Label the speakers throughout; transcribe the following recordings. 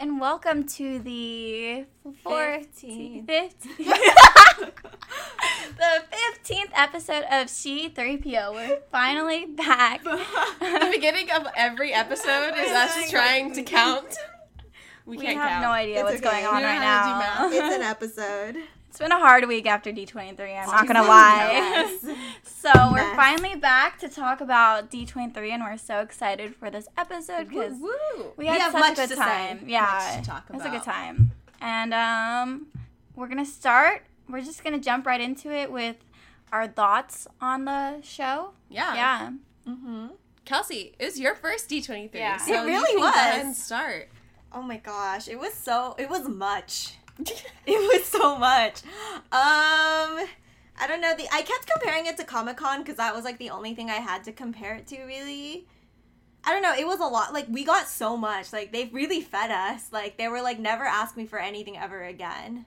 Speaker 1: and welcome to the fourth,
Speaker 2: Fifteen.
Speaker 1: fifth- the fifteenth episode of She Three PO. We're finally back.
Speaker 3: The beginning of every episode is us trying to count. We
Speaker 1: We
Speaker 3: can't
Speaker 1: have
Speaker 3: count.
Speaker 1: no idea
Speaker 2: It's
Speaker 1: what's
Speaker 2: okay.
Speaker 1: going on
Speaker 3: We don't
Speaker 1: right
Speaker 3: know how
Speaker 1: now.
Speaker 3: to do
Speaker 2: it's an episode.
Speaker 1: It's been a hard week after D23, I'm not
Speaker 2: too
Speaker 1: gonna
Speaker 2: much.
Speaker 1: lie. so, we're
Speaker 2: Mess.
Speaker 1: finally back to talk about D23, and we're so excited for this episode because
Speaker 3: Woo!
Speaker 1: we had
Speaker 2: have
Speaker 1: such
Speaker 2: much
Speaker 1: a
Speaker 2: to
Speaker 1: good
Speaker 2: say,
Speaker 1: time.
Speaker 2: much
Speaker 1: Yeah,
Speaker 2: to talk
Speaker 1: it was a good
Speaker 2: about.
Speaker 1: time. And um, we're gonna start. We're just gonna jump right into it with our thoughts on the show.
Speaker 3: Yeah.
Speaker 1: Yeah,
Speaker 2: Mm-hmm.
Speaker 3: Kelsey, it was your first D23.
Speaker 1: Yeah.
Speaker 3: So
Speaker 2: It
Speaker 3: you
Speaker 2: really
Speaker 3: can go
Speaker 2: was.
Speaker 3: ahead and start.
Speaker 2: Oh my gosh, it was so it was much. It was so much. Um I don't know, the I kept comparing it to Comic-Con cuz that was like the only thing I had to compare it to really. I don't know, it was a lot. Like we got so much. Like they really fed us. Like they were like never ask me for anything ever again.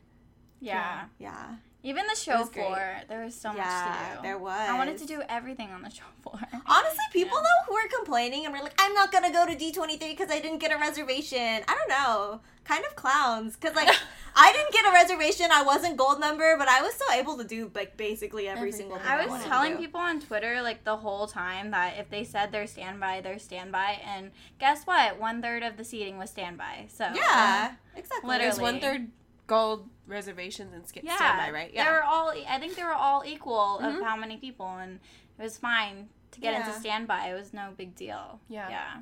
Speaker 1: yeah.
Speaker 2: Yeah.
Speaker 1: Even the
Speaker 3: It
Speaker 1: show
Speaker 3: was great.
Speaker 1: floor, there was so
Speaker 2: yeah,
Speaker 1: much to do.
Speaker 2: there was.
Speaker 1: I wanted to do everything on the show floor.
Speaker 2: Honestly, people though who are complaining and we're like, I'm not gonna go to D23 because I didn't get a reservation. I don't know, kind of clowns because like I didn't get a reservation. I wasn't gold member, but I was still able to do like basically every
Speaker 3: Everything.
Speaker 2: single thing.
Speaker 1: I was
Speaker 2: wanted to
Speaker 1: telling
Speaker 2: do.
Speaker 1: people on Twitter like the whole time that if they said they're standby, they're standby. And guess what? One third of the seating was standby. So
Speaker 2: Yeah, exactly.
Speaker 3: There's
Speaker 1: Literally.
Speaker 3: one third gold reservations and skip
Speaker 1: yeah,
Speaker 3: standby, right?
Speaker 1: They were all. e, I think they were all equal of how many people, and it was fine to get
Speaker 2: Mm-hmm. Yeah.
Speaker 1: into standby. It was no big deal.
Speaker 3: Yeah.
Speaker 1: yeah.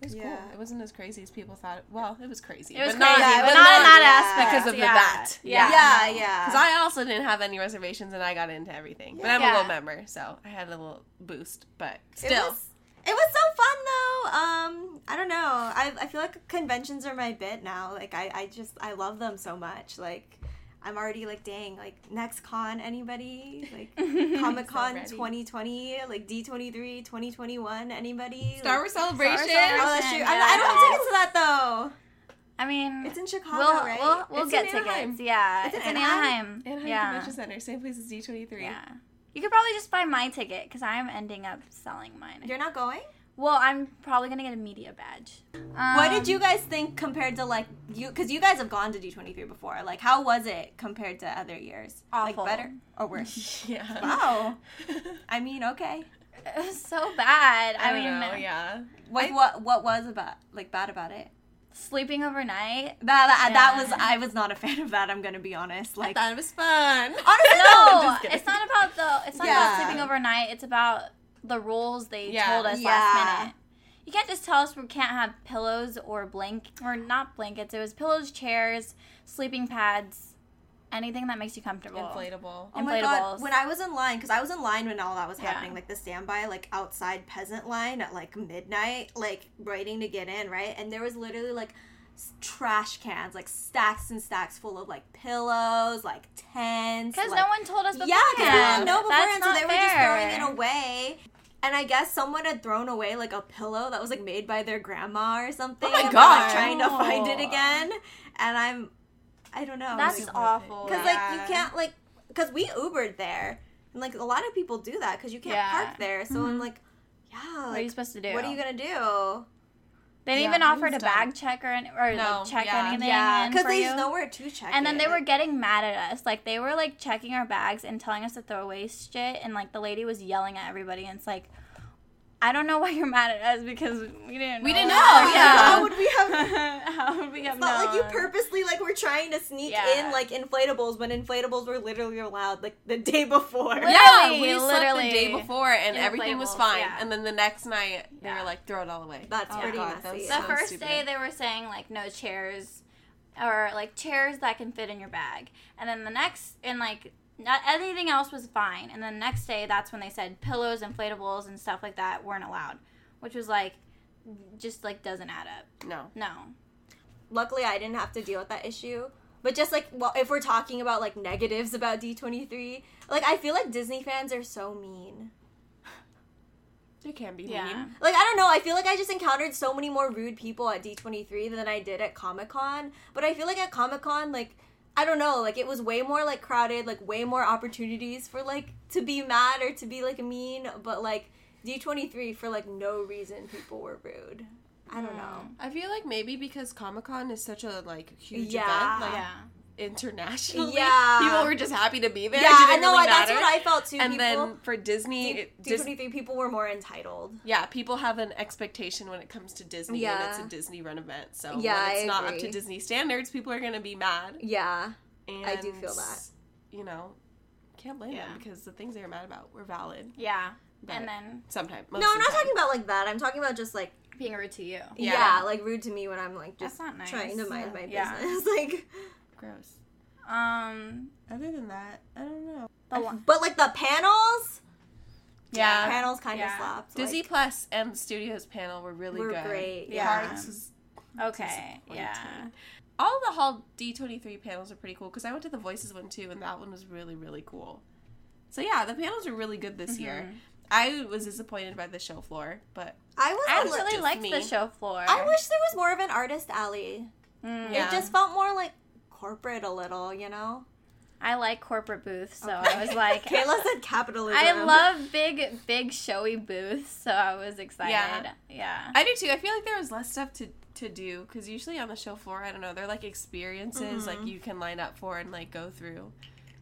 Speaker 3: It was
Speaker 2: Yeah.
Speaker 3: cool. It wasn't as crazy as people thought. It, well, it was crazy.
Speaker 1: It was
Speaker 3: but
Speaker 1: crazy,
Speaker 3: Not,
Speaker 2: Yeah,
Speaker 1: but
Speaker 2: but
Speaker 1: not in
Speaker 2: not-
Speaker 1: that
Speaker 2: yeah.
Speaker 1: aspect
Speaker 3: Because of the
Speaker 1: yeah.
Speaker 3: bat.
Speaker 1: Yeah.
Speaker 2: Yeah,
Speaker 3: Because
Speaker 2: yeah.
Speaker 3: I also didn't have any reservations and I got into everything. But I'm
Speaker 1: Yeah.
Speaker 3: a gold member, so I had a little boost. But
Speaker 2: It
Speaker 3: still.
Speaker 2: was- It was so fun though. Um, I don't know. I, I feel like conventions are my bit now. Like I, I just I love them so much. Like I'm already like dang like next con anybody like Comic Con
Speaker 3: ready.
Speaker 2: 2020 like D23 2021 anybody
Speaker 3: Star Wars Celebration.
Speaker 2: Like,
Speaker 1: Celebration.
Speaker 2: oh that's true. I,
Speaker 1: Yeah.
Speaker 2: I don't have tickets to that though.
Speaker 1: I mean,
Speaker 2: It's in Chicago,
Speaker 1: we'll
Speaker 2: right?
Speaker 1: we'll, we'll
Speaker 3: It's
Speaker 1: get
Speaker 3: in Anaheim.
Speaker 1: tickets. Yeah,
Speaker 2: It's in
Speaker 1: in
Speaker 2: Anaheim?
Speaker 3: Anaheim
Speaker 1: yeah.
Speaker 3: Convention Center, same place as D23.
Speaker 1: Yeah. You could probably just buy my ticket because I'm ending up selling mine.
Speaker 2: You're not going.
Speaker 1: well, I'm probably gonna get a media badge. Um,
Speaker 2: what did you guys think compared to like you? Because you guys have gone to D23 before. Like how was it compared to other years?
Speaker 1: Awful.
Speaker 2: Like better or worse?
Speaker 3: Yeah.
Speaker 2: wow. I mean, okay.
Speaker 1: It was so bad. I,
Speaker 3: I, don't
Speaker 1: mean,
Speaker 3: know, yeah.
Speaker 2: Like what? What was about like bad about it?
Speaker 1: sleeping overnight.
Speaker 2: That that, that
Speaker 1: Yeah.
Speaker 2: was I was not a fan of that. I'm gonna be honest. Like
Speaker 3: Thought it was fun.
Speaker 2: honestly,
Speaker 1: No,
Speaker 3: kidding.
Speaker 1: it's not about the. It's not
Speaker 2: Yeah.
Speaker 1: about sleeping overnight. It's about the rules they
Speaker 3: Yeah.
Speaker 1: told us
Speaker 2: Yeah.
Speaker 1: last minute. You can't just tell us we can't have pillows or blank or not blankets. It was pillows, chairs, sleeping pads, anything that makes you comfortable.
Speaker 3: Inflatable.
Speaker 2: Oh my god!
Speaker 1: Inflatables.
Speaker 2: When I was in line, because I was in line when all that was
Speaker 1: Yeah.
Speaker 2: happening, like the standby, like outside peasant line at like midnight, like waiting to get in, right? And there was literally like s- trash cans, like stacks and stacks full of like pillows, like tents.
Speaker 1: Because
Speaker 2: like-
Speaker 1: no one told us before.
Speaker 2: Yeah, because we didn't know
Speaker 1: That's
Speaker 2: beforehand, so
Speaker 1: not
Speaker 2: they were just
Speaker 1: fair.
Speaker 2: throwing it away. And I guess someone had thrown away like a pillow that was like made by their grandma or something.
Speaker 3: Oh my
Speaker 2: and they're,
Speaker 3: God.
Speaker 2: Like, trying to find it
Speaker 1: Oh.
Speaker 2: again, and I'm, I don't know.
Speaker 1: That's
Speaker 2: like,
Speaker 3: Super
Speaker 1: awful.
Speaker 2: because like
Speaker 3: Yeah.
Speaker 2: you can't like because we Ubered there, and like a lot of people do that because you can't
Speaker 1: Yeah. Mm-hmm.
Speaker 2: park there. So I'm like, yeah,
Speaker 1: what are you
Speaker 2: like,
Speaker 1: supposed to do?
Speaker 2: what are you gonna do?
Speaker 1: They didn't
Speaker 3: Yeah,
Speaker 1: even
Speaker 3: it
Speaker 1: offer
Speaker 3: was
Speaker 1: to
Speaker 3: dumb.
Speaker 1: bag check or, any, or
Speaker 3: No,
Speaker 1: like check
Speaker 3: yeah.
Speaker 1: anything.
Speaker 2: Yeah,
Speaker 1: in
Speaker 2: because
Speaker 1: for
Speaker 2: they
Speaker 1: you.
Speaker 2: know where to check.
Speaker 1: And then
Speaker 2: it.
Speaker 1: they were
Speaker 2: Like,
Speaker 1: getting mad at us. Like they were like checking our bags and telling us to throw away shit. And like the lady was yelling at everybody. And it's like, I don't know why you're mad at us because we didn't.
Speaker 3: We didn't
Speaker 2: "Oh,
Speaker 3: know,
Speaker 1: Yeah.
Speaker 2: How would we have?
Speaker 1: How would we have
Speaker 2: It's not like you
Speaker 1: known?
Speaker 2: purposely like were trying to sneak
Speaker 1: Yeah.
Speaker 2: in like inflatables when inflatables were literally allowed like the day before.
Speaker 1: Yeah.
Speaker 3: yeah, we
Speaker 1: Literally,
Speaker 3: slept the day
Speaker 1: literally.
Speaker 3: before and everything was
Speaker 1: Inflatables,
Speaker 3: fine.
Speaker 1: yeah.
Speaker 3: And then the next night they
Speaker 1: Yeah.
Speaker 3: were like, throw it all away.
Speaker 2: That's
Speaker 1: Oh
Speaker 2: pretty
Speaker 3: God, that
Speaker 2: messy.
Speaker 3: was
Speaker 1: The
Speaker 3: So
Speaker 1: first
Speaker 3: stupid.
Speaker 1: day they were saying like no chairs or like chairs that can fit in your bag. And then the next and like not anything else was fine. And then the next day that's when they said pillows, inflatables and stuff like that weren't allowed, which was like just like doesn't add up.
Speaker 3: no.
Speaker 1: No.
Speaker 2: Luckily, I didn't have to deal with that issue. But just like well, if we're talking about like negatives about D twenty three, like I feel like Disney fans are so mean.
Speaker 3: They can be
Speaker 1: Yeah.
Speaker 3: mean.
Speaker 2: Like I don't know, I feel like I just encountered so many more rude people at D23 than I did at Comic-Con, but I feel like at Comic-Con like I don't know, like it was way more like crowded, like way more opportunities for like to be mad or to be like mean, but like D23 for like no reason people were rude. I
Speaker 3: Mm.
Speaker 2: don't know.
Speaker 3: I feel like maybe because Comic Con is such a like huge
Speaker 2: Yeah.
Speaker 3: event, like
Speaker 1: yeah.
Speaker 3: internationally,
Speaker 2: Yeah.
Speaker 3: people were just happy to be there.
Speaker 2: Yeah,
Speaker 3: it didn't
Speaker 2: I know.
Speaker 3: really
Speaker 2: I- that's
Speaker 3: matter.
Speaker 2: what I felt too.
Speaker 3: and
Speaker 2: people,
Speaker 3: then for Disney,
Speaker 2: D-
Speaker 3: it- Dis-
Speaker 2: D23 people were more entitled.
Speaker 3: yeah, people have an expectation when it comes to Disney,
Speaker 2: Yeah.
Speaker 3: and it's a Disney run event. So
Speaker 2: Yeah,
Speaker 3: when it's
Speaker 2: I
Speaker 3: not up
Speaker 2: agree.
Speaker 3: to Disney standards, people are gonna be mad.
Speaker 2: Yeah.
Speaker 3: And,
Speaker 2: I do feel that.
Speaker 3: You know, can't blame
Speaker 1: Yeah.
Speaker 3: them because the things they were mad about were valid.
Speaker 1: Yeah.
Speaker 3: But
Speaker 1: And then
Speaker 3: sometimes,
Speaker 2: No, I'm not talking about like that. I'm talking about just like
Speaker 1: being rude to you.
Speaker 2: yeah,
Speaker 3: Yeah.
Speaker 2: like rude to me when I'm like just
Speaker 1: That's not nice.
Speaker 2: trying to mind my
Speaker 1: Yeah.
Speaker 2: business. Like,
Speaker 3: gross.
Speaker 1: Um.
Speaker 3: Other than that, I don't know.
Speaker 1: The one.
Speaker 2: but like the panels,
Speaker 3: Yeah.
Speaker 2: panels kind of
Speaker 1: Yeah.
Speaker 2: slapped.
Speaker 3: Disney
Speaker 2: like,
Speaker 3: Plus and the Studios panel were really
Speaker 2: were
Speaker 3: good.
Speaker 2: great.
Speaker 1: Yeah.
Speaker 2: Yeah.
Speaker 3: Parks was
Speaker 1: Okay. Yeah.
Speaker 3: disappointing. All the Hall D23 panels are pretty cool because I went to the Voices one too, and that one was really, really cool. So, yeah, the panels are really good this year.
Speaker 1: Mm-hmm.
Speaker 3: I was disappointed by the show floor, but
Speaker 2: I was.
Speaker 1: I
Speaker 2: a li-
Speaker 1: actually
Speaker 3: just
Speaker 1: liked
Speaker 3: me.
Speaker 1: the show floor.
Speaker 2: I wish there was more of an artist alley.
Speaker 1: Mm.
Speaker 3: Yeah.
Speaker 2: It just felt more like corporate a little, you know.
Speaker 1: I like corporate booths, so
Speaker 2: Okay.
Speaker 1: I was like,
Speaker 2: Kayla said capitalism.
Speaker 1: I love big, big showy booths, so I was excited. Yeah.
Speaker 3: Yeah. I do too. I feel like there was less stuff to to do because usually on the show floor, I don't know, they're like experiences
Speaker 2: Mhm.
Speaker 1: Mm-hmm.
Speaker 3: like you can line up for and like go through,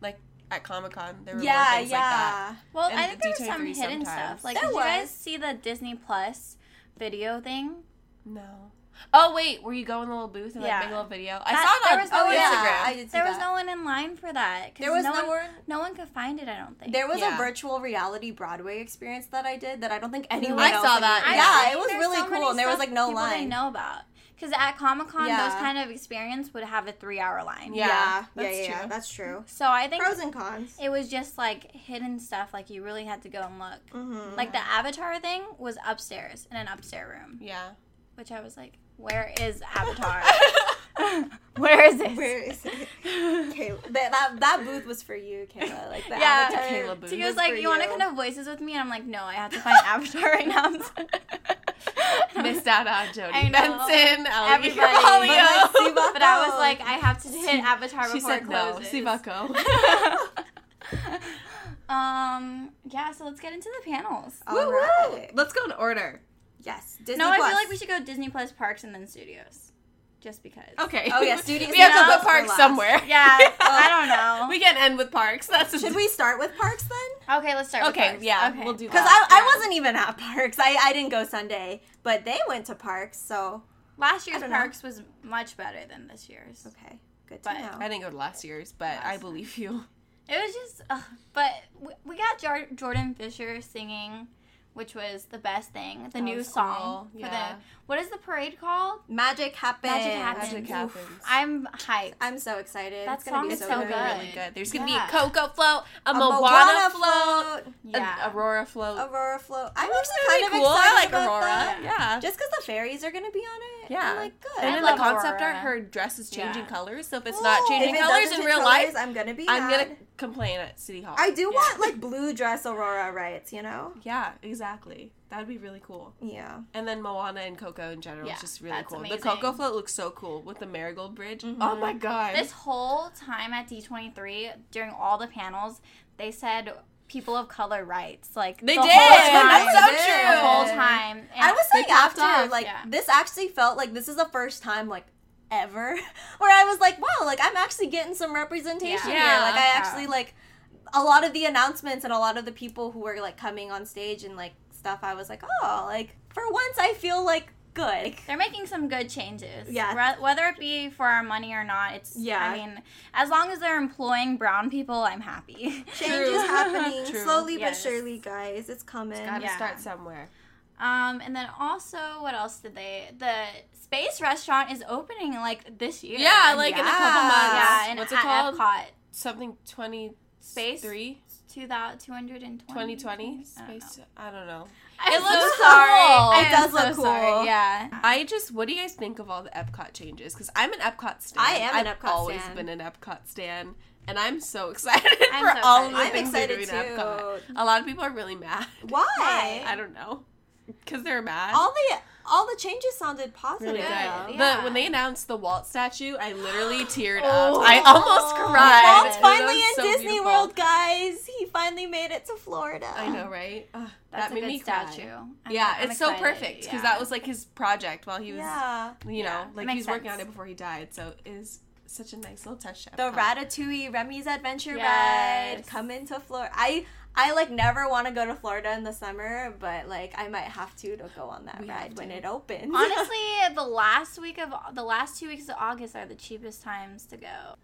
Speaker 3: like at Comic Con. There were more
Speaker 2: Yeah,
Speaker 3: things like that.
Speaker 2: yeah.
Speaker 1: Well,
Speaker 3: And
Speaker 1: I think
Speaker 3: the
Speaker 1: there was some
Speaker 3: D23
Speaker 1: hidden
Speaker 3: sometimes.
Speaker 1: stuff. Like,
Speaker 2: There
Speaker 1: did you
Speaker 2: was.
Speaker 1: guys see the Disney Plus video thing?
Speaker 3: No. Oh wait, were you going the little booth and like
Speaker 1: Yeah.
Speaker 3: make a little video? I
Speaker 1: That-
Speaker 3: saw
Speaker 1: there
Speaker 3: it on
Speaker 1: was no-
Speaker 2: oh
Speaker 3: Instagram.
Speaker 2: yeah, I did see
Speaker 1: There was
Speaker 2: that.
Speaker 1: no one in line for that. 'cause
Speaker 2: There was
Speaker 1: no,
Speaker 2: no
Speaker 1: one.
Speaker 2: one.
Speaker 1: No one could find it. I don't think.
Speaker 2: There was a
Speaker 3: Yeah.
Speaker 2: virtual reality Broadway experience that I did that I don't think anyone
Speaker 3: I
Speaker 2: else
Speaker 3: saw
Speaker 2: had-
Speaker 3: that,
Speaker 1: I
Speaker 2: Yeah,
Speaker 1: think
Speaker 2: it was
Speaker 1: there's
Speaker 2: really
Speaker 1: so many
Speaker 2: cool, and there was
Speaker 1: stuff
Speaker 2: like no
Speaker 1: people didn't
Speaker 2: line.
Speaker 1: know about because at Comic Con,
Speaker 2: Yeah.
Speaker 1: those kind of experience would have a three-hour line.
Speaker 3: Yeah,
Speaker 2: yeah,
Speaker 3: that's
Speaker 2: yeah, yeah,
Speaker 3: true.
Speaker 2: that's true.
Speaker 1: So I think
Speaker 2: Pros and cons.
Speaker 1: it was just like hidden stuff. Like you really had to go and look.
Speaker 2: Mm-hmm.
Speaker 1: Like the Avatar thing was upstairs in an upstairs room,
Speaker 3: Yeah.
Speaker 1: which I was like, "Where is Avatar? Where is this?"
Speaker 2: Where is it? Kayla, that, that that booth was for you, Kayla. Like the
Speaker 1: Yeah.
Speaker 2: avatar.
Speaker 3: Kayla booth.
Speaker 1: So he
Speaker 2: This
Speaker 1: was
Speaker 2: for
Speaker 1: like, "You want to
Speaker 2: you.
Speaker 1: kind of voices with me?" And I'm like, "No, I have to find Avatar right now."
Speaker 3: Missed out on Jodie
Speaker 1: I know.
Speaker 3: Benson,
Speaker 2: Oh,
Speaker 3: Ali
Speaker 1: Everybody.
Speaker 2: But,
Speaker 3: Carvalho.
Speaker 2: like, Sivako-
Speaker 1: but I was like, "I have to hit Avatar
Speaker 3: she
Speaker 1: before
Speaker 3: said
Speaker 1: it
Speaker 3: no,
Speaker 1: closes."
Speaker 3: Sivako.
Speaker 1: um. Yeah. So let's get into the panels.
Speaker 2: All
Speaker 3: Woo, woo.
Speaker 2: right.
Speaker 3: Let's go in order.
Speaker 2: Yes, Disney
Speaker 1: no, I
Speaker 2: Plus.
Speaker 1: feel like we should go Disney Plus Parks and then Studios, just because.
Speaker 3: Okay.
Speaker 2: Oh, yeah, studios
Speaker 3: we have
Speaker 1: now
Speaker 3: to
Speaker 1: for
Speaker 3: put parks
Speaker 2: last.
Speaker 3: somewhere.
Speaker 1: Yeah. I don't know.
Speaker 3: We can end with parks. That's
Speaker 2: Should we start with parks then?
Speaker 1: Okay, let's start. with
Speaker 3: Oh. Okay,
Speaker 1: parks.
Speaker 3: yeah,
Speaker 1: Okay.
Speaker 3: we'll do
Speaker 2: Because
Speaker 3: that.
Speaker 2: I, I wasn't even at parks. I, I didn't go Sunday, but they went to parks. So
Speaker 1: Last year's
Speaker 2: I don't know.
Speaker 1: parks was much better than this year's.
Speaker 2: okay, good to
Speaker 1: But-
Speaker 2: know.
Speaker 3: I didn't go to last year's, but I believe you.
Speaker 1: It was just, ugh. but we, we got Jar- Jordan Fisher singing, which was the best thing. The new
Speaker 3: was
Speaker 1: song
Speaker 3: cool,
Speaker 1: for
Speaker 3: yeah.
Speaker 1: the what is the parade called?
Speaker 2: Magic happened.
Speaker 1: Magic Happens.
Speaker 3: Magic
Speaker 1: Oof.
Speaker 3: happens.
Speaker 1: I'm hyped.
Speaker 2: I'm so excited.
Speaker 1: That
Speaker 2: it's gonna
Speaker 1: song
Speaker 2: be
Speaker 1: is
Speaker 2: so,
Speaker 1: so
Speaker 2: good.
Speaker 1: good.
Speaker 3: really good. There's gonna
Speaker 1: Yeah.
Speaker 3: be a Coco float, a,
Speaker 2: A
Speaker 3: Moana,
Speaker 2: Moana
Speaker 3: float,
Speaker 2: float.
Speaker 1: yeah.
Speaker 3: an Aurora float.
Speaker 2: Aurora float. I'm
Speaker 3: That's
Speaker 2: actually
Speaker 3: really
Speaker 2: kind of
Speaker 3: cool.
Speaker 2: excited
Speaker 3: I like
Speaker 2: about
Speaker 3: Aurora.
Speaker 2: that.
Speaker 3: Yeah.
Speaker 2: Just because the fairies are gonna be on it.
Speaker 3: Yeah.
Speaker 2: I'm like good.
Speaker 3: and
Speaker 1: I
Speaker 3: in
Speaker 1: love
Speaker 3: the concept
Speaker 1: Aurora.
Speaker 3: art, her dress is changing
Speaker 1: Yeah.
Speaker 3: colors. So if it's
Speaker 2: Ooh,
Speaker 3: not
Speaker 2: if
Speaker 3: changing
Speaker 2: it
Speaker 3: colors
Speaker 2: doesn't change
Speaker 3: in real
Speaker 2: colors,
Speaker 3: life,
Speaker 2: I'm gonna be.
Speaker 3: I'm
Speaker 2: mad.
Speaker 3: gonna complain at City Hall.
Speaker 2: I do
Speaker 3: Yeah.
Speaker 2: want like blue dress Aurora riots. You know.
Speaker 3: Yeah, exactly. That'd be really cool.
Speaker 2: Yeah.
Speaker 3: And then Moana and Coco in general
Speaker 1: Yeah,
Speaker 3: is just really
Speaker 1: that's
Speaker 3: cool.
Speaker 1: amazing. Mm-hmm.
Speaker 3: The Coco float looks so cool with the marigold bridge. Oh my god.
Speaker 1: This whole time at D23, during all the panels, they said people of color rights. Like
Speaker 3: They
Speaker 1: the
Speaker 3: did.
Speaker 1: Whole time,
Speaker 3: That's so
Speaker 2: They
Speaker 3: true.
Speaker 2: did.
Speaker 1: The whole time. And
Speaker 2: I was saying
Speaker 3: popped
Speaker 2: after,
Speaker 3: off,
Speaker 2: like,
Speaker 1: yeah.
Speaker 2: this actually felt like this is the first time, like, ever where I was like, wow, like, I'm actually getting some representation
Speaker 1: Yeah.
Speaker 2: here. Like, I
Speaker 1: Yeah.
Speaker 2: actually, like, a lot of the announcements and a lot of the people who were, like, coming on stage and, like, stuff, I was like, oh, like, for once I feel, like, good. Like,
Speaker 1: They're making some good changes.
Speaker 2: Yeah.
Speaker 1: Re- whether it be for our money or not, it's.
Speaker 2: Yeah.
Speaker 1: Yeah. I mean, as long as they're employing brown people, I'm happy.
Speaker 2: change
Speaker 3: True.
Speaker 2: is happening
Speaker 3: True.
Speaker 2: slowly
Speaker 1: Yes.
Speaker 2: but surely, guys. It's coming.
Speaker 3: Gotta
Speaker 1: Yeah.
Speaker 3: start somewhere.
Speaker 1: um, and then also, what else did they? The space restaurant is opening like this year.
Speaker 3: Yeah, like in a couple
Speaker 2: Yeah.
Speaker 3: months.
Speaker 1: yeah, and
Speaker 3: What's it
Speaker 1: at
Speaker 3: called?
Speaker 1: Epcot,
Speaker 3: Something twenty
Speaker 1: Space?
Speaker 3: three.
Speaker 1: 2020.
Speaker 3: 2020
Speaker 1: I don't know.
Speaker 3: space I don't know.
Speaker 1: I'm
Speaker 3: It
Speaker 1: so
Speaker 3: looks
Speaker 2: cool.
Speaker 1: sorry. I
Speaker 2: It does
Speaker 1: am so
Speaker 2: look cool.
Speaker 1: Sorry. Yeah.
Speaker 3: I just what do you guys think of all the Epcot changes cuz I'm an Epcot stan.
Speaker 2: I am an
Speaker 3: I've
Speaker 2: Epcot
Speaker 3: always
Speaker 2: stan.
Speaker 3: been an Epcot stan and I'm so excited
Speaker 1: I'm
Speaker 3: for
Speaker 1: so excited.
Speaker 3: all of the
Speaker 2: Oh, I'm
Speaker 3: things
Speaker 2: excited
Speaker 3: they're doing at Epcot.
Speaker 2: too.
Speaker 3: A lot of people are really mad.
Speaker 2: Why?
Speaker 3: I don't know. Cuz they're mad.
Speaker 2: all the all the changes sounded positive.
Speaker 3: Really good.
Speaker 1: Yeah.
Speaker 2: though.
Speaker 1: Yeah.
Speaker 3: The, when they announced the Walt statue, I literally teared
Speaker 1: Oh.
Speaker 3: up. I almost
Speaker 1: Oh.
Speaker 3: cried.
Speaker 2: Walt's
Speaker 3: It was
Speaker 2: finally in
Speaker 3: so
Speaker 2: Disney
Speaker 3: beautiful.
Speaker 2: World, guys. He finally made it to Florida.
Speaker 3: I know, right? Ugh,
Speaker 1: That's
Speaker 3: that
Speaker 1: a
Speaker 3: made
Speaker 1: good
Speaker 3: me cry.
Speaker 1: statue. I'm-
Speaker 3: Yeah,
Speaker 1: I'm
Speaker 3: it's so
Speaker 1: excited,
Speaker 3: perfect because
Speaker 1: yeah.
Speaker 3: that was like his project while he was,
Speaker 2: Yeah.
Speaker 3: you know,
Speaker 1: Yeah,
Speaker 3: like
Speaker 1: makes
Speaker 3: he was working
Speaker 1: sense.
Speaker 3: on it before he died. So it is such a nice little touch.
Speaker 2: The
Speaker 3: Epcot.
Speaker 2: Ratatouille Remy's Adventure Ride.
Speaker 1: Yes.
Speaker 2: Come into Florida. I I like never want to go to Florida in the summer, but like I might have to to go on that
Speaker 3: We have
Speaker 2: ride when
Speaker 3: to.
Speaker 2: it opens.
Speaker 1: Honestly, the last week of the last two weeks of August are the cheapest times to go.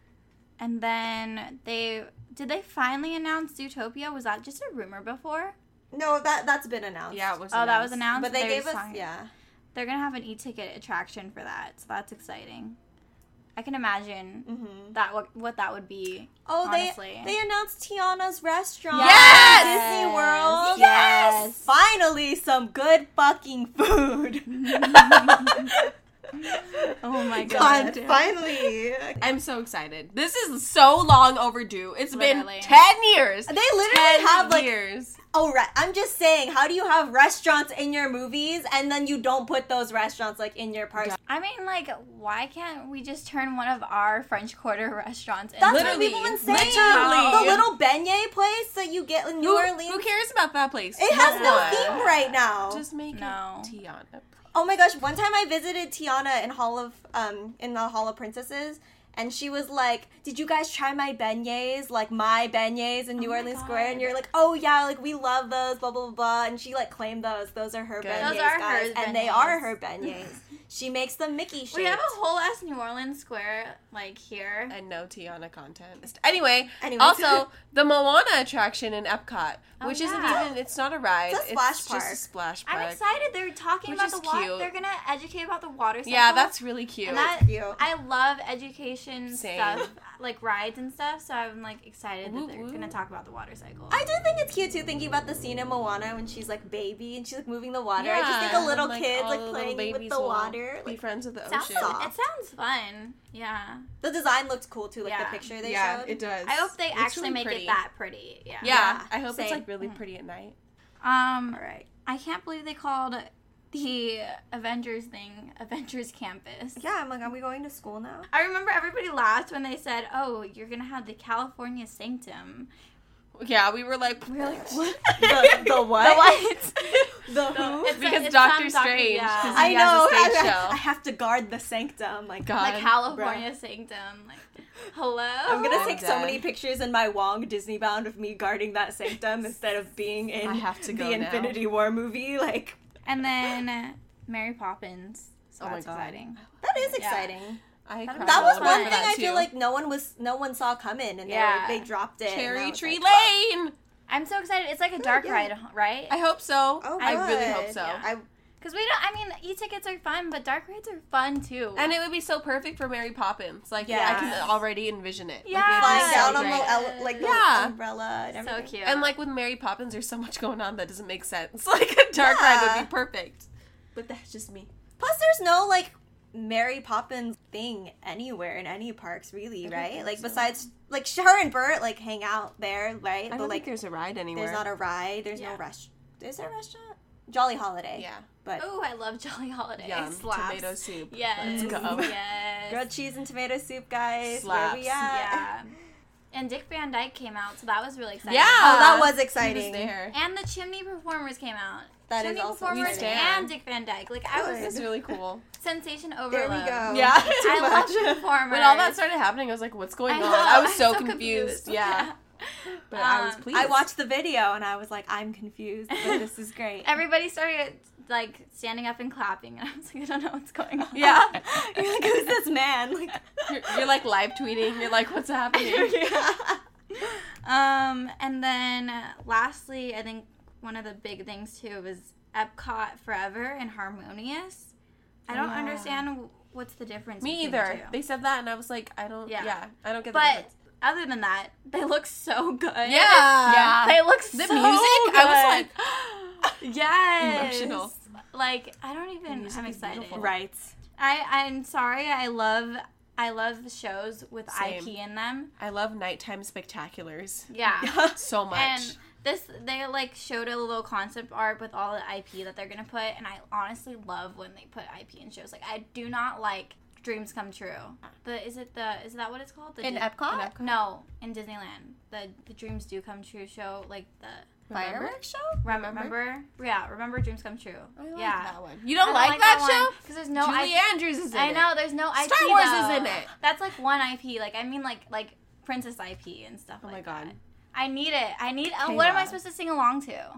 Speaker 1: And then they did they finally announce Zootopia? Was that just a rumor before?
Speaker 2: no, that that's been announced.
Speaker 3: Yeah, it was.
Speaker 1: Oh, that was announced.
Speaker 2: But they
Speaker 1: They're
Speaker 2: gave us
Speaker 1: signing-
Speaker 2: yeah.
Speaker 1: They're gonna have an e-ticket attraction for that, so that's exciting. I can imagine
Speaker 2: Mm-hmm.
Speaker 1: that what, what that would be.
Speaker 2: Oh,
Speaker 1: Honestly.
Speaker 2: they they announced Tiana's restaurant.
Speaker 1: Yes!
Speaker 2: at Disney World.
Speaker 1: Yes! Yes!
Speaker 2: Finally, some good fucking food.
Speaker 1: Oh my
Speaker 2: God,
Speaker 1: god!
Speaker 2: finally.
Speaker 3: I'm so excited. This is so long overdue. It's
Speaker 1: Literally.
Speaker 3: been 10 years.
Speaker 2: They literally
Speaker 3: 10
Speaker 2: have like
Speaker 3: years.
Speaker 2: Oh, right. I'm just saying, how do you have restaurants in your movies and then you don't put those restaurants like in your parks?
Speaker 1: I mean, like, why can't we just turn one of our French Quarter restaurants?
Speaker 2: That's
Speaker 1: into-
Speaker 2: what people
Speaker 3: Literally.
Speaker 2: have been saying.
Speaker 3: Literally.
Speaker 2: The little beignet place that you get in New
Speaker 3: Who,
Speaker 2: Orleans.
Speaker 3: who cares about that place?
Speaker 2: It has no
Speaker 3: one.
Speaker 2: theme right now.
Speaker 3: Just make
Speaker 1: No.
Speaker 3: it Tiana.
Speaker 2: oh my gosh! One time I visited Tiana in Hall of um in the Hall of Princesses, and she was like, "Did you guys try my beignets? Like my beignets in New
Speaker 1: Oh my
Speaker 2: Orleans Square?" And
Speaker 1: God.
Speaker 2: you're like, "Oh yeah, like we love those." Blah blah blah, blah. And she like claimed those. Those are her
Speaker 3: Good.
Speaker 2: beignets,
Speaker 1: Those are her
Speaker 2: guys, and they are
Speaker 1: beignets.
Speaker 2: her beignets. she makes them Mickey shaped.
Speaker 1: We have a whole ass New Orleans square like here.
Speaker 3: And no Tiana content. Anyway,
Speaker 2: Anyways.
Speaker 3: also the Moana attraction in Epcot,
Speaker 1: Oh,
Speaker 3: which
Speaker 1: yeah.
Speaker 3: isn't even it's not a ride.
Speaker 2: It's a splash
Speaker 3: just
Speaker 2: park.
Speaker 3: a splash park.
Speaker 1: I'm excited. They're talking
Speaker 3: Which
Speaker 1: about
Speaker 3: is
Speaker 1: the water.
Speaker 3: cute.
Speaker 1: They're gonna educate about the water. Cycle.
Speaker 3: Yeah, that's really cute.
Speaker 1: and that.
Speaker 2: Cute.
Speaker 1: I love education
Speaker 3: Same.
Speaker 1: stuff, like rides and stuff. So I'm like excited
Speaker 3: Woo
Speaker 1: that they're
Speaker 3: woo.
Speaker 1: gonna talk about the water cycle.
Speaker 2: I do think it's cute too, thinking about the scene in Moana when she's like baby and she's like moving the water. I just
Speaker 3: Yeah,
Speaker 2: think a little
Speaker 3: and, like,
Speaker 2: kid
Speaker 3: all
Speaker 2: like
Speaker 3: the little
Speaker 2: playing with
Speaker 3: babies
Speaker 2: the
Speaker 3: will
Speaker 2: water.
Speaker 3: Be
Speaker 2: Like,
Speaker 3: friends with the
Speaker 1: sounds,
Speaker 3: ocean.
Speaker 2: Soft.
Speaker 1: it sounds fun. Yeah.
Speaker 2: the design looked cool too, like
Speaker 1: Yeah.
Speaker 2: the picture they
Speaker 3: yeah,
Speaker 2: showed.
Speaker 3: it does.
Speaker 1: I hope they
Speaker 3: It's
Speaker 1: actually
Speaker 3: really
Speaker 1: make
Speaker 3: pretty.
Speaker 1: it that pretty. Yeah.
Speaker 3: Yeah,
Speaker 2: Yeah,
Speaker 3: I hope it's
Speaker 2: same.
Speaker 3: like really pretty at night.
Speaker 1: Um.
Speaker 2: All right.
Speaker 1: I can't believe they called the Avengers thing Avengers Campus.
Speaker 2: Yeah, I'm like, are we going to school now?
Speaker 1: I remember everybody laughed when they said, "Oh, you're gonna have the California Sanctum."
Speaker 3: Yeah, we were like,
Speaker 1: We were like, "What?"
Speaker 2: The, the what?
Speaker 1: The what?
Speaker 2: The who?
Speaker 1: It's-
Speaker 3: because
Speaker 1: it's
Speaker 3: Doctor
Speaker 1: some Doctor-
Speaker 3: Strange.
Speaker 1: yeah.
Speaker 3: 'cause he
Speaker 2: I
Speaker 3: has a
Speaker 2: know. I,
Speaker 3: stage
Speaker 2: I-
Speaker 3: show.
Speaker 2: I have to guard the sanctum. Like
Speaker 3: God.
Speaker 1: the California Sanctum. Like, hello.
Speaker 2: I'm gonna
Speaker 3: I'm
Speaker 2: take so
Speaker 3: dead.
Speaker 2: many pictures in my Wong Disney bound of me guarding that sanctum instead of being in
Speaker 3: I have to go
Speaker 2: the
Speaker 3: now.
Speaker 2: Infinity War movie. Like
Speaker 1: And then uh, Mary Poppins. So
Speaker 3: Oh my
Speaker 1: that's
Speaker 3: God.
Speaker 1: exciting.
Speaker 2: that is
Speaker 1: Yeah.
Speaker 2: exciting.
Speaker 3: I
Speaker 1: That
Speaker 3: cried
Speaker 2: That
Speaker 3: a
Speaker 2: was
Speaker 3: lot
Speaker 2: one
Speaker 3: for
Speaker 2: thing
Speaker 3: that,
Speaker 2: I feel
Speaker 3: too.
Speaker 2: like no one was no one saw coming, and
Speaker 1: Yeah.
Speaker 2: they, were, they dropped it. and I
Speaker 3: Cherry
Speaker 2: was
Speaker 3: Tree
Speaker 2: like,
Speaker 3: Lane.
Speaker 1: I'm so excited. It's like a dark
Speaker 2: Oh, yeah.
Speaker 1: ride, huh, right?
Speaker 3: I hope so.
Speaker 2: Oh,
Speaker 3: I really
Speaker 2: good.
Speaker 3: hope so.
Speaker 1: Yeah.
Speaker 2: I
Speaker 1: Because we don't. I mean, e-tickets are fun, but dark rides are fun too.
Speaker 3: And it would be so perfect for Mary Poppins. Like
Speaker 2: Yeah.
Speaker 3: I can already envision it. Like,
Speaker 1: Yeah.
Speaker 3: it'd be
Speaker 2: flying
Speaker 1: so
Speaker 2: down on
Speaker 1: great.
Speaker 2: the ele- like the
Speaker 3: Yeah.
Speaker 2: umbrella and
Speaker 1: so
Speaker 2: everything.
Speaker 1: cute.
Speaker 3: And like with Mary Poppins, there's so much going on that doesn't make sense. Like a dark ride
Speaker 2: Yeah.
Speaker 3: would be perfect. But that's just me.
Speaker 2: Plus, there's no like Mary Poppins thing anywhere in any parks, really,
Speaker 3: don't
Speaker 2: right?
Speaker 3: think
Speaker 2: Like
Speaker 3: so.
Speaker 2: besides like her and Bert like hang out there, right?
Speaker 3: I
Speaker 2: but
Speaker 3: don't
Speaker 2: like
Speaker 3: think there's a ride anywhere.
Speaker 2: there's not a ride. There's
Speaker 1: Yeah.
Speaker 2: no restaurant. Is there a restaurant? Jolly Holiday.
Speaker 3: yeah.
Speaker 2: But
Speaker 1: oh, I love Jolly Holiday.
Speaker 3: Yum.
Speaker 1: Slaps.
Speaker 3: Tomato soup.
Speaker 1: Yes.
Speaker 3: Let's go.
Speaker 1: Yes.
Speaker 2: grilled cheese and tomato soup, guys. Where
Speaker 3: Slaps.
Speaker 2: we at?
Speaker 1: Yeah. And Dick Van Dyke came out, so that was really exciting.
Speaker 3: Yeah.
Speaker 2: Oh, that was
Speaker 3: He
Speaker 2: exciting.
Speaker 3: was there.
Speaker 1: And the Chimney Performers came out.
Speaker 2: That is
Speaker 1: Chimney
Speaker 2: also
Speaker 1: Performers
Speaker 3: exciting.
Speaker 1: and Dick Van Dyke. Like I
Speaker 2: Good.
Speaker 1: was
Speaker 3: It's really cool.
Speaker 1: sensation
Speaker 2: There
Speaker 1: overload.
Speaker 2: we go.
Speaker 3: Yeah.
Speaker 2: Too
Speaker 1: I love
Speaker 2: much.
Speaker 1: performers.
Speaker 3: Oh. When all that started happening, I was like, "What's going
Speaker 1: I
Speaker 3: on?"
Speaker 1: know,
Speaker 3: I was
Speaker 1: I'm
Speaker 3: so, confused. Yeah, but I was
Speaker 1: Um,
Speaker 3: pleased.
Speaker 2: I watched the video and I was like, I'm confused, but this is great.
Speaker 1: Everybody started like standing up and clapping, and I was like, I don't know what's going on.
Speaker 3: Yeah,
Speaker 2: You're like, who's this man? Like,
Speaker 3: you're, you're like live tweeting. You're like, "What's happening?"
Speaker 2: yeah.
Speaker 1: Um, and then uh, lastly, I think one of the big things too was Epcot Forever and Harmonious. I don't
Speaker 3: Yeah.
Speaker 1: understand w- what's the difference.
Speaker 3: Me
Speaker 1: between the
Speaker 3: either.
Speaker 1: two.
Speaker 3: They said that, and I was like, "I don't."
Speaker 1: Yeah.
Speaker 3: Yeah, I don't get the
Speaker 1: But
Speaker 3: difference.
Speaker 1: other than that, they look so good.
Speaker 3: Yeah.
Speaker 1: they look so
Speaker 3: The music, I
Speaker 1: was like, yes,
Speaker 3: Emotional.
Speaker 1: Like I don't even.
Speaker 3: music
Speaker 1: I'm
Speaker 3: is
Speaker 1: excited.
Speaker 3: beautiful.
Speaker 2: Right.
Speaker 1: I I'm sorry. I love I love shows with
Speaker 3: Same.
Speaker 1: IP in them.
Speaker 3: I love nighttime spectaculars
Speaker 1: Yeah.
Speaker 3: so much.
Speaker 1: And this, they like showed a little concept art with all the IP that they're gonna put, and I honestly love when they put IP in shows. Like, I do not like Dreams Come True. The is it the is that what it's called? The
Speaker 3: In
Speaker 1: Di-
Speaker 3: Epcot? In Epcot?
Speaker 1: No, in Disneyland. the, the dreams do come true show, like the
Speaker 3: Remember?
Speaker 2: Fireworks show?
Speaker 1: remember,
Speaker 3: Remember?
Speaker 1: yeah, remember dreams come true.
Speaker 3: I like
Speaker 1: yeah,
Speaker 3: that one. You don't, like, that, show?
Speaker 1: because there's no
Speaker 3: Julie
Speaker 1: I,
Speaker 3: Andrews is in
Speaker 1: I
Speaker 3: it.
Speaker 1: know there's no IP.
Speaker 3: Star Wars
Speaker 1: though.
Speaker 3: is in it.
Speaker 1: That's like one IP. Like I mean, like like princess IP and stuff.
Speaker 3: Oh
Speaker 1: like
Speaker 3: my god.
Speaker 1: that. I need it. I need. Uh, what am I
Speaker 3: Kayla.
Speaker 1: supposed to sing along to?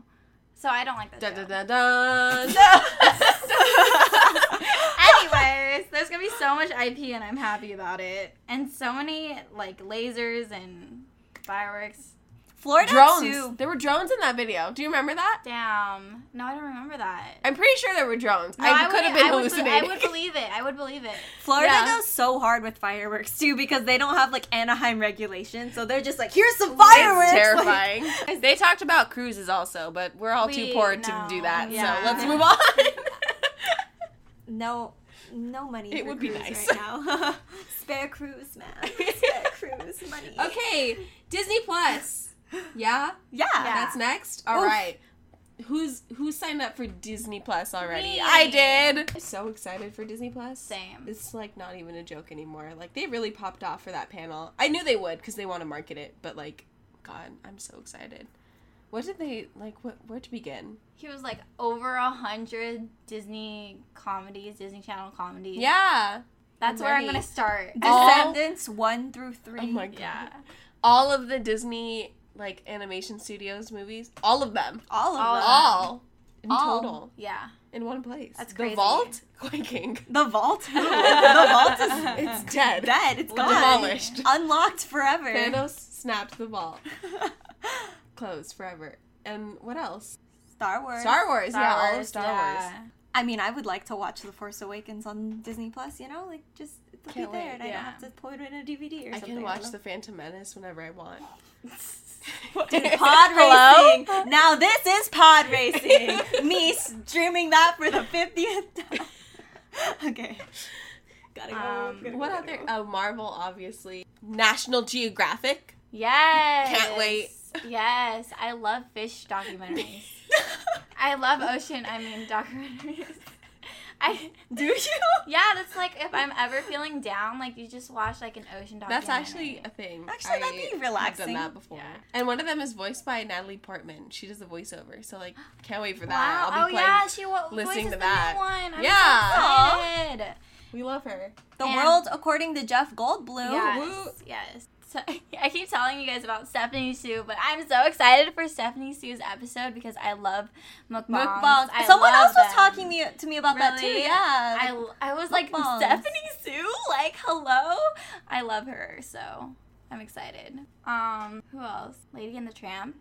Speaker 1: So I don't like that.
Speaker 3: Dun
Speaker 1: show.
Speaker 3: dun dun dun.
Speaker 1: Anyways, there's gonna be so much IP, and I'm happy about it. And so many like lasers and fireworks.
Speaker 2: Florida
Speaker 3: drones.
Speaker 2: too.
Speaker 3: There were drones in that video. Do you remember that?
Speaker 1: Damn. No, I don't remember that.
Speaker 3: I'm pretty sure there were drones.
Speaker 1: No,
Speaker 3: I,
Speaker 1: would-
Speaker 3: could have been
Speaker 1: I would, be-
Speaker 3: hallucinating.
Speaker 1: I would believe it. I would believe it.
Speaker 2: Florida
Speaker 3: Yeah.
Speaker 2: goes so hard with fireworks too because they don't have like Anaheim regulations, so they're just like, here's some fireworks.
Speaker 3: It's
Speaker 2: Like,
Speaker 3: terrifying. they talked about cruises also, but we're all
Speaker 1: We-
Speaker 3: too poor to
Speaker 1: no.
Speaker 3: do that.
Speaker 1: Yeah.
Speaker 3: So let's move on.
Speaker 2: no, no money.
Speaker 3: It
Speaker 2: for
Speaker 3: would be
Speaker 2: cruise
Speaker 3: nice.
Speaker 2: right now. Spare cruise, man. Spare cruise money.
Speaker 3: okay, Disney Plus. Yeah,
Speaker 2: Yeah.
Speaker 1: Yeah.
Speaker 3: that's next. All
Speaker 2: Oof.
Speaker 3: right. Who's who signed up for Disney Plus already?
Speaker 1: Me.
Speaker 3: I did. I'm so excited for Disney Plus.
Speaker 1: Same.
Speaker 3: It's like not even a joke anymore. Like they really popped off for that panel. I knew they would because they want to market it, but like, God, I'm so excited. What did they like? What where to begin?
Speaker 1: He was like over a hundred Disney comedies, Disney Channel comedies.
Speaker 3: Yeah.
Speaker 1: That's where I'm
Speaker 3: Already.
Speaker 1: gonna start.
Speaker 3: All-
Speaker 2: Descendants one through three.
Speaker 3: Oh my god.
Speaker 1: Yeah.
Speaker 3: All of the Disney like animation studios movies, all of them,
Speaker 2: All of
Speaker 1: All
Speaker 2: them.
Speaker 1: of
Speaker 3: all in
Speaker 1: All.
Speaker 3: total
Speaker 1: Yeah.
Speaker 3: in one place.
Speaker 1: That's
Speaker 3: The
Speaker 1: crazy.
Speaker 3: vault, quaking.
Speaker 2: The vault. the vault is
Speaker 3: It's dead.
Speaker 2: dead. It's gone.
Speaker 3: Demolished.
Speaker 2: Unlocked forever.
Speaker 3: Thanos snapped the vault. Closed forever. And what else?
Speaker 2: Star Wars.
Speaker 3: Star Wars. yeah, all of
Speaker 1: Wars,
Speaker 3: Star Wars.
Speaker 1: yeah.
Speaker 2: I mean, I would like to watch The Force Awakens on Disney Plus. You know, like just it'll
Speaker 3: Can't
Speaker 2: be there,
Speaker 3: wait,
Speaker 2: and I
Speaker 1: yeah.
Speaker 2: don't have to put it in a DVD or
Speaker 3: I
Speaker 2: something.
Speaker 3: can
Speaker 2: don't
Speaker 3: watch
Speaker 2: know.
Speaker 3: The Phantom Menace whenever I want.
Speaker 2: Dude, pod
Speaker 3: Hello?
Speaker 2: racing. Now this is pod racing. Me streaming that for the fiftieth time. Okay. Gotta go.
Speaker 1: Um,
Speaker 2: gotta go,
Speaker 3: What
Speaker 2: gotta
Speaker 3: other?
Speaker 2: go.
Speaker 3: Oh, Marvel, obviously. National Geographic.
Speaker 1: Yes.
Speaker 3: Can't wait.
Speaker 1: Yes. I love fish documentaries. I love ocean, I mean documentaries. I
Speaker 2: Do you?
Speaker 1: yeah, that's like if I'm ever feeling down, like you just watch like an ocean documentary.
Speaker 3: That's actually a thing.
Speaker 2: Actually, that'd be
Speaker 3: I have
Speaker 2: relaxing.
Speaker 3: Done that before.
Speaker 1: Yeah.
Speaker 3: And one of them is voiced by Natalie Portman. She does the voiceover, so like, can't wait for that.
Speaker 1: Wow.
Speaker 3: I'll
Speaker 1: Oh
Speaker 3: be playing.
Speaker 1: yeah, she wa-
Speaker 3: listening
Speaker 1: voices
Speaker 3: to
Speaker 1: the
Speaker 3: that.
Speaker 1: new one. I'm
Speaker 3: Yeah.
Speaker 1: so excited.
Speaker 3: We love her.
Speaker 2: The
Speaker 1: And-
Speaker 2: world according to Jeff Goldblum.
Speaker 1: Yes,
Speaker 3: woo.
Speaker 1: yes. So, I keep telling you guys about Stephanie Sue, but I'm so excited for Stephanie Sue's episode because I love mukbangs.
Speaker 2: Mukbang.
Speaker 1: I
Speaker 2: Someone
Speaker 1: love
Speaker 2: else was
Speaker 1: them.
Speaker 2: talking me, to me about that too.
Speaker 1: Really?
Speaker 2: Yeah.
Speaker 1: I, I was like
Speaker 2: Mukbangs.
Speaker 1: Stephanie Sue, like hello. I love her so. I'm excited. Um, who else? Lady and the Tramp.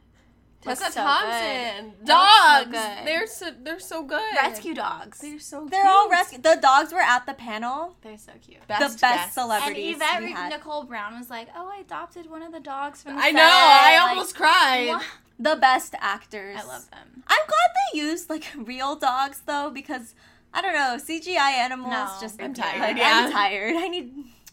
Speaker 1: Looks
Speaker 3: Tessa
Speaker 1: so
Speaker 3: Thompson.
Speaker 1: good. That
Speaker 3: Dogs.
Speaker 1: looks so good.
Speaker 3: they're so they're so good.
Speaker 1: Rescue dogs.
Speaker 3: They're so.
Speaker 2: They're all
Speaker 3: cute.
Speaker 2: rescued. The dogs were at the panel.
Speaker 1: They're so cute.
Speaker 2: the best
Speaker 1: And
Speaker 2: celebrities
Speaker 1: Yvette
Speaker 2: we had.
Speaker 1: Nicole Brown was like, "Oh, I adopted one of the dogs from." The
Speaker 3: I
Speaker 1: set."
Speaker 3: know. I
Speaker 1: Like,
Speaker 3: almost cried.
Speaker 1: what?
Speaker 2: The best actors.
Speaker 1: I love them.
Speaker 2: I'm glad they used like real dogs though because I don't know CGI animals.
Speaker 1: No.
Speaker 2: just
Speaker 3: I'm
Speaker 2: like,
Speaker 3: tired, yeah.
Speaker 2: I'm tired. I need.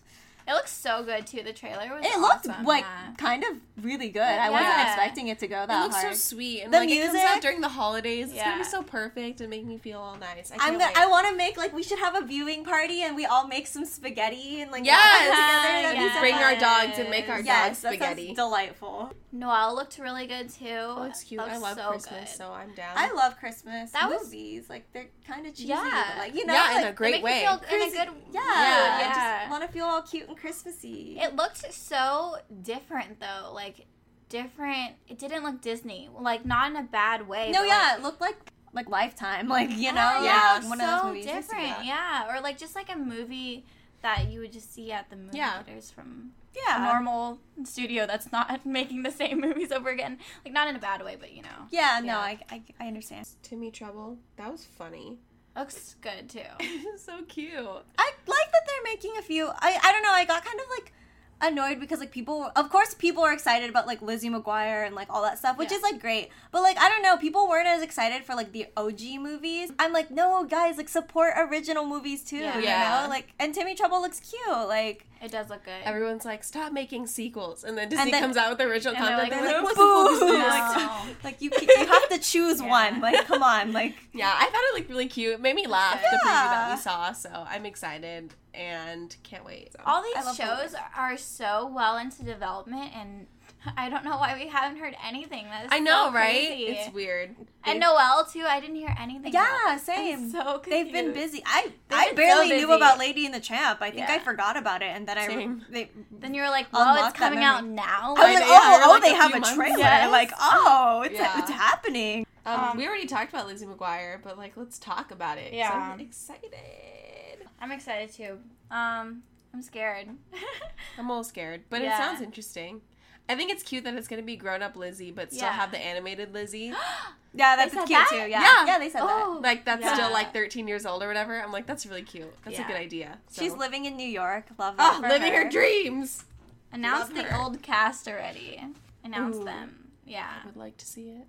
Speaker 1: It looks so good too. The trailer was.
Speaker 2: It looked
Speaker 1: awesome,
Speaker 2: like
Speaker 1: yeah.
Speaker 2: kind of really good. I wasn't
Speaker 1: Yeah.
Speaker 2: expecting it to go
Speaker 3: It
Speaker 2: that
Speaker 3: looks so
Speaker 2: hard.
Speaker 3: sweet. And
Speaker 2: The
Speaker 3: like it comes out
Speaker 2: music.
Speaker 3: during the holidays. It's gonna
Speaker 1: Yeah.
Speaker 3: be so perfect and make me feel all nice. I
Speaker 2: I'm
Speaker 3: can't
Speaker 2: gonna,
Speaker 3: wait.
Speaker 2: I want to make like we should have a viewing party and we all make some spaghetti and like watch it
Speaker 3: Yes.
Speaker 2: together. That'd be
Speaker 1: Yes.
Speaker 2: so
Speaker 3: Bring our
Speaker 2: fun.
Speaker 3: dogs and make our
Speaker 2: yes,
Speaker 3: dogs
Speaker 2: that sounds
Speaker 3: spaghetti.
Speaker 2: delightful.
Speaker 1: Noelle looked really good too.
Speaker 3: That looks cute. I
Speaker 1: Looks
Speaker 3: love
Speaker 1: so
Speaker 3: Christmas,
Speaker 1: good.
Speaker 3: so I'm down.
Speaker 2: I love Christmas
Speaker 1: That was-
Speaker 2: movies. like they're kind of cheesy,
Speaker 1: Yeah.
Speaker 2: but like you know,
Speaker 3: yeah, in
Speaker 2: like,
Speaker 3: a great
Speaker 1: it makes
Speaker 3: way.
Speaker 1: You feel in a
Speaker 2: Chrissy-
Speaker 1: good.
Speaker 2: yeah,
Speaker 3: Yeah.
Speaker 2: I
Speaker 1: Yeah.
Speaker 2: just want to feel all cute and Christmassy.
Speaker 1: It looked so different though, like different. It didn't look Disney, like not in a bad way.
Speaker 2: No,
Speaker 1: but,
Speaker 2: yeah, it looked like like Lifetime, like you
Speaker 1: like,
Speaker 2: know,
Speaker 1: yeah,
Speaker 2: like,
Speaker 1: it
Speaker 2: one
Speaker 1: was
Speaker 2: of
Speaker 1: so
Speaker 2: those movies. Just like
Speaker 1: different,
Speaker 2: that.
Speaker 1: yeah, or like just like a movie that you would just see at the movie
Speaker 3: Yeah.
Speaker 1: theaters from
Speaker 2: Yeah,
Speaker 1: a normal studio that's not making the same movies over again. Like not in a bad way, but you know,
Speaker 2: Yeah, no,
Speaker 3: Yeah.
Speaker 2: I, I I understand.
Speaker 3: Timmy Trouble. That was funny.
Speaker 1: looks good too.
Speaker 3: so cute.
Speaker 2: I like that they're making a few. I I don't know. I got kind of like annoyed because like people of course people are excited about like Lizzie McGuire and like all that stuff which
Speaker 1: Yeah.
Speaker 2: is like great but like I don't know people weren't as excited for like the OG movies I'm like no guys like support original movies too
Speaker 1: Yeah.
Speaker 2: you
Speaker 3: Yeah.
Speaker 2: know like and Timmy Trouble looks cute like
Speaker 1: It does look good.
Speaker 3: Everyone's like, stop making sequels, and then Disney
Speaker 2: then-
Speaker 3: comes out with original
Speaker 1: and they're
Speaker 3: content.
Speaker 1: like,
Speaker 3: They're like,
Speaker 2: "Look,
Speaker 3: "What the fuck is
Speaker 2: boo."
Speaker 3: this?"
Speaker 2: like-
Speaker 1: No.
Speaker 2: like you you have to choose
Speaker 1: Yeah.
Speaker 2: one like come on like
Speaker 3: yeah, I thought it looked really cute. It made me laugh the preview that
Speaker 2: Yeah.
Speaker 3: we saw, so I'm excited. and can't wait. So,
Speaker 1: All
Speaker 2: I
Speaker 1: these
Speaker 2: love
Speaker 1: shows
Speaker 2: Footloose.
Speaker 1: are so well into development, and I don't know why we haven't heard anything. That's
Speaker 3: I know,
Speaker 1: so
Speaker 3: right?
Speaker 1: crazy.
Speaker 3: It's weird.
Speaker 1: and Noelle too. I didn't hear anything. about.
Speaker 2: Yeah,
Speaker 1: I'm
Speaker 2: same.
Speaker 1: so
Speaker 2: They've been
Speaker 1: confused.
Speaker 2: busy. I
Speaker 1: They've
Speaker 2: I
Speaker 1: been so
Speaker 2: barely
Speaker 1: busy.
Speaker 2: knew about Lady and the Champ. I think
Speaker 1: Yeah.
Speaker 2: I forgot about it, and then I
Speaker 3: Same.
Speaker 2: they.
Speaker 1: Then you were like,
Speaker 2: Unlock
Speaker 1: "Whoa, it's
Speaker 2: that
Speaker 1: coming
Speaker 2: memory.
Speaker 1: out now."
Speaker 2: I was
Speaker 3: Right,
Speaker 2: like,
Speaker 3: they
Speaker 2: oh,
Speaker 3: are,
Speaker 2: oh,
Speaker 3: like,
Speaker 2: they
Speaker 3: a
Speaker 2: have
Speaker 3: few
Speaker 2: a
Speaker 3: months.
Speaker 2: trailer.
Speaker 1: Yes.
Speaker 2: Like, oh, it's
Speaker 3: Yeah.
Speaker 2: it's happening.
Speaker 3: Um,
Speaker 1: Um,
Speaker 3: we already talked about Lizzie McGuire, but like, let's talk about it. 'cause
Speaker 1: Yeah.
Speaker 3: I'm excited.
Speaker 1: I'm excited too. Um, I'm scared.
Speaker 3: I'm a little scared, but
Speaker 1: Yeah.
Speaker 3: it sounds interesting. I think it's cute that it's gonna be grown up Lizzie, but still
Speaker 1: Yeah.
Speaker 3: have the animated Lizzie.
Speaker 2: Yeah,
Speaker 1: They
Speaker 2: that's
Speaker 1: said
Speaker 2: cute
Speaker 1: that?
Speaker 2: too. Yeah.
Speaker 3: Yeah.
Speaker 2: they said that.
Speaker 1: oh,
Speaker 3: Like that's
Speaker 1: Yeah.
Speaker 3: still like 13 years old or whatever. I'm like, that's really cute. That's
Speaker 1: Yeah.
Speaker 3: a good idea. So-
Speaker 2: She's living in New York. Love that
Speaker 3: oh,
Speaker 2: for
Speaker 3: living her.
Speaker 2: her
Speaker 3: dreams.
Speaker 1: announce
Speaker 3: love
Speaker 1: the
Speaker 3: her.
Speaker 1: old cast already. Announce
Speaker 3: Ooh.
Speaker 1: them. Yeah,
Speaker 3: I would like to see it.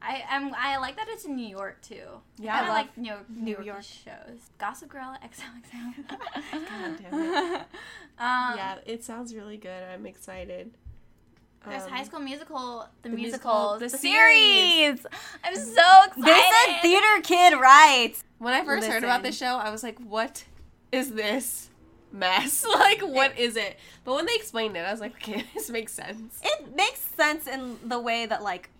Speaker 1: I am. I like that it's in New York too. I
Speaker 3: Yeah, I
Speaker 1: kinda
Speaker 3: love-
Speaker 1: like New York, New,
Speaker 2: New
Speaker 1: York shows. Gossip Girl, XOXO.
Speaker 3: God damn
Speaker 1: um,
Speaker 3: yeah, it sounds really good. I'm excited.
Speaker 1: There's
Speaker 3: Um,
Speaker 1: High School Musical, the,
Speaker 3: the musical,
Speaker 1: musicals,
Speaker 3: the
Speaker 1: the, series. I'm so excited.
Speaker 2: They said theater kid rights.
Speaker 3: When I first heard about
Speaker 2: Listen.
Speaker 3: this show, I was like, what is this mess? like, what is it? But when they explained it, I was like, okay, this makes sense.
Speaker 2: It makes sense in the way that like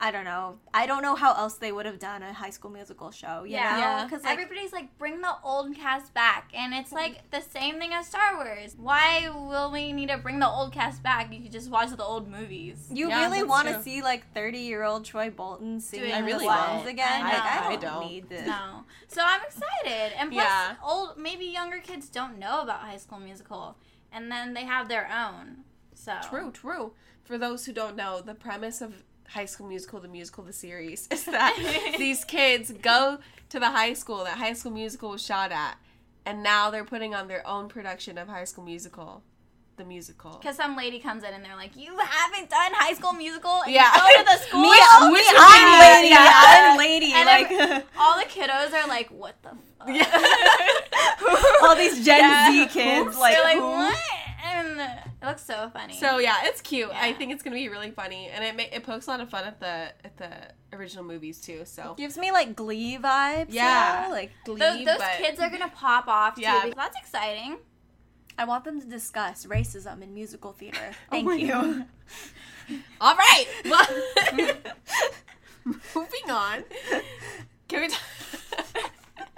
Speaker 2: I don't know. I don't know how else they would have done a high school musical show, you
Speaker 1: Yeah.
Speaker 2: yeah.
Speaker 3: Yeah.
Speaker 2: know? Cuz like
Speaker 1: Everybody's like, bring the old cast back, and it's like the same thing as Star Wars. Why will we need to bring the old cast back? You could just watch the old movies.
Speaker 2: you
Speaker 3: Yeah,
Speaker 2: really
Speaker 3: that's
Speaker 2: want to
Speaker 3: true.
Speaker 2: see like 30-year-old Troy Bolton singing
Speaker 1: I really
Speaker 2: the songs
Speaker 3: don't.
Speaker 2: again.
Speaker 1: I
Speaker 2: like
Speaker 1: know.
Speaker 2: I
Speaker 1: I
Speaker 2: don't,
Speaker 3: don't.
Speaker 2: need this.
Speaker 1: No, so I'm excited, and plus,
Speaker 3: Yeah.
Speaker 1: old maybe younger kids don't know about High School Musical, and then they have their own. So
Speaker 3: True, true. For those who don't know, the premise of High School Musical, the musical, the series, is that these kids go to the high school that High School Musical was shot at, and now they're putting on their own production of High School Musical, the musical.
Speaker 1: Because some lady comes in and they're like, "You haven't done High School Musical, and
Speaker 3: Yeah.
Speaker 1: you go to the school."
Speaker 2: Me, me,
Speaker 3: which
Speaker 2: I'm
Speaker 3: lady?
Speaker 2: lady.
Speaker 3: Yeah.
Speaker 2: I'm lady.
Speaker 1: And
Speaker 2: like
Speaker 1: All the kiddos are like, "What the?" Fuck?
Speaker 2: all these Gen
Speaker 3: Yeah.
Speaker 2: Z kids,
Speaker 3: Oops.
Speaker 2: like,
Speaker 1: they're like,
Speaker 2: who?
Speaker 1: "What?" And it looks so funny.
Speaker 3: So yeah, it's cute. I
Speaker 1: Yeah.
Speaker 3: think it's gonna be really funny, and it ma- it pokes a lot of fun at the at the original movies too. So
Speaker 2: gives me like Glee vibes.
Speaker 3: Yeah.
Speaker 2: Yeah, like
Speaker 1: those,
Speaker 3: Glee,
Speaker 1: those
Speaker 3: but-
Speaker 1: kids are gonna pop off too.
Speaker 3: Yeah.
Speaker 1: because That's exciting.
Speaker 2: I want them to discuss racism in musical theater.
Speaker 3: Oh
Speaker 2: Thank
Speaker 3: my
Speaker 2: you.
Speaker 3: God. All right. Well, moving on. Can we? Talk-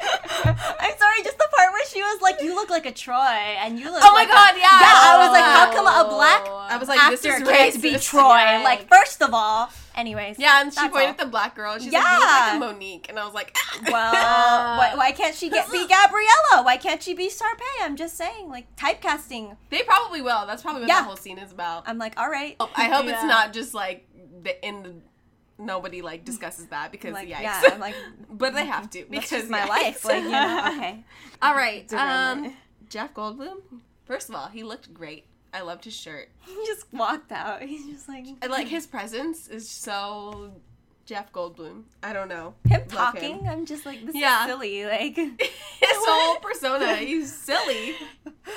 Speaker 2: I'm sorry, just the part where she was like, "You look like a Troy," and you look.
Speaker 3: Oh my
Speaker 2: like a-"
Speaker 3: God, yeah.
Speaker 2: Yeah, I was like, how
Speaker 1: Oh.
Speaker 2: come a black
Speaker 3: I was like, this
Speaker 2: actor
Speaker 3: is
Speaker 2: can't be
Speaker 3: racist.
Speaker 2: Troy?
Speaker 1: Right.
Speaker 2: Like, first of all, anyways.
Speaker 3: yeah, and she
Speaker 2: That's
Speaker 3: pointed
Speaker 2: all.
Speaker 3: at the black girl. And she's
Speaker 2: Yeah.
Speaker 3: like, you look like a Monique, and I was like, ah.
Speaker 2: Well, why, why can't she get, be Gabriella? Why can't she be Sarpay? I'm just saying, like typecasting.
Speaker 3: they probably will. That's probably what
Speaker 2: Yeah.
Speaker 3: the whole scene is about.
Speaker 2: I'm like, all right.
Speaker 3: I hope
Speaker 1: Yeah.
Speaker 3: it's not just like the in the. Nobody like discusses that because
Speaker 2: Like,
Speaker 3: yikes.
Speaker 2: yeah, I'm like,
Speaker 3: but they have to because
Speaker 2: This is my
Speaker 3: yikes.
Speaker 2: life. Like, you know, okay.
Speaker 3: All right.
Speaker 2: Derailment.
Speaker 3: Um, Jeff Goldblum. First of all, he looked great. I loved his shirt.
Speaker 2: He just walked out. He's just like
Speaker 3: I like his presence is so Jeff Goldblum. I don't know
Speaker 2: him
Speaker 3: Love
Speaker 2: talking.
Speaker 3: him.
Speaker 2: I'm just like this
Speaker 3: Yeah.
Speaker 2: is silly. Like
Speaker 3: his whole persona. He's silly.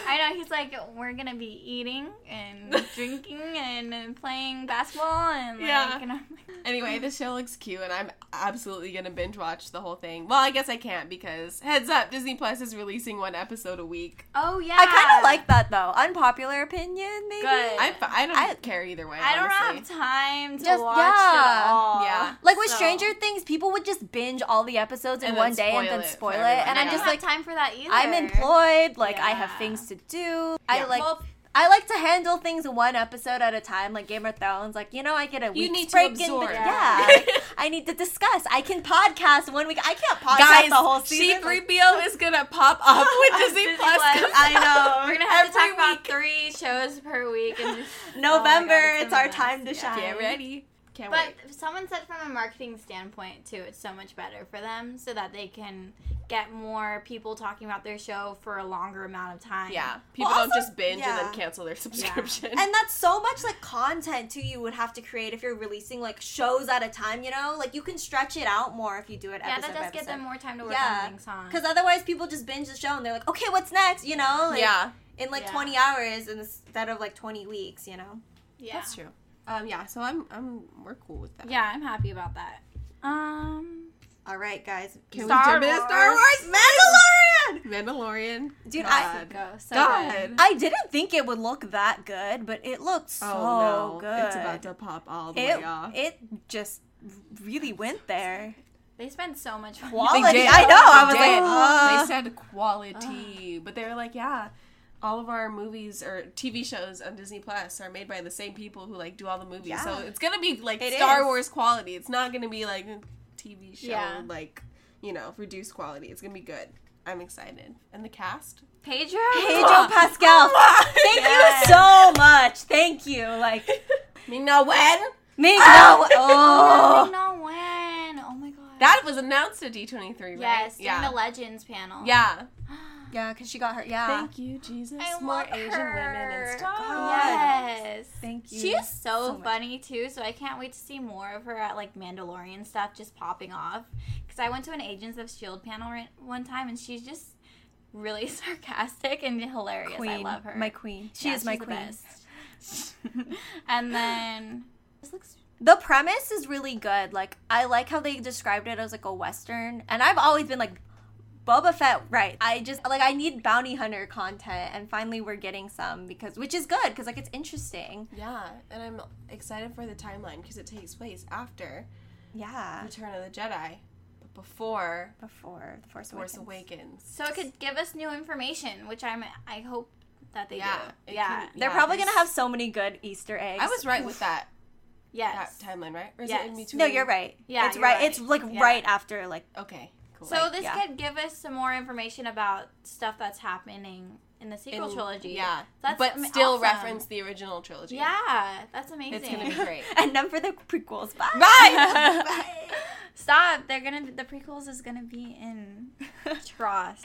Speaker 1: I know he's like, "We're gonna be eating and drinking and, and playing basketball and like."
Speaker 3: Yeah.
Speaker 1: And I'm like,
Speaker 3: Anyway, this show looks cute, and I'm absolutely gonna binge watch the whole thing. Well, I guess I can't because heads up, Disney Plus is releasing one episode a week.
Speaker 1: oh yeah.
Speaker 2: I kind of like that though. Unpopular opinion, maybe.
Speaker 1: Good.
Speaker 3: I'm, fi- I don't
Speaker 2: I-
Speaker 3: care either way.
Speaker 1: I don't have
Speaker 3: honestly.
Speaker 1: time to
Speaker 2: Just-
Speaker 1: watch
Speaker 2: yeah.
Speaker 1: it all.
Speaker 3: Yeah.
Speaker 2: Like with
Speaker 1: So-
Speaker 2: Stranger Things, people would just binge all the episodes in
Speaker 3: And then
Speaker 2: one day and
Speaker 3: spoil
Speaker 2: then
Speaker 3: it for
Speaker 2: spoil it,
Speaker 3: everyone.
Speaker 2: and
Speaker 1: And
Speaker 2: I'm
Speaker 1: I
Speaker 2: just
Speaker 1: don't
Speaker 2: like,
Speaker 1: have time for that either.
Speaker 2: I'm employed. Like I have
Speaker 1: Yeah.
Speaker 2: things to do.
Speaker 3: Yeah.
Speaker 2: I like.
Speaker 1: Well,
Speaker 2: I like to handle things one episode at a time, like Game of Thrones. Like you know, I get a week's
Speaker 3: need to
Speaker 2: break
Speaker 3: absorb.
Speaker 2: in, but
Speaker 1: Yeah.
Speaker 2: yeah, like, I need to discuss. I can podcast one week. I can't podcast
Speaker 3: Guys,
Speaker 2: the whole season. like-
Speaker 3: C3PO is gonna pop up with Disney,
Speaker 1: Disney
Speaker 3: Plus.
Speaker 1: Plus,
Speaker 3: comes
Speaker 2: I know.
Speaker 3: out.
Speaker 1: we're gonna have to talk
Speaker 2: Every
Speaker 1: about three shows per week. And just,
Speaker 2: November,
Speaker 1: Oh my God,
Speaker 2: it's our
Speaker 1: gonna be
Speaker 2: time to
Speaker 1: nuts.
Speaker 2: shine.
Speaker 3: Get ready. Can't wait.
Speaker 1: But someone said from a marketing standpoint too, it's so much better for them so that they can get more people talking about their show for a longer amount of time.
Speaker 3: Yeah, people
Speaker 2: Well,
Speaker 3: don't
Speaker 2: also-
Speaker 3: just binge and
Speaker 2: yeah.
Speaker 3: then cancel their subscription.
Speaker 2: And that's so much like content too you would have to create if you're releasing like shows at a time, you know? Like you can stretch it out more if you do it
Speaker 1: Yeah,
Speaker 2: episode
Speaker 1: that does get them more time to work
Speaker 2: Yeah.
Speaker 1: on things on.
Speaker 2: Because otherwise people just binge the show and they're like, okay, what's next? You know? Like,
Speaker 3: yeah,
Speaker 2: In like
Speaker 1: Yeah.
Speaker 2: 20 hours instead of like 20 weeks, you know?
Speaker 1: yeah.
Speaker 3: that's true. Um, yeah, so I'm, I'm, we're cool with that.
Speaker 1: Yeah, I'm happy about that. Um,
Speaker 2: All right, guys.
Speaker 3: Can
Speaker 1: Star
Speaker 3: we jump into Star
Speaker 1: Wars.
Speaker 3: Wars?
Speaker 2: Mandalorian.
Speaker 3: Mandalorian.
Speaker 2: Dude, I
Speaker 3: God.
Speaker 1: Go. So
Speaker 3: God.
Speaker 1: good.
Speaker 2: I didn't think it would look that good, but it looked so
Speaker 3: oh no,
Speaker 2: good.
Speaker 3: it's about to pop all the way
Speaker 2: it,
Speaker 3: off.
Speaker 2: it just really went there.
Speaker 1: They spent so much money.
Speaker 2: Quality.
Speaker 3: They did.
Speaker 2: I know. I was
Speaker 3: They
Speaker 2: like,
Speaker 3: did.
Speaker 2: uh,
Speaker 3: they said quality, but they were like, yeah, all of our movies or TV shows on Disney Plus are made by the same people who like do all the movies. So
Speaker 2: Yeah.
Speaker 3: it's gonna be like
Speaker 2: It
Speaker 3: Star
Speaker 2: is.
Speaker 3: Wars quality. It's not gonna be like TV show
Speaker 1: Yeah.
Speaker 3: like you know reduced quality. It's gonna be good. I'm excited. And the cast. Oh
Speaker 1: Pedro.
Speaker 2: Pedro Pascal. Thank
Speaker 1: Yes.
Speaker 2: you so much. Thank you. Like,
Speaker 3: You know when
Speaker 2: me no. Ah! Oh.
Speaker 1: No when. Oh my god.
Speaker 3: that was announced at D23, right?
Speaker 1: yes. During
Speaker 3: Yeah.
Speaker 1: the Legends panel.
Speaker 3: yeah.
Speaker 2: Yeah, because she got her. Yeah.
Speaker 3: Thank you, Jesus.
Speaker 1: I
Speaker 3: More
Speaker 1: love
Speaker 3: Asian women
Speaker 1: her.
Speaker 3: in Star Wars.
Speaker 1: Yes.
Speaker 2: Thank you.
Speaker 1: She is so,
Speaker 2: so much.
Speaker 1: funny too, so I can't wait to see more of her at like Mandalorian stuff just popping off. Because I went to an Agents of Shield panel right, one time, and she's just really sarcastic and hilarious. I
Speaker 2: Queen.
Speaker 1: love her.
Speaker 2: My queen. She
Speaker 1: Yeah,
Speaker 2: is my
Speaker 1: she's the
Speaker 2: queen.
Speaker 1: best. and then this looks
Speaker 2: the premise is really good. Like I like how they described it as like a western, and I've always been like Boba Fett, right? I just like I need bounty hunter content, and finally we're getting some because which is good because like it's interesting.
Speaker 3: Yeah, and I'm excited for the timeline because it takes place after
Speaker 2: Yeah,
Speaker 3: Return of the Jedi, but before
Speaker 2: before the Force Awakens.
Speaker 3: Force Awakens.
Speaker 1: so it could give us new information, which I'm I hope that they
Speaker 3: Yeah,
Speaker 1: do.
Speaker 3: it
Speaker 1: Yeah.
Speaker 3: can-
Speaker 2: They're
Speaker 3: Yeah,
Speaker 2: probably
Speaker 3: there's-
Speaker 2: gonna have so many good Easter eggs.
Speaker 3: I was right with that that
Speaker 1: Yes.
Speaker 3: timeline, right? Or is it in
Speaker 1: Yes.
Speaker 3: between?
Speaker 2: No, you're right.
Speaker 1: Yeah,
Speaker 2: it's
Speaker 1: you're
Speaker 2: right.
Speaker 1: right.
Speaker 2: It's like
Speaker 1: Yeah.
Speaker 2: right after like
Speaker 3: Okay, cool.
Speaker 1: So
Speaker 2: Like,
Speaker 1: this
Speaker 2: yeah.
Speaker 1: could give us some more information about stuff that's happening in the sequel
Speaker 3: In-
Speaker 1: trilogy.
Speaker 3: yeah,
Speaker 1: That's
Speaker 3: but
Speaker 1: ama-
Speaker 3: still
Speaker 1: awesome.
Speaker 3: reference the original trilogy.
Speaker 1: Yeah, that's amazing.
Speaker 3: it's gonna be great.
Speaker 2: and none for the prequels. Bye.
Speaker 3: Bye!
Speaker 1: Stop. They're gonna. The prequels is gonna be in Tross.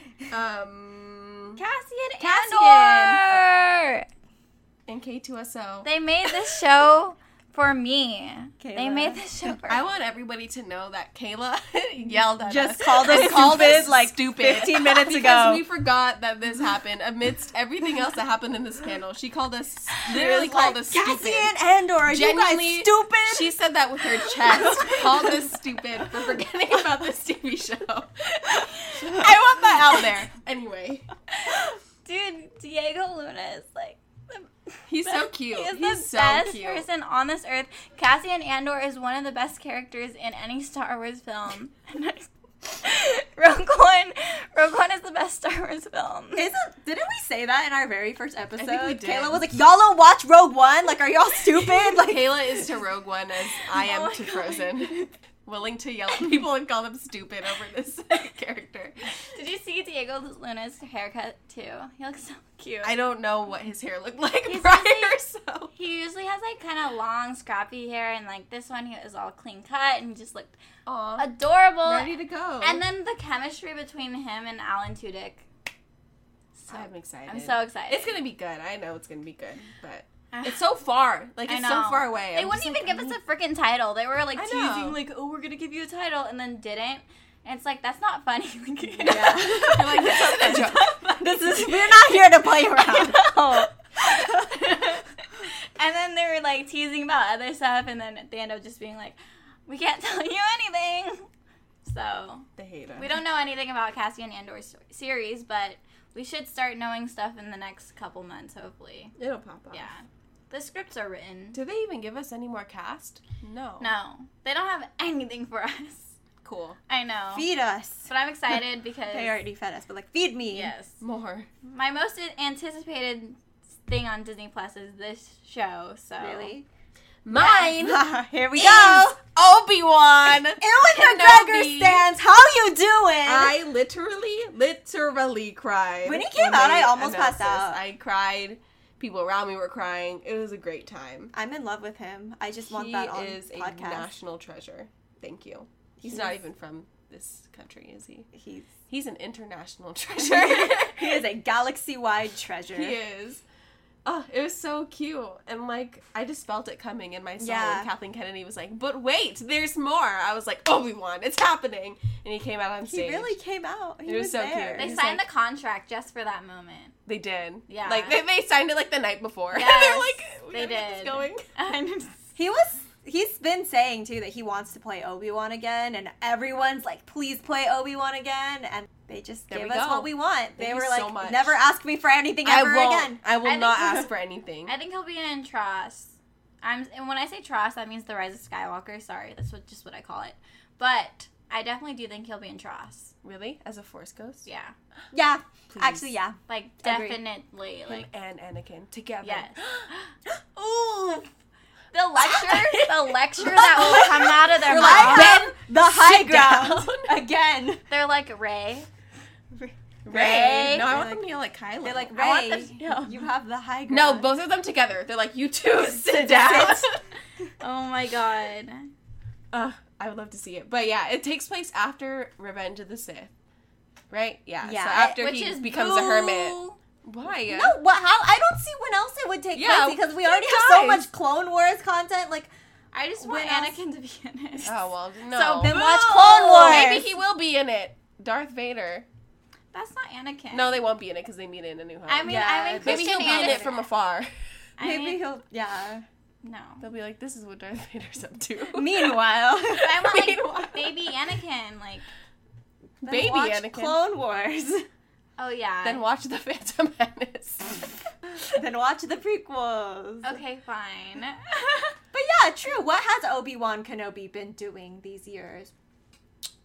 Speaker 3: um,
Speaker 1: Cassian,
Speaker 2: Cassian.
Speaker 1: Andor.
Speaker 3: and K2SO.
Speaker 1: They made this show for me. They
Speaker 2: Kayla.
Speaker 1: made this show for
Speaker 3: I
Speaker 1: me.
Speaker 3: want everybody to know that Kayla yelled at
Speaker 2: Just
Speaker 3: us.
Speaker 2: called us
Speaker 3: and
Speaker 2: stupid, like, 15 minutes
Speaker 3: because
Speaker 2: ago.
Speaker 3: we forgot that this happened amidst everything else that happened in this panel. She called us literally
Speaker 2: It's
Speaker 3: called
Speaker 2: like,
Speaker 3: us
Speaker 2: Cassian
Speaker 3: stupid.
Speaker 2: Andor. Are you guys
Speaker 3: Genuinely,
Speaker 2: stupid?
Speaker 3: She said that with her chest. called us stupid for forgetting about this TV show. I want that out there. Anyway,
Speaker 1: Dude, Diego Luna is like. the-
Speaker 3: he's so cute.
Speaker 1: He is
Speaker 3: he's
Speaker 1: the
Speaker 3: so
Speaker 1: best
Speaker 3: cute.
Speaker 1: person on this earth. Cassian Andor is one of the best characters in any Star Wars film. Rogue One, Rogue One is the best Star Wars film.
Speaker 2: Isn't didn't we say that in our very first episode?
Speaker 3: think we did.
Speaker 2: Kayla was like, "Y'all don't watch Rogue One? Like, are y'all stupid?" Like,
Speaker 3: Kayla is to Rogue One as I am
Speaker 1: Oh my
Speaker 3: to
Speaker 1: God.
Speaker 3: Frozen. Willing to yell at people and call them stupid over this character.
Speaker 1: Did you see Diego Luna's haircut too? He looks so cute.
Speaker 3: I don't know what his hair looked like
Speaker 1: He's
Speaker 3: prior,
Speaker 1: really-
Speaker 3: so
Speaker 1: he usually has like kind of long, scrappy hair, and like this one, he was all clean cut and he just looked
Speaker 3: Aw,
Speaker 1: adorable.
Speaker 3: ready to go.
Speaker 1: and then the chemistry between him and Alan Tudyk. So
Speaker 3: I'm excited.
Speaker 1: I'm so excited.
Speaker 3: It's gonna be good. I know it's gonna be good, but
Speaker 1: Ah.
Speaker 3: it's so far. Like
Speaker 1: I
Speaker 3: it's so
Speaker 1: know.
Speaker 3: far away.
Speaker 1: They
Speaker 3: I'm
Speaker 1: wouldn't
Speaker 3: just
Speaker 1: even
Speaker 3: like,
Speaker 1: give us a freaking title. They were like
Speaker 3: I know.
Speaker 1: teasing, like, "Oh, we're gonna give you a title," and then didn't. And it's like that's not funny. Like,
Speaker 2: Yeah.
Speaker 3: You're like, "That's not the joke."
Speaker 2: this is we're not here to play around. No.
Speaker 1: and then they were like teasing about other stuff, and then they end up just being like, "We can't tell you anything." So
Speaker 3: They hate us.
Speaker 1: we don't know anything about Cassian Andor's series, but we should start knowing stuff in the next couple months, hopefully.
Speaker 3: It'll pop up.
Speaker 1: Yeah, the scripts are written.
Speaker 3: Do they even give us any more cast? No.
Speaker 1: No, they don't have anything for us.
Speaker 3: Cool.
Speaker 1: I know,
Speaker 2: feed us.
Speaker 1: but I'm excited because
Speaker 2: They already fed us, but like, feed me.
Speaker 1: yes.
Speaker 3: More.
Speaker 1: My most anticipated thing on Disney Plus is this show. So
Speaker 2: Really?
Speaker 3: Mine.
Speaker 2: here we
Speaker 3: is
Speaker 2: go.
Speaker 3: Obi Wan.
Speaker 2: Ewan
Speaker 3: Kenobi.
Speaker 2: McGregor stands. How you doing?
Speaker 3: I literally, literally cried.
Speaker 2: When he came out,
Speaker 3: they
Speaker 2: I almost
Speaker 3: announced
Speaker 2: passed out.
Speaker 3: this. I cried. People around me were crying. It was a great time.
Speaker 2: I'm in love with him. I just want
Speaker 3: he
Speaker 2: that on
Speaker 3: is
Speaker 2: podcast.
Speaker 3: a national treasure. Thank you. He's not even from this country, is he?
Speaker 2: He's
Speaker 3: He's an international treasure.
Speaker 2: he is a galaxy-wide treasure.
Speaker 3: He is. Oh, it was so cute. And like I just felt it coming in my soul.
Speaker 2: Yeah.
Speaker 3: And Kathleen Kennedy was like, But wait, there's more. I was like, Obi Wan, it's happening. And he came out on
Speaker 2: He
Speaker 3: stage.
Speaker 2: really came out. He
Speaker 3: It was so cute.
Speaker 2: there.
Speaker 1: they
Speaker 3: He's
Speaker 1: signed
Speaker 3: like-
Speaker 1: the contract just for that moment.
Speaker 3: They did.
Speaker 1: Yeah.
Speaker 3: Like they, they signed it like the night before.
Speaker 1: Yes,
Speaker 3: They're like, we
Speaker 1: they
Speaker 3: gotta get this
Speaker 1: did.
Speaker 3: going.
Speaker 1: And
Speaker 2: He was he's been saying too that he wants to play Obi Wan again, and everyone's like, "Please play Obi Wan again," and they just
Speaker 3: There
Speaker 2: give
Speaker 3: we
Speaker 2: us
Speaker 3: go.
Speaker 2: what we want. They
Speaker 3: Thank
Speaker 2: were
Speaker 3: you
Speaker 2: like,
Speaker 3: so much.
Speaker 2: "Never ask me for anything
Speaker 3: I
Speaker 2: ever
Speaker 3: won't.
Speaker 2: again."
Speaker 3: I will
Speaker 1: I
Speaker 3: not
Speaker 1: think-
Speaker 3: ask for anything.
Speaker 1: I think he'll be in Tross. I'm, and when I say Tross, that means the Rise of Skywalker. Sorry, that's what, just what I call it. But I definitely do think he'll be in Tross.
Speaker 3: Really, as a Force ghost?
Speaker 1: Yeah,
Speaker 2: Yeah,
Speaker 3: Please.
Speaker 2: actually, yeah.
Speaker 1: like
Speaker 2: Agree.
Speaker 1: definitely,
Speaker 3: Him
Speaker 1: like
Speaker 3: and Anakin together.
Speaker 1: yes. Ooh, the lecture, the lecture that will come out of their
Speaker 2: We're like,
Speaker 1: mouth.
Speaker 2: "Ben, the high
Speaker 3: sit down."
Speaker 2: ground again.
Speaker 1: They're like Ray.
Speaker 3: Ray.
Speaker 1: Ray.
Speaker 3: No, I
Speaker 2: They're
Speaker 3: want
Speaker 2: like-
Speaker 3: them to yell like Kylo.
Speaker 2: They're like,
Speaker 1: I want
Speaker 2: "Ray,
Speaker 1: them-
Speaker 3: no.
Speaker 2: you have the high ground."
Speaker 3: no, both of them together. They're like, you two sit down.
Speaker 1: Oh my god.
Speaker 3: uh, I would love to see it, but yeah, it takes place after Revenge of the Sith, right? Yeah.
Speaker 2: Yeah,
Speaker 3: So
Speaker 2: it-
Speaker 3: after he becomes a hermit.
Speaker 1: boo.
Speaker 3: Why?
Speaker 2: No, what? How? I don't see when else it would take
Speaker 3: Yeah,
Speaker 2: place because we
Speaker 3: who
Speaker 2: already have so
Speaker 3: dies?
Speaker 2: much Clone Wars content. Like,
Speaker 1: I just want
Speaker 2: When else-
Speaker 1: Anakin to be in it.
Speaker 3: Oh well, no.
Speaker 1: So
Speaker 2: then
Speaker 1: Boo.
Speaker 2: watch Clone Wars.
Speaker 3: Maybe he will be in it. Darth Vader.
Speaker 1: That's not Anakin.
Speaker 3: No, they won't be in it because they meet in a new hope.
Speaker 1: I mean, I mean,
Speaker 2: Yeah,
Speaker 3: maybe
Speaker 1: Christian
Speaker 3: he'll be in it
Speaker 1: Anakin-
Speaker 3: from afar.
Speaker 1: I
Speaker 2: maybe
Speaker 1: mean-
Speaker 2: he'll. Yeah.
Speaker 1: No.
Speaker 3: They'll be like, "This is what Darth Vader's up to."
Speaker 2: Meanwhile,
Speaker 1: But I want like
Speaker 3: Meanwhile-
Speaker 1: baby Anakin, like
Speaker 2: Then
Speaker 3: baby
Speaker 2: watch
Speaker 3: Anakin.
Speaker 2: Clone Wars.
Speaker 1: oh yeah.
Speaker 3: Then watch the Phantom Menace.
Speaker 2: then watch the prequels.
Speaker 1: okay, fine.
Speaker 2: But yeah, true. What has Obi Wan Kenobi been doing these years?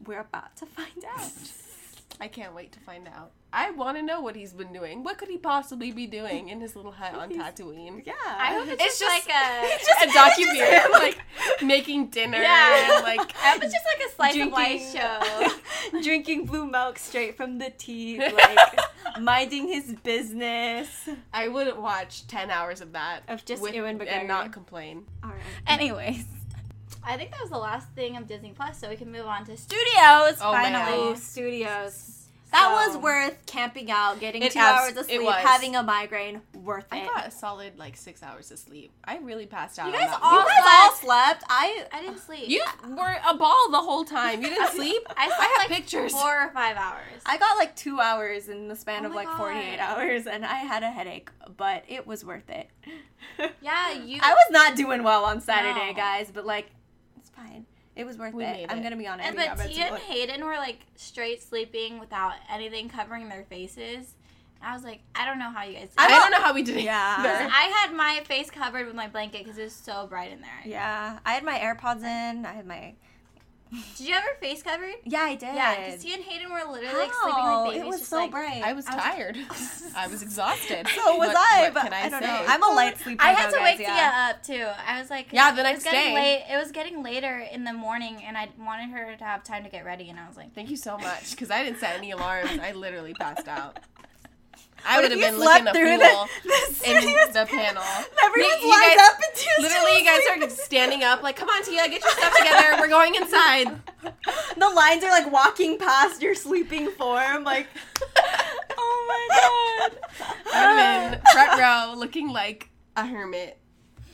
Speaker 2: We're about to find out.
Speaker 3: I can't wait to find out. I want to know what he's been doing. What could he possibly be doing in his little hut on Tatooine?
Speaker 2: Yeah.
Speaker 1: I hope it's,
Speaker 3: Uh,
Speaker 1: just,
Speaker 3: It's just-
Speaker 1: like a
Speaker 3: It's just a documentary,
Speaker 2: him.
Speaker 3: like making dinner
Speaker 1: Yeah.
Speaker 3: and like
Speaker 1: I hope it's just like a slice of life show.
Speaker 2: show. drinking blue milk straight from the teeth, like minding his business.
Speaker 3: I would watch ten hours of that
Speaker 2: Of just
Speaker 3: with-
Speaker 2: Ewan
Speaker 3: and not
Speaker 2: McGregor.
Speaker 3: complain.
Speaker 2: All right.
Speaker 1: Anyways. I think that was the last thing of Disney Plus, so we can move on to studios
Speaker 3: Oh, man.
Speaker 1: finally.
Speaker 2: Oh, studios. That
Speaker 1: So-
Speaker 2: was worth camping out, getting
Speaker 3: It
Speaker 2: two
Speaker 3: abs-
Speaker 2: hours of
Speaker 3: it
Speaker 2: sleep,
Speaker 3: was.
Speaker 2: having a migraine. Worth
Speaker 3: I
Speaker 2: it.
Speaker 3: got a solid like six hours of sleep. I really passed out.
Speaker 1: You
Speaker 3: on
Speaker 1: guys
Speaker 3: that
Speaker 1: all-
Speaker 2: you
Speaker 3: one.
Speaker 2: guys all slept. I
Speaker 1: I didn't sleep.
Speaker 3: Uh, you were a ball the whole time. You didn't sleep.
Speaker 1: I slept like
Speaker 3: have pictures.
Speaker 1: four or five hours.
Speaker 2: I got like two hours in the span
Speaker 1: Oh
Speaker 2: of
Speaker 1: my
Speaker 2: like 48
Speaker 1: God.
Speaker 2: hours, and I had a headache, but it was worth it.
Speaker 1: yeah, you.
Speaker 2: I was not doing well on Saturday,
Speaker 1: No.
Speaker 2: guys, but like, it's fine. It was worth
Speaker 3: We
Speaker 2: it.
Speaker 3: made
Speaker 2: I'm
Speaker 3: it.
Speaker 2: gonna be honest.
Speaker 1: And, but Tia and Hayden were like straight sleeping without anything covering their faces. And I was like, I don't know how you guys. Did
Speaker 3: I
Speaker 1: it.
Speaker 3: don't know how we did it.
Speaker 2: Yeah.
Speaker 3: either.
Speaker 1: I had my face covered with my blanket because it was so bright in there.
Speaker 2: yeah, I had my AirPods in. I had my
Speaker 1: Did you have your face covered?
Speaker 2: yeah, I did.
Speaker 1: Yeah, because Tia and Hayden were literally like, sleeping
Speaker 2: How?
Speaker 1: like babies.
Speaker 2: it was
Speaker 1: just,
Speaker 2: so
Speaker 1: like-
Speaker 2: bright.
Speaker 3: I was
Speaker 1: I was-
Speaker 3: tired. I was exhausted.
Speaker 2: so was
Speaker 3: What-
Speaker 2: I,
Speaker 3: what
Speaker 2: but
Speaker 3: can
Speaker 2: I, don't
Speaker 3: say?
Speaker 2: know. I'm a light sleeper.
Speaker 1: I had
Speaker 2: though,
Speaker 1: to
Speaker 2: guys,
Speaker 1: wake
Speaker 2: yeah.
Speaker 1: Tia up too. I was like,
Speaker 3: Yeah, the
Speaker 1: it was
Speaker 3: next
Speaker 1: getting
Speaker 3: day.
Speaker 1: late. It was getting later in the morning, and I wanted her to have time to get ready. And I was like,
Speaker 3: Thank you so much because I didn't set any alarms. I literally passed out. I
Speaker 2: What
Speaker 3: would
Speaker 2: if
Speaker 3: have
Speaker 2: you
Speaker 3: been looking
Speaker 2: slept
Speaker 3: a
Speaker 2: through
Speaker 3: fool.
Speaker 2: the,
Speaker 3: in
Speaker 2: serious
Speaker 3: the
Speaker 2: panel.
Speaker 3: panel.
Speaker 2: Everyone's
Speaker 3: You
Speaker 2: lined
Speaker 3: guys-
Speaker 2: up and Tia's
Speaker 3: Literally, you guys are
Speaker 2: just
Speaker 3: standing up, like, "Come on, Tia, get your stuff together. We're going inside."
Speaker 2: the lines are like walking past your sleeping form, like oh my god. Ah.
Speaker 3: I'm in front row, looking like a hermit.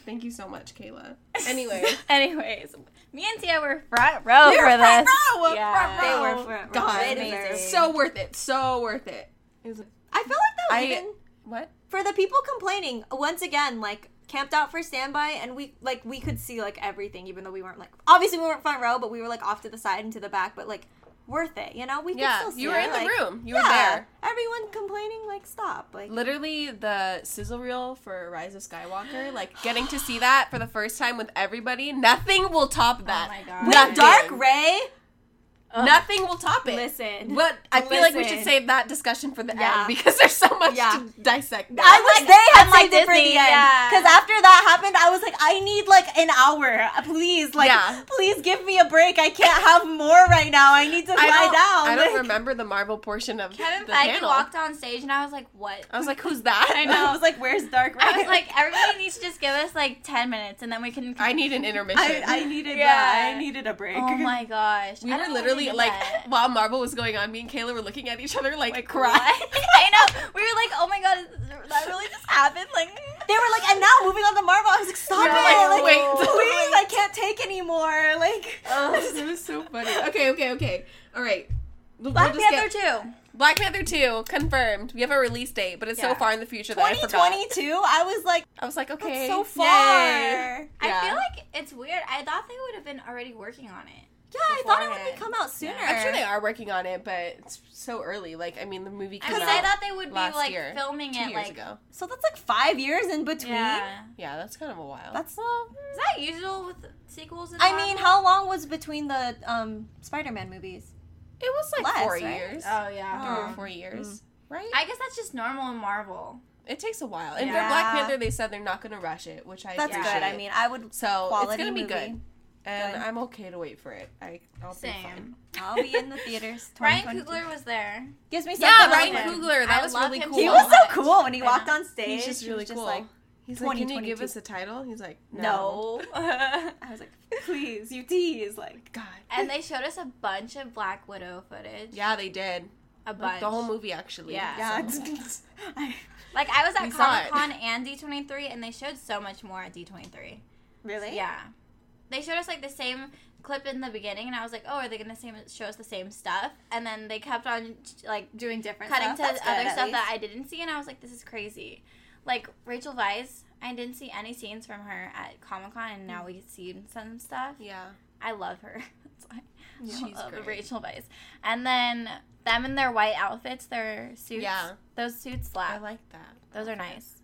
Speaker 3: Thank you so much, Kayla. Anyway,
Speaker 1: anyways, me and Tia were front row
Speaker 3: You
Speaker 1: for
Speaker 3: were front
Speaker 1: this.
Speaker 3: row,
Speaker 1: Yeah.
Speaker 3: front
Speaker 2: They
Speaker 3: row.
Speaker 2: were front row.
Speaker 3: God,
Speaker 2: They
Speaker 3: amazing.
Speaker 2: deserved it.
Speaker 3: so worth it. So worth it. It was
Speaker 2: I feel like that
Speaker 3: I-
Speaker 2: would even
Speaker 3: what?
Speaker 2: for the people complaining, once again, like camped out for standby and we like we could see like everything, even though we weren't like obviously we weren't front row, but we were like off to the side and to the back, but like worth it, you know? We could
Speaker 3: Yeah,
Speaker 2: still see
Speaker 3: you were
Speaker 2: it,
Speaker 3: in the
Speaker 2: like,
Speaker 3: room. You were
Speaker 2: yeah,
Speaker 3: there.
Speaker 2: Everyone complaining, like stop. Like
Speaker 3: Literally the sizzle reel for Rise of Skywalker, like getting to see that for the first time with everybody, nothing will
Speaker 2: Oh
Speaker 3: top that.
Speaker 1: my God.
Speaker 2: with
Speaker 1: Nothing.
Speaker 2: Dark Ray,
Speaker 3: nothing will top it.
Speaker 2: listen.
Speaker 3: But I feel like we
Speaker 2: Listen.
Speaker 3: should save that discussion for the
Speaker 2: Yeah.
Speaker 3: end because there's so much
Speaker 2: Yeah.
Speaker 3: to dissect. there.
Speaker 2: I wish they had
Speaker 1: I'm like
Speaker 2: saved it for the
Speaker 1: Disney,
Speaker 2: end.
Speaker 1: yeah.
Speaker 2: Because after that happened, I was like, I need like an hour, Uh, please. Like,
Speaker 3: Yeah.
Speaker 2: please give me a break. I can't have more right now. I need to
Speaker 3: I
Speaker 2: lie
Speaker 3: don't,
Speaker 2: down.
Speaker 3: I don't
Speaker 2: Like,
Speaker 3: remember the marble portion of
Speaker 1: Kevin
Speaker 3: the
Speaker 1: Feige
Speaker 3: panel.
Speaker 1: walked on stage, and I was like, what?
Speaker 3: I was like, "Who's that?" I
Speaker 2: I was like, where's Dark Ray?
Speaker 1: I was like, everybody needs to just give us like ten minutes, and then we can.
Speaker 3: I need an intermission.
Speaker 2: I, I needed
Speaker 1: Yeah.
Speaker 2: that. I needed a break.
Speaker 1: oh my gosh!
Speaker 3: we
Speaker 1: I
Speaker 3: were
Speaker 1: don't
Speaker 3: literally
Speaker 1: think
Speaker 3: like,
Speaker 1: that.
Speaker 3: while marble was going on, me and Kayla were looking at each other like, cry.
Speaker 1: What? I know. We were like, oh my god, that really just happened. Like,
Speaker 2: They were like, and now moving on to Marvel. I was like, stop
Speaker 3: We were
Speaker 2: it.
Speaker 3: like,
Speaker 2: Like,
Speaker 3: wait.
Speaker 2: please, I can't take anymore. Like,
Speaker 3: Oh, this is so funny. Okay, okay, okay. All right. We'll-
Speaker 1: Black
Speaker 3: we'll just
Speaker 1: Panther
Speaker 3: get-
Speaker 1: too.
Speaker 3: Black Panther 2, confirmed. We have a release date, but it's so
Speaker 1: Yeah.
Speaker 3: far in the future that I forgot.
Speaker 2: 2022. I was like,
Speaker 3: I was like, okay.
Speaker 2: that's so far.
Speaker 3: yay.
Speaker 1: I
Speaker 3: Yeah.
Speaker 1: feel like it's weird. I thought they would have been already working on it.
Speaker 2: Yeah, I thought it would
Speaker 1: Beforehand.
Speaker 2: come out sooner.
Speaker 3: I'm sure they are working on it, but it's so early. Like, I mean, the movie came
Speaker 1: Because I
Speaker 3: out
Speaker 1: thought they would be
Speaker 3: last
Speaker 1: like
Speaker 3: year,
Speaker 1: filming
Speaker 3: two
Speaker 1: it
Speaker 3: years
Speaker 1: like.
Speaker 3: ago.
Speaker 2: So that's like five years in between.
Speaker 1: Yeah.
Speaker 3: Yeah, that's kind of a while.
Speaker 2: That's
Speaker 1: Is that usual with sequels? And
Speaker 2: I
Speaker 1: all?
Speaker 2: mean, how long was between the um, Spider-Man movies?
Speaker 3: it was like
Speaker 2: less,
Speaker 3: four
Speaker 2: right?
Speaker 3: years,
Speaker 1: Oh yeah.
Speaker 3: three or
Speaker 2: Oh.
Speaker 3: four years, right?
Speaker 1: I guess that's just normal in Marvel.
Speaker 3: it takes a while. And for
Speaker 1: Yeah.
Speaker 3: Black Panther, they said they're not going to rush it, which I
Speaker 2: That's
Speaker 1: Yeah.
Speaker 3: appreciate.
Speaker 2: good. I mean, I would.
Speaker 3: so it's
Speaker 2: quality
Speaker 3: going to be good,
Speaker 2: movie.
Speaker 3: and
Speaker 2: Good.
Speaker 3: I'm okay to wait for it. I, I'll be fine.
Speaker 1: Same.
Speaker 2: I'll be in the theaters.
Speaker 1: Ryan
Speaker 2: 2022.
Speaker 1: Coogler was there.
Speaker 2: gives me something.
Speaker 3: Yeah,
Speaker 1: Ryan
Speaker 3: Ryan
Speaker 2: to look at.
Speaker 1: Coogler.
Speaker 3: Coogler, that
Speaker 1: I
Speaker 3: was
Speaker 1: love
Speaker 3: really
Speaker 1: him
Speaker 3: cool.
Speaker 1: Coogler.
Speaker 2: He was so
Speaker 1: Watch.
Speaker 2: cool when he
Speaker 1: I
Speaker 2: walked
Speaker 1: know.
Speaker 2: on stage.
Speaker 3: He's just
Speaker 2: He
Speaker 3: really
Speaker 2: was
Speaker 3: cool.
Speaker 2: like,
Speaker 3: He's like, can you
Speaker 2: 2022.
Speaker 3: give us a title? He's like, no.
Speaker 2: no. I was like, please, you tease. Like,
Speaker 3: God.
Speaker 1: And they showed us a bunch of Black Widow footage.
Speaker 3: Yeah, they did.
Speaker 1: A
Speaker 3: Like,
Speaker 1: bunch.
Speaker 3: the whole movie, actually.
Speaker 1: Yeah.
Speaker 2: yeah.
Speaker 3: So-
Speaker 2: I,
Speaker 1: Like I was
Speaker 3: We
Speaker 1: at
Speaker 3: saw
Speaker 1: Comic
Speaker 3: it.
Speaker 1: Con and D23, and they showed so much more at D23.
Speaker 2: really?
Speaker 1: Yeah, they showed us like the same clip in the beginning, and I was like, "Oh, are they gonna same, show us the same stuff?" And then they kept on like
Speaker 2: Doing different
Speaker 1: cutting
Speaker 2: stuff.
Speaker 1: to
Speaker 2: That's good,
Speaker 1: other
Speaker 2: at
Speaker 1: stuff
Speaker 2: least.
Speaker 1: that I didn't see, and I was like, "This is crazy." Like Rachel Weisz, I didn't see any scenes from her at Comic Con, and now we see some stuff.
Speaker 3: Yeah.
Speaker 1: I love her. That's why
Speaker 3: She's
Speaker 1: I love
Speaker 3: great.
Speaker 1: Rachel Weisz. And then them in their white outfits, their suits.
Speaker 3: Yeah.
Speaker 1: Those suits
Speaker 3: I
Speaker 1: slap.
Speaker 3: like that.
Speaker 1: Those are nice.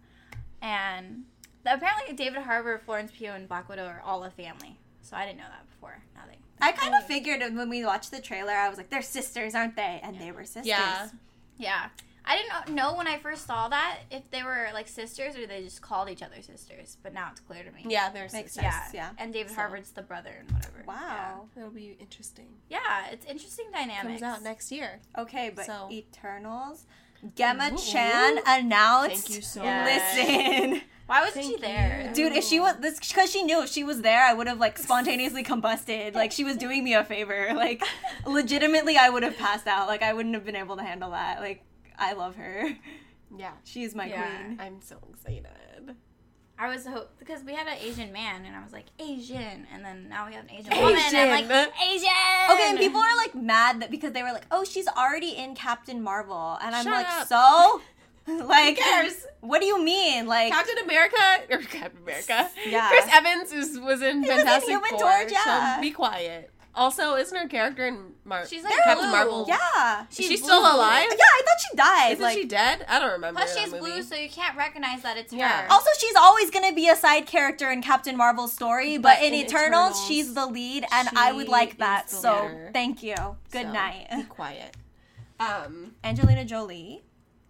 Speaker 1: And apparently, David Harbour, Florence Pugh, and Black Widow are all a family. So I didn't know that before. Now they.
Speaker 2: I kind of figured when we watched the trailer, I was like, they're sisters, aren't they? And they were sisters.
Speaker 3: Yeah.
Speaker 1: Yeah. I didn't know when I first saw that if they were like sisters or they just called each other sisters, but now it's clear to me.
Speaker 3: Yeah, there's
Speaker 2: Makes
Speaker 3: sisters.
Speaker 1: Yeah.
Speaker 2: sense, yeah.
Speaker 1: And David
Speaker 3: So-
Speaker 1: Harbour's the brother and whatever.
Speaker 2: Wow.
Speaker 3: That'll be interesting.
Speaker 1: Yeah, yeah it's interesting dynamics.
Speaker 3: Comes out next year.
Speaker 2: Okay, but
Speaker 3: So-
Speaker 2: Eternals. Gemma
Speaker 3: Ooh.
Speaker 2: Chan announced.
Speaker 3: Thank you so
Speaker 1: Yes.
Speaker 3: much.
Speaker 2: Listen,
Speaker 1: Why wasn't
Speaker 3: Thank
Speaker 1: she there?
Speaker 3: you.
Speaker 2: dude, if she was this because she knew if she was there, I would have like spontaneously combusted. Like she was doing me a favor. Like legitimately, I would have passed out. Like I wouldn't have been able to handle that. Like I love her.
Speaker 3: Yeah.
Speaker 2: She is my
Speaker 1: Yeah.
Speaker 2: queen.
Speaker 3: I'm so excited.
Speaker 1: I was ho- because we had an Asian man, and I was like Asian, and then now we have an Asian, woman, and I'm like Asian.
Speaker 2: Okay, and people are like mad that because they were like, "Oh, she's already in Captain Marvel," and I'm
Speaker 3: Shut
Speaker 2: like,
Speaker 3: up.
Speaker 2: "So, like,
Speaker 3: cares?
Speaker 2: what do you mean? Like,
Speaker 3: Captain America or Captain America.
Speaker 2: Yeah.
Speaker 3: Chris Evans is was in
Speaker 2: He was in
Speaker 3: Fantastic
Speaker 2: Human
Speaker 3: Four.
Speaker 2: Torch,
Speaker 3: so
Speaker 2: yeah.
Speaker 3: be quiet. Also, isn't her character in Mar-
Speaker 1: She's like
Speaker 3: Captain
Speaker 1: blue.
Speaker 3: Marvel?
Speaker 2: yeah,
Speaker 3: She's,
Speaker 1: She's
Speaker 3: still
Speaker 1: blue.
Speaker 3: alive?
Speaker 2: yeah, I thought she died.
Speaker 3: Isn't
Speaker 2: like,
Speaker 3: she dead? I don't remember.
Speaker 1: Plus,
Speaker 3: that
Speaker 1: she's
Speaker 3: movie.
Speaker 1: blue, so you can't recognize that it's
Speaker 3: Yeah.
Speaker 1: her.
Speaker 2: also, she's always gonna be a side character in Captain Marvel's story, but,
Speaker 3: But
Speaker 2: in,
Speaker 3: in
Speaker 2: Eternals,
Speaker 3: Eternals,
Speaker 2: she's the lead, and
Speaker 3: she
Speaker 2: I would like
Speaker 3: is
Speaker 2: that.
Speaker 3: the
Speaker 2: So,
Speaker 3: leader.
Speaker 2: thank you. Good
Speaker 3: So, Be
Speaker 2: night,
Speaker 3: quiet. Um,
Speaker 2: Angelina Jolie.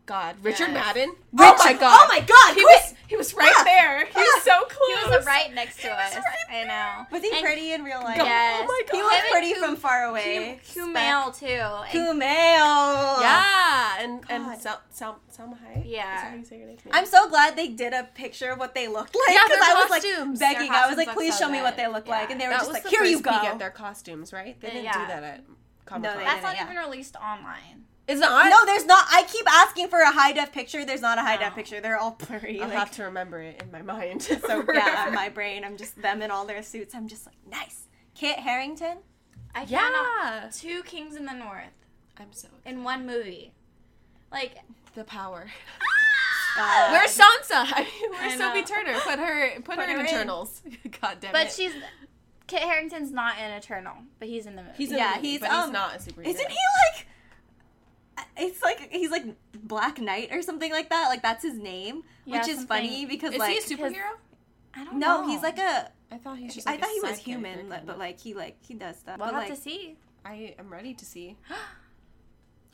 Speaker 3: God, Richard
Speaker 1: Yes.
Speaker 3: Madden.
Speaker 2: Richard-
Speaker 3: oh my God.
Speaker 2: Oh my God!
Speaker 3: He
Speaker 2: Chris-
Speaker 3: was, he was right there. He was so
Speaker 1: he
Speaker 3: close.
Speaker 1: was right next to
Speaker 3: was
Speaker 1: us.
Speaker 3: right
Speaker 1: I know.
Speaker 2: was he
Speaker 1: And
Speaker 2: pretty in real life?
Speaker 3: God.
Speaker 1: Yes.
Speaker 3: Oh my God.
Speaker 2: He was
Speaker 1: Him and
Speaker 2: pretty
Speaker 1: Kum-
Speaker 2: from far away.
Speaker 1: Kum- Kumail too. And-
Speaker 2: Kumail.
Speaker 3: Yeah, and
Speaker 2: God.
Speaker 3: and Sel- Sel- Selma Hayek.
Speaker 1: Yeah.
Speaker 3: Is that how you say her name?
Speaker 2: I'm so glad they did a picture of what they looked like
Speaker 3: Yeah,
Speaker 2: because
Speaker 3: their
Speaker 2: I was
Speaker 3: costumes.
Speaker 2: like begging.
Speaker 3: Their
Speaker 2: I was like,
Speaker 3: costumes
Speaker 2: please
Speaker 3: look
Speaker 2: show
Speaker 3: so
Speaker 2: me what
Speaker 3: good.
Speaker 2: they look like,
Speaker 1: Yeah.
Speaker 2: and they were
Speaker 3: that
Speaker 2: just
Speaker 3: was
Speaker 2: like,
Speaker 3: the
Speaker 2: here
Speaker 3: first
Speaker 2: you go.
Speaker 3: peek at their costumes, right? They
Speaker 1: Uh,
Speaker 3: didn't do
Speaker 1: yeah.
Speaker 3: that at Comic Con.
Speaker 2: they
Speaker 1: That's
Speaker 2: didn't.
Speaker 1: not
Speaker 2: Yeah.
Speaker 1: even released online.
Speaker 3: Is it on?
Speaker 2: no, there's not. I keep asking for a high def picture. There's not a high def
Speaker 1: No.
Speaker 2: picture. They're all blurry.
Speaker 3: Oh. I'll
Speaker 2: like-
Speaker 3: have to remember it in my mind.
Speaker 2: so
Speaker 3: forever.
Speaker 2: yeah, my brain. I'm just them in all their suits. I'm just like, nice. Kit Harrington.
Speaker 1: I cannot.
Speaker 3: yeah.
Speaker 1: Two Kings in the North
Speaker 3: I'm so
Speaker 1: in one movie. Like
Speaker 3: the power.
Speaker 2: God.
Speaker 3: Where's Sansa? I mean, where's
Speaker 1: I know.
Speaker 3: Sophie Turner? Put her, put, her,
Speaker 2: her
Speaker 3: in
Speaker 2: in.
Speaker 3: Eternals. God damn
Speaker 1: But
Speaker 3: it.
Speaker 1: she's Kit Harrington's not in Eternal, but he's in the movie.
Speaker 3: he's in
Speaker 2: yeah,
Speaker 3: the movie,
Speaker 2: he's,
Speaker 3: but
Speaker 2: um,
Speaker 3: he's not a superhero.
Speaker 2: Isn't he like? uh, It's like he's like Black Knight or something like that. Like that's his name,
Speaker 1: Yeah,
Speaker 2: which is
Speaker 1: something-
Speaker 2: funny because
Speaker 3: Is
Speaker 2: like
Speaker 3: he a superhero?
Speaker 1: I don't know.
Speaker 2: no, he's like a.
Speaker 3: I thought he's just.
Speaker 2: I
Speaker 3: like a
Speaker 2: thought he was
Speaker 3: side character,
Speaker 2: human,
Speaker 3: kind
Speaker 2: but
Speaker 3: of.
Speaker 2: like he like he does stuff.
Speaker 1: We'll
Speaker 2: but,
Speaker 1: have
Speaker 2: like,
Speaker 1: to see.
Speaker 3: I am ready to see.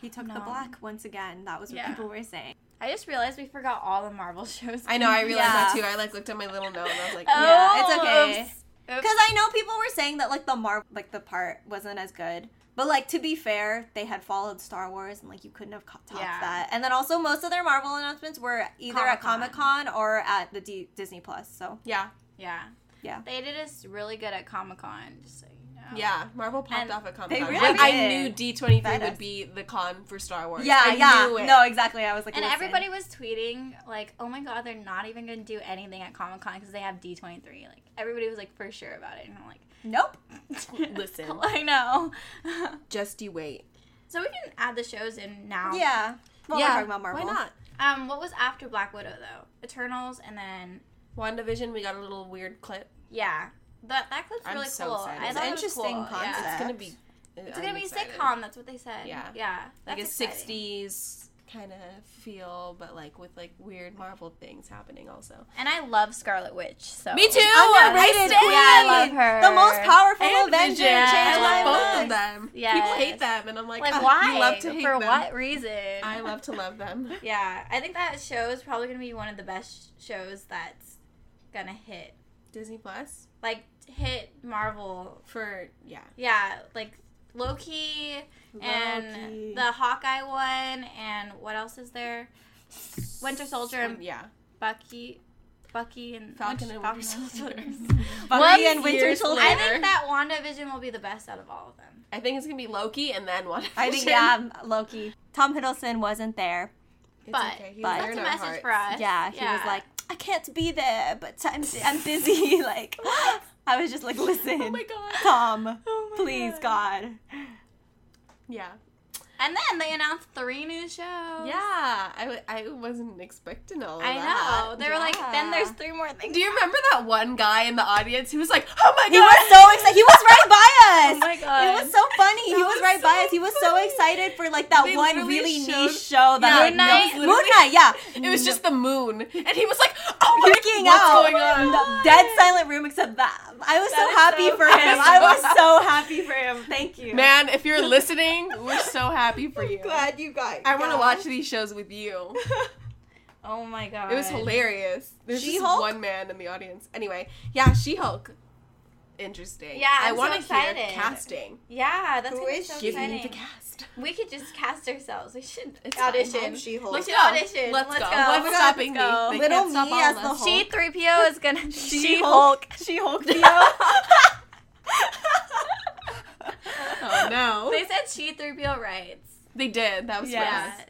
Speaker 2: He took the
Speaker 1: No.
Speaker 2: black once again. That was what
Speaker 1: Yeah.
Speaker 2: people were saying.
Speaker 1: I just realized we forgot all the Marvel shows.
Speaker 3: I know. I realized
Speaker 2: Yeah.
Speaker 3: that too. I like looked at my little note and I was like,
Speaker 1: Oh,
Speaker 2: Yeah, it's okay.
Speaker 1: oops.
Speaker 2: Because I know people were saying that like the Mar like the part wasn't as good. But like to be fair, they had followed Star Wars and like you couldn't have co- topped
Speaker 1: Yeah.
Speaker 2: that. And then also most of their Marvel announcements were either at Comic
Speaker 1: Comic-Con.
Speaker 2: Con or at the D- Disney Plus. So
Speaker 3: yeah,
Speaker 1: Yeah.
Speaker 2: Yeah.
Speaker 1: They did us really good at Comic Con, just so you know.
Speaker 3: yeah. Marvel popped
Speaker 1: Oh. And
Speaker 3: off at Comic Con.
Speaker 2: really
Speaker 3: I
Speaker 2: did.
Speaker 3: knew D twenty three
Speaker 2: Fed
Speaker 3: would
Speaker 2: us.
Speaker 3: be the con for Star Wars.
Speaker 2: yeah,
Speaker 3: I
Speaker 2: yeah,
Speaker 3: Knew it.
Speaker 2: no, exactly. I was like,
Speaker 1: And
Speaker 2: listen.
Speaker 1: everybody was tweeting like, "Oh my God, they're not even going to do anything at Comic Con because they have D twenty three. Like everybody was like for sure about it, and I'm like,
Speaker 2: nope.
Speaker 3: Listen.
Speaker 1: I know.
Speaker 3: just you wait.
Speaker 1: So we can add the shows in now.
Speaker 2: Yeah. Well,
Speaker 3: yeah,
Speaker 2: we're talking about Marvel.
Speaker 3: why not?
Speaker 1: Um, what was after Black Widow though? Eternals, and then
Speaker 3: WandaVision, we got a little weird clip.
Speaker 1: yeah, that that clip's
Speaker 3: I'm
Speaker 1: really
Speaker 3: so
Speaker 1: cool.
Speaker 3: excited.
Speaker 1: I
Speaker 3: It's
Speaker 1: thought
Speaker 2: an
Speaker 1: it was
Speaker 2: interesting
Speaker 1: cool, yeah.
Speaker 2: concept.
Speaker 3: It's gonna be. uh,
Speaker 1: It's gonna be
Speaker 3: excited.
Speaker 1: sitcom. That's what they said.
Speaker 3: Yeah.
Speaker 1: yeah.
Speaker 3: Like
Speaker 1: that's
Speaker 3: a
Speaker 1: exciting.
Speaker 3: '60s kind of feel, but like with like weird Marvel things happening also.
Speaker 1: And I love Scarlet Witch. So
Speaker 3: Me too.
Speaker 2: Underrated
Speaker 3: I
Speaker 2: queen!
Speaker 1: Yeah, I love her.
Speaker 2: The most powerful
Speaker 3: And
Speaker 2: Avenger.
Speaker 3: Vision.
Speaker 2: Changed
Speaker 3: I
Speaker 2: my
Speaker 3: love both
Speaker 2: life.
Speaker 3: of them. Yeah,
Speaker 1: Yes.
Speaker 3: People hate them, and I'm like,
Speaker 1: Like
Speaker 3: "Ugh,
Speaker 1: why?
Speaker 3: You love to hate
Speaker 1: For
Speaker 3: them.
Speaker 1: what reason?
Speaker 3: I love to love them.
Speaker 1: Yeah, I think that show is probably gonna be one of the best shows that's gonna hit.
Speaker 3: Disney Plus
Speaker 1: Like hit Marvel.
Speaker 3: for yeah.
Speaker 1: Yeah, like Loki,
Speaker 3: Loki.
Speaker 1: and the Hawkeye one, and what else is there? Winter Soldier and
Speaker 3: Um, yeah,
Speaker 1: Bucky, Bucky and
Speaker 3: Falcon and Winter Soldier.
Speaker 2: Bucky
Speaker 3: Once
Speaker 2: and Winter
Speaker 3: years
Speaker 2: Soldier.
Speaker 1: I
Speaker 3: later.
Speaker 1: think that WandaVision will be the best out of all of them.
Speaker 3: I think it's gonna be Loki and then one.
Speaker 2: I think yeah, Loki. Tom Hiddleston wasn't there.
Speaker 1: But-
Speaker 2: but-
Speaker 1: That's a message for us.
Speaker 2: Yeah, he was like, I can't be there, but I'm, I'm busy. like, I was just like, listen,
Speaker 3: Oh my god.
Speaker 2: Tom,
Speaker 3: Oh my
Speaker 2: please, God.
Speaker 3: Yeah.
Speaker 1: And then they announced three new shows.
Speaker 3: Yeah. I, w- I wasn't expecting all
Speaker 1: Oh.
Speaker 3: of
Speaker 1: I
Speaker 3: that.
Speaker 1: know. They were like,
Speaker 2: Yeah.
Speaker 1: then there's three more things.
Speaker 3: Do you remember that one guy in the audience who was like, "Oh my god!"
Speaker 2: He was so excited. He was right by us.
Speaker 1: Oh my god.
Speaker 2: It was so funny. He
Speaker 3: That
Speaker 2: was
Speaker 3: was
Speaker 2: right
Speaker 3: so
Speaker 2: by us. He was so
Speaker 3: funny.
Speaker 2: excited for like that
Speaker 3: They
Speaker 2: one
Speaker 3: literally
Speaker 2: really
Speaker 3: showed-
Speaker 2: niche show that
Speaker 1: Yeah, Moon
Speaker 2: like,
Speaker 1: Knight.
Speaker 2: no- Moon Knight, yeah.
Speaker 3: It was just the moon, and he was like, "Oh my
Speaker 2: freaking
Speaker 3: god, what's
Speaker 2: out.
Speaker 3: going on?"
Speaker 2: The dead silent room except that. I was
Speaker 1: That
Speaker 2: so
Speaker 1: is
Speaker 2: happy
Speaker 1: so
Speaker 2: for him. I was so happy for him. Thank you.
Speaker 3: Man, if you're listening, we're so happy for you.
Speaker 2: glad you got.
Speaker 3: I want to watch these shows with you.
Speaker 1: oh my god.
Speaker 3: It was hilarious. There's just
Speaker 2: She-Hulk?
Speaker 3: one man in the audience. Anyway, yeah, She Hulk. Interesting.
Speaker 1: Yeah,
Speaker 3: I
Speaker 1: I'm so
Speaker 3: wanna hear
Speaker 1: excited.
Speaker 3: casting.
Speaker 1: Yeah, that's
Speaker 2: Who
Speaker 1: gonna be
Speaker 2: is
Speaker 1: so
Speaker 2: she?
Speaker 3: Give
Speaker 1: exciting.
Speaker 3: me the cast.
Speaker 1: We could just cast ourselves. We should
Speaker 3: It's
Speaker 1: audition.
Speaker 2: She
Speaker 1: We
Speaker 2: Hulk.
Speaker 3: Let's
Speaker 1: should
Speaker 3: go.
Speaker 1: audition.
Speaker 3: Let's
Speaker 1: Let's,
Speaker 3: go.
Speaker 1: go.
Speaker 3: What's
Speaker 1: Let's
Speaker 3: stopping
Speaker 1: go.
Speaker 3: me? They
Speaker 2: Little
Speaker 3: can't stop
Speaker 2: me
Speaker 3: all
Speaker 2: as
Speaker 3: of
Speaker 2: the
Speaker 3: us.
Speaker 2: Hulk.
Speaker 1: She three PO is gonna
Speaker 2: She Hulk. She Hulk.
Speaker 3: Oh no.
Speaker 1: They said she three PO rights.
Speaker 3: They did. That was
Speaker 1: Yeah.
Speaker 3: yeah.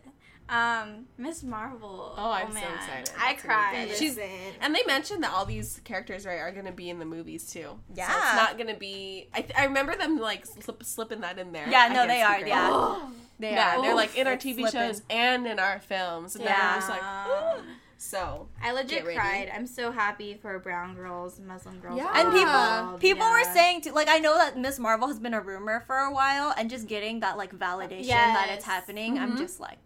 Speaker 1: Um, Miss Marvel.
Speaker 3: Oh, I'm so excited.
Speaker 1: I
Speaker 3: That's
Speaker 1: cried.
Speaker 3: amazing.
Speaker 2: She's
Speaker 3: She's- And they mentioned that all these characters right are going to be in the movies too. so
Speaker 2: Yeah.
Speaker 3: it's not going to be. I, th- I remember them like slip, slipping that in there.
Speaker 2: Yeah, no,
Speaker 3: against
Speaker 2: they
Speaker 3: the
Speaker 2: are,
Speaker 3: grain.
Speaker 2: yeah.
Speaker 3: Yeah, they're
Speaker 1: Oof,
Speaker 3: like in our
Speaker 2: it's
Speaker 3: TV
Speaker 2: slipping.
Speaker 3: shows and in our films. And yeah.
Speaker 2: Yeah.
Speaker 3: I'm just like, "Ooh." so
Speaker 1: I
Speaker 3: Get
Speaker 1: legit
Speaker 3: ready.
Speaker 1: cried. I'm so happy for brown girls, Muslim girls.
Speaker 3: Yeah.
Speaker 1: all
Speaker 2: And
Speaker 1: over
Speaker 2: people,
Speaker 1: the world.
Speaker 2: people
Speaker 1: Yeah.
Speaker 2: were saying too. Like I know that Miss Marvel has been a rumor for a while, and just getting that like validation that
Speaker 1: Yes.
Speaker 2: it's happening, I'm
Speaker 3: Mhm.
Speaker 2: just like,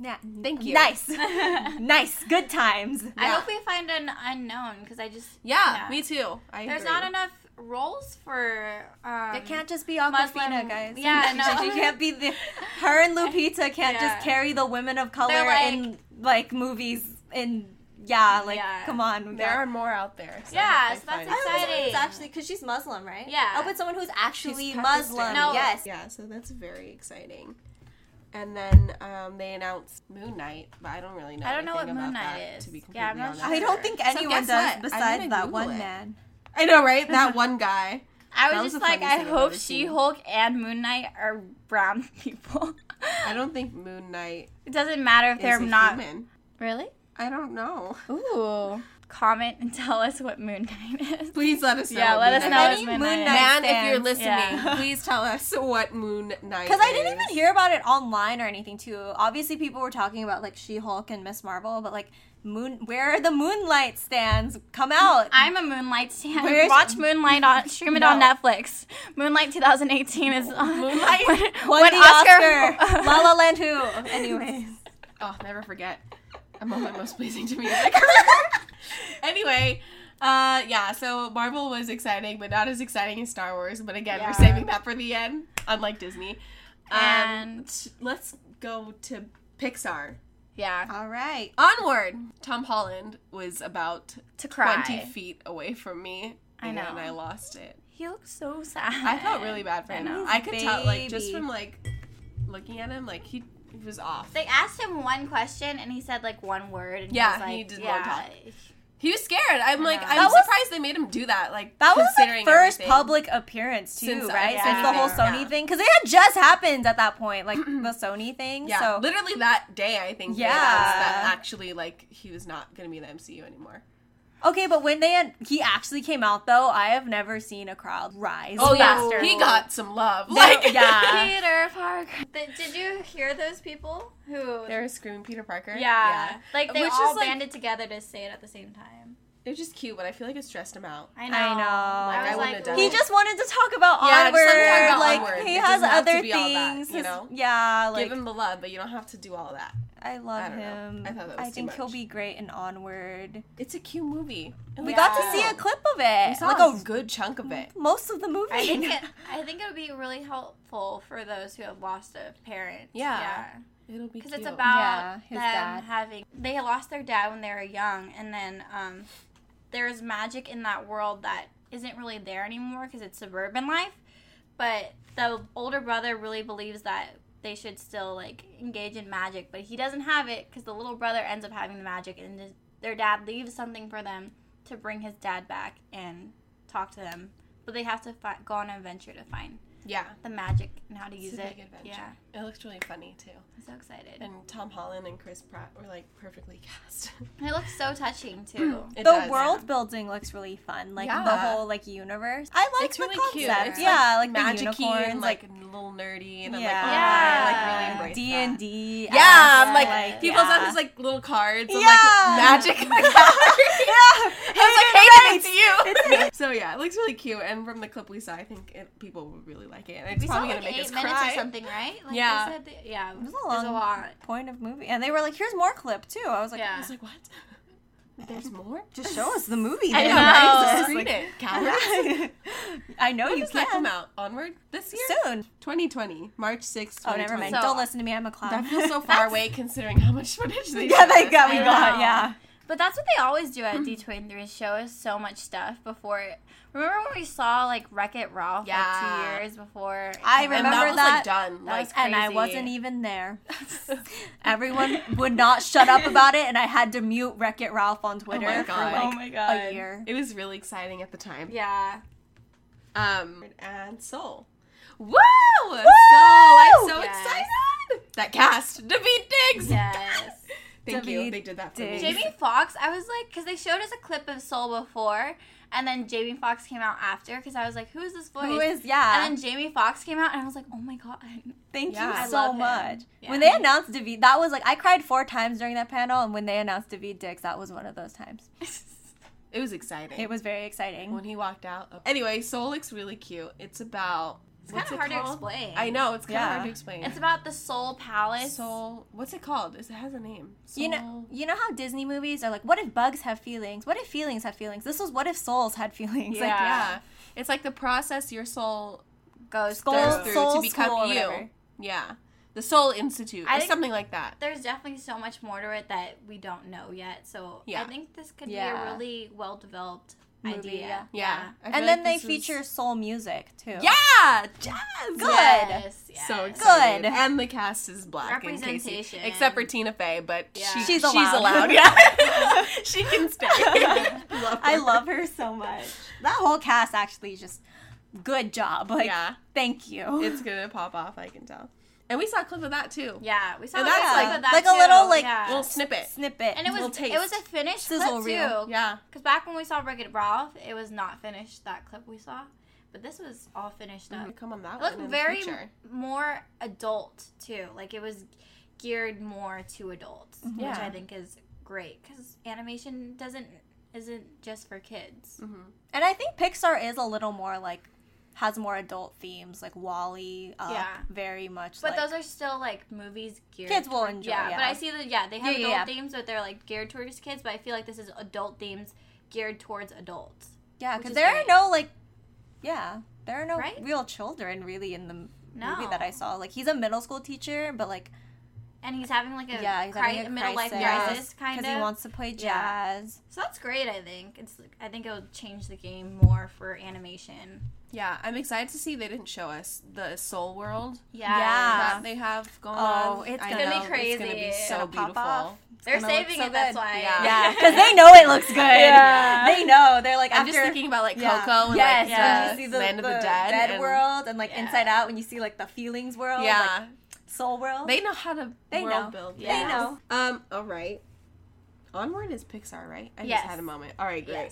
Speaker 2: nah,
Speaker 3: Thank you.
Speaker 2: nice,
Speaker 1: I
Speaker 2: nice, good times.
Speaker 3: Yeah.
Speaker 1: hope we find an unknown because I just
Speaker 3: yeah,
Speaker 1: Yeah.
Speaker 3: me too. I
Speaker 1: there's
Speaker 3: agree.
Speaker 1: not enough roles for. Um,
Speaker 2: It can't just be Aquafina,
Speaker 1: Muslim-
Speaker 2: guys.
Speaker 1: yeah, no.
Speaker 2: she can't be the. Her and Lupita can't
Speaker 1: Yeah.
Speaker 2: just carry the women of color
Speaker 1: They're like-
Speaker 2: in like movies and yeah, like
Speaker 1: Yeah.
Speaker 2: come on. we
Speaker 3: There
Speaker 2: got-
Speaker 3: are more out there. So
Speaker 1: Yeah,
Speaker 3: I hope
Speaker 1: so that's
Speaker 3: they find
Speaker 1: exciting.
Speaker 3: someone.
Speaker 1: It's actually-
Speaker 2: because she's Muslim, right?
Speaker 1: Yeah.
Speaker 2: Oh, but someone who's
Speaker 3: She's
Speaker 2: actually
Speaker 3: Pakistani.
Speaker 2: Muslim.
Speaker 1: No.
Speaker 2: Yes.
Speaker 3: Yeah, so that's very exciting. And then um, they announced Moon Knight, but I don't really know.
Speaker 1: I don't know
Speaker 3: anything
Speaker 1: what
Speaker 3: about
Speaker 1: Moon Knight
Speaker 3: that,
Speaker 1: is.
Speaker 3: To be completely
Speaker 1: Yeah, I'm not
Speaker 3: honest.
Speaker 1: sure.
Speaker 2: I don't think
Speaker 3: So
Speaker 2: anyone
Speaker 3: guess
Speaker 2: does
Speaker 3: what? I'm
Speaker 2: besides
Speaker 3: gonna
Speaker 2: that
Speaker 3: Google
Speaker 2: one
Speaker 3: it.
Speaker 2: man.
Speaker 3: I know, right? That one guy.
Speaker 1: I
Speaker 3: That was
Speaker 1: was
Speaker 3: the
Speaker 1: just like,
Speaker 3: funniest
Speaker 1: I
Speaker 3: thing I've
Speaker 1: hope
Speaker 3: ever
Speaker 1: She
Speaker 3: seen.
Speaker 1: Hulk and Moon Knight are brown people.
Speaker 3: I don't think Moon Knight
Speaker 1: it doesn't matter if
Speaker 3: is
Speaker 1: they're
Speaker 3: a
Speaker 1: not
Speaker 3: human.
Speaker 1: really.
Speaker 3: I don't know.
Speaker 1: Ooh. Comment and tell us what Moon Knight is.
Speaker 3: Please let us know.
Speaker 1: Yeah,
Speaker 3: what
Speaker 1: let
Speaker 3: Moon
Speaker 1: us
Speaker 3: Knight
Speaker 1: know
Speaker 3: is.
Speaker 1: what
Speaker 2: Any
Speaker 1: Moon
Speaker 2: Moon
Speaker 1: Knight is.
Speaker 2: Knight-
Speaker 3: Man, if
Speaker 2: Thanks,
Speaker 3: you're listening,
Speaker 1: yeah.
Speaker 3: please tell us what Moon Knight.
Speaker 2: Because I didn't
Speaker 3: is.
Speaker 2: even hear about it online or anything too. Obviously, people were talking about like She Hulk and Miss Marvel, but like Moon, where are the Moonlight stands? Come out.
Speaker 1: I'm a Moonlight stan.
Speaker 2: Where's-
Speaker 1: Watch Moonlight on stream it on
Speaker 2: No.
Speaker 1: Netflix. Moonlight 2018 is on.
Speaker 3: Moonlight
Speaker 2: Won the Oscar. La La Land who? Anyways.
Speaker 3: Oh, never forget. I'm on my most pleasing to music. anyway, uh, yeah. So Marvel was exciting, but not as exciting as Star Wars. But again,
Speaker 1: Yeah.
Speaker 3: we're saving that for the end. Unlike Disney. Um,
Speaker 1: And-
Speaker 3: let's go to Pixar.
Speaker 1: yeah,
Speaker 2: All right.
Speaker 3: Onward. Tom Holland was about
Speaker 1: to cry.
Speaker 3: twenty feet away from me.
Speaker 1: I know.
Speaker 3: And I lost it.
Speaker 1: He looks so sad.
Speaker 3: I felt really bad for
Speaker 1: I
Speaker 3: him.
Speaker 1: know.
Speaker 3: I could tell, like, just
Speaker 2: Baby.
Speaker 3: from like looking at him, like he, he was off.
Speaker 1: They asked him one question and he said like one word. And
Speaker 3: Yeah,
Speaker 1: he, was like,
Speaker 3: he did
Speaker 1: yeah.
Speaker 3: not talk. He was scared. I'm like,
Speaker 1: know.
Speaker 3: I'm
Speaker 2: That was-
Speaker 3: surprised they made him do that. Like
Speaker 2: That was his
Speaker 3: considering
Speaker 2: first
Speaker 3: everything.
Speaker 2: public appearance too,
Speaker 3: Since-
Speaker 2: right?
Speaker 1: yeah.
Speaker 2: Since the whole Sony
Speaker 3: Yeah.
Speaker 2: thing, because it had just happened at that point, like the Sony thing.
Speaker 3: Yeah,
Speaker 2: So
Speaker 3: literally that day, I think. Yeah,
Speaker 2: Yeah.
Speaker 3: that actually like he was not gonna be in the MCU anymore.
Speaker 2: Okay, but when they had, he actually came out though, I have never seen a crowd rise.
Speaker 3: Oh yeah,
Speaker 1: Bastard.
Speaker 3: he got some love.
Speaker 2: They-
Speaker 3: Like
Speaker 2: yeah.
Speaker 1: Uh, Peter Parker. But did you hear those people who?
Speaker 3: they were screaming Peter Parker.
Speaker 1: yeah. like they
Speaker 3: Which
Speaker 1: all
Speaker 3: is, like-
Speaker 1: banded together to say it at the same time.
Speaker 3: They're just cute, but I feel like it stressed him out.
Speaker 1: I know.
Speaker 2: know.
Speaker 1: I
Speaker 2: Like,
Speaker 1: was
Speaker 2: I
Speaker 1: like,
Speaker 3: wouldn't have done
Speaker 2: He
Speaker 3: it.
Speaker 2: just wanted to talk about
Speaker 3: Yeah, just
Speaker 2: onward.
Speaker 3: let him talk about
Speaker 2: like
Speaker 3: Onward.
Speaker 2: he
Speaker 3: It
Speaker 2: has
Speaker 3: doesn't have to
Speaker 2: other
Speaker 3: be all that,
Speaker 2: things.
Speaker 3: you know?
Speaker 2: Yeah, like
Speaker 3: Give him the love, but you don't have to do all that.
Speaker 2: I love
Speaker 3: I don't know.
Speaker 2: him.
Speaker 3: I thought that was too
Speaker 2: think he'll
Speaker 3: much.
Speaker 2: be great in onward.
Speaker 3: It's a cute movie. I
Speaker 2: We
Speaker 3: like
Speaker 2: got to
Speaker 3: it.
Speaker 2: see a clip of it.
Speaker 3: We saw
Speaker 2: like
Speaker 3: a,
Speaker 2: a
Speaker 3: good chunk of it.
Speaker 2: most of the movie.
Speaker 1: I think it, I think it would be really helpful for those who have lost a parent.
Speaker 3: Yeah.
Speaker 2: Mm-hmm.
Speaker 3: It'll be
Speaker 1: Because it's
Speaker 3: cute.
Speaker 1: about
Speaker 2: Yeah, his
Speaker 1: them
Speaker 2: dad.
Speaker 1: having they lost their dad when they were young, and then um, there's magic in that world that isn't really there anymore because it's suburban life. But the older brother really believes that they should still like engage in magic, but he doesn't have it because the little brother ends up having the magic, and his, their dad leaves something for them to bring his dad back and talk to them. But they have to fi- go on an adventure to find
Speaker 3: yeah.
Speaker 1: the magic and how to
Speaker 3: It's
Speaker 1: use
Speaker 3: a
Speaker 1: it.
Speaker 3: big adventure.
Speaker 1: Yeah,
Speaker 3: It looks really funny too.
Speaker 1: I'm so excited.
Speaker 3: And Tom Holland and Chris Pratt were like perfectly cast.
Speaker 1: It looks so touching too.
Speaker 3: It
Speaker 2: the
Speaker 3: does.
Speaker 2: world building looks really fun. Like the
Speaker 3: Yeah.
Speaker 2: whole like universe. I like
Speaker 3: It's
Speaker 2: the
Speaker 3: really cute.
Speaker 2: concept.
Speaker 3: It's, like,
Speaker 2: yeah, like, the
Speaker 3: magic
Speaker 2: unicorns,
Speaker 3: and like, a little nerdy and I'm like, oh,
Speaker 1: Yeah.
Speaker 3: I like really embrace
Speaker 2: D
Speaker 3: that.
Speaker 2: and D.
Speaker 3: Yeah, I'm like,
Speaker 1: like,
Speaker 3: he
Speaker 1: yeah.
Speaker 3: pulls out his like little cards and
Speaker 2: Yeah.
Speaker 3: like magic.
Speaker 2: yeah.
Speaker 3: I was like, hey, it's you. so yeah, it looks really cute, and from the clip we saw, I think it, people would really like it, and it's
Speaker 1: we saw
Speaker 3: probably
Speaker 1: like
Speaker 3: gonna make
Speaker 1: eight
Speaker 3: us
Speaker 1: minutes
Speaker 3: cry.
Speaker 1: or something, right? Like they
Speaker 3: Yeah.
Speaker 1: said that- yeah. It
Speaker 2: was a
Speaker 1: There's a
Speaker 2: long-
Speaker 1: lot.
Speaker 2: Point of movie, and they were like, "Here's more clip too." I was like,
Speaker 1: yeah.
Speaker 3: I was like, what? There's more.
Speaker 2: "Just show us the movie."
Speaker 1: I
Speaker 2: then."
Speaker 1: know.
Speaker 2: Right?
Speaker 3: Just
Speaker 2: It's
Speaker 3: read
Speaker 2: like-
Speaker 3: it, cowards.
Speaker 2: I know
Speaker 3: When
Speaker 2: you
Speaker 3: does that come
Speaker 2: can.
Speaker 3: out? Onward this year?
Speaker 2: Soon.
Speaker 3: 2020, March 6th.
Speaker 2: Oh, never mind.
Speaker 3: 2020.
Speaker 1: So-
Speaker 2: Don't listen to me. I'm a clown.
Speaker 3: that feels so far away considering how much footage they
Speaker 2: yeah,
Speaker 3: showed
Speaker 2: they
Speaker 3: us.
Speaker 2: got. We
Speaker 1: I
Speaker 2: got.
Speaker 1: know.
Speaker 2: Yeah.
Speaker 1: But that's what they always do at D23 is show us so much stuff before. It, remember when we saw like Wreck It Ralph
Speaker 3: Yeah.
Speaker 1: like two years before? it
Speaker 2: I
Speaker 1: came
Speaker 3: And
Speaker 1: out?
Speaker 2: remember
Speaker 3: that was
Speaker 2: that.
Speaker 3: like done.
Speaker 1: That was
Speaker 3: Like,
Speaker 2: And I
Speaker 3: crazy.
Speaker 2: wasn't even there. Everyone would not shut up about it, and I had to mute Wreck It Ralph on Twitter
Speaker 3: my
Speaker 2: for
Speaker 3: God.
Speaker 2: like
Speaker 3: Oh
Speaker 1: my
Speaker 2: a year.
Speaker 3: It was really exciting at the time.
Speaker 1: Yeah.
Speaker 3: Um, and Soul. Woo! Soul! I'm so
Speaker 1: Yes.
Speaker 3: excited! That cast, David Diggs!
Speaker 1: Yes.
Speaker 3: Thank you.
Speaker 2: Daveed
Speaker 3: They did that for
Speaker 2: Diggs.
Speaker 3: me.
Speaker 1: Jamie Foxx, I was like, because they showed us a clip of Soul before, and then Jamie Foxx came out after, because I was like, who is this voice?
Speaker 2: Who is yeah?
Speaker 1: and then Jamie Foxx came out, and I was like, oh my god.
Speaker 2: Thank
Speaker 3: Yeah. I
Speaker 2: you so
Speaker 1: love him.
Speaker 2: much.
Speaker 1: Yeah.
Speaker 2: When they announced David, that was like I cried four times during that panel, and when they announced David Dix, that was one of those times.
Speaker 3: It was exciting.
Speaker 2: It was very exciting.
Speaker 3: when he walked out. of- Anyway, Soul looks really cute. It's about.
Speaker 1: It's kind
Speaker 3: what's it
Speaker 1: of hard to
Speaker 3: called?
Speaker 1: explain.
Speaker 3: I know, it's kind of
Speaker 2: Yeah.
Speaker 3: hard to explain.
Speaker 1: It's about the Soul Palace.
Speaker 3: Soul. What's it called? It has a name. Soul.
Speaker 2: You know, you know how Disney movies are like, what if bugs have feelings? What if feelings have feelings? This was what if souls had feelings?
Speaker 1: Yeah.
Speaker 2: Like,
Speaker 3: Yeah. It's like the process your soul
Speaker 1: goes
Speaker 2: Skull-
Speaker 1: through.
Speaker 3: goes through
Speaker 2: soul
Speaker 3: to become
Speaker 2: school or
Speaker 3: you.
Speaker 2: whatever.
Speaker 3: Yeah. The Soul Institute
Speaker 1: I
Speaker 3: or
Speaker 1: think-
Speaker 3: something like that.
Speaker 1: There's definitely so much more to it that we don't know yet. So I
Speaker 3: Yeah.
Speaker 1: think this could be
Speaker 2: Yeah.
Speaker 1: a really well developed
Speaker 2: Movie,
Speaker 1: idea.
Speaker 3: Yeah. I
Speaker 2: and
Speaker 3: feel like
Speaker 2: then they
Speaker 3: this was-
Speaker 2: feature soul music too.
Speaker 3: Yeah, jazz.
Speaker 2: Good.
Speaker 1: Yes, yes.
Speaker 3: So excited.
Speaker 2: Good.
Speaker 3: And the cast is black. in case you-
Speaker 1: Representation.
Speaker 3: except for Tina Fey, but
Speaker 1: Yeah.
Speaker 3: she,
Speaker 1: She's
Speaker 3: she's allowed.
Speaker 2: allowed.
Speaker 3: Yeah, she can stay.
Speaker 2: I love her so much. That whole cast actually is just good job. Like,
Speaker 3: Yeah.
Speaker 2: thank you.
Speaker 3: It's gonna pop off. I can tell. And we saw a clip of that too.
Speaker 1: Yeah, we saw
Speaker 3: And
Speaker 1: a
Speaker 3: that's
Speaker 1: clip
Speaker 3: like-
Speaker 1: of that
Speaker 2: like a
Speaker 1: too.
Speaker 2: little, like,
Speaker 1: yeah.
Speaker 3: Little snippet.
Speaker 2: snippet.
Speaker 1: and it was
Speaker 3: little taste.
Speaker 1: it was a finished
Speaker 2: Sizzle
Speaker 1: clip
Speaker 2: reel.
Speaker 1: too.
Speaker 3: Yeah.
Speaker 1: Because back when we saw Wreck-It Ralph, it was not finished. That clip we saw, but this was all finished up.
Speaker 3: We Come on that
Speaker 1: It looked
Speaker 3: one. in the
Speaker 1: very
Speaker 3: future.
Speaker 1: more adult too. Like it was geared more to adults,
Speaker 2: Mm-hmm.
Speaker 1: which
Speaker 3: Yeah.
Speaker 1: I think is great because animation doesn't isn't just for
Speaker 2: Mm,
Speaker 1: kids.
Speaker 3: Mm-hmm.
Speaker 2: And I think Pixar is a little more like has more adult themes, like Wally. Up,
Speaker 1: Yeah.
Speaker 2: very much.
Speaker 1: But
Speaker 2: like,
Speaker 1: those are still like movies geared.
Speaker 2: Kids will
Speaker 1: toward-
Speaker 2: enjoy,
Speaker 1: But
Speaker 2: yeah.
Speaker 1: I see that yeah they have
Speaker 2: Yeah, yeah,
Speaker 1: adult
Speaker 2: yeah.
Speaker 1: themes, but they're like geared towards kids. But I feel like this is adult themes geared towards adults.
Speaker 2: yeah,
Speaker 1: which
Speaker 2: because
Speaker 1: is
Speaker 2: there
Speaker 1: great.
Speaker 2: are no like, yeah, there are no
Speaker 1: Right?
Speaker 2: real children really in the m- movie that
Speaker 1: No.
Speaker 2: I saw. Like he's a middle school teacher, but like
Speaker 1: And he's having like a,
Speaker 2: yeah, he's
Speaker 1: cri-
Speaker 2: having a
Speaker 1: middle life
Speaker 3: crisis,
Speaker 1: crisis kind of.
Speaker 2: because he wants to play
Speaker 1: Yeah.
Speaker 2: jazz.
Speaker 1: so that's great. I think it's I think it'll change the game more for animation.
Speaker 3: Yeah, I'm excited to see they didn't show us the Soul World
Speaker 1: Yeah.
Speaker 2: Yeah.
Speaker 3: that they have going
Speaker 2: Oh,
Speaker 3: on.
Speaker 2: it's
Speaker 3: I
Speaker 2: gonna
Speaker 3: know,
Speaker 2: be
Speaker 1: crazy.
Speaker 3: It's gonna be
Speaker 1: It's
Speaker 3: so
Speaker 2: gonna pop
Speaker 3: beautiful.
Speaker 2: off.
Speaker 1: They're
Speaker 2: gonna look
Speaker 1: saving
Speaker 2: so
Speaker 1: it. That's
Speaker 2: good.
Speaker 1: why.
Speaker 3: Yeah.
Speaker 2: Yeah, because they know it looks good.
Speaker 1: Yeah.
Speaker 2: they know. They're like
Speaker 3: I'm
Speaker 2: after.
Speaker 3: just thinking about like
Speaker 2: yeah.
Speaker 3: Coco and
Speaker 2: yes,
Speaker 3: like
Speaker 1: yeah.
Speaker 2: when
Speaker 3: the,
Speaker 2: you see the,
Speaker 3: Land of
Speaker 2: the
Speaker 3: the, Dead,
Speaker 2: Dead,
Speaker 3: and-
Speaker 2: world and like
Speaker 1: Yeah.
Speaker 2: Inside Out, when you see like the feelings world,
Speaker 3: Yeah,
Speaker 2: like, soul world.
Speaker 3: they know how to
Speaker 2: They
Speaker 3: world
Speaker 2: know.
Speaker 3: build.
Speaker 1: They Yeah.
Speaker 2: know.
Speaker 3: Um. All right. Onward is Pixar, right? I
Speaker 1: Yes.
Speaker 3: just had a moment. All right, great.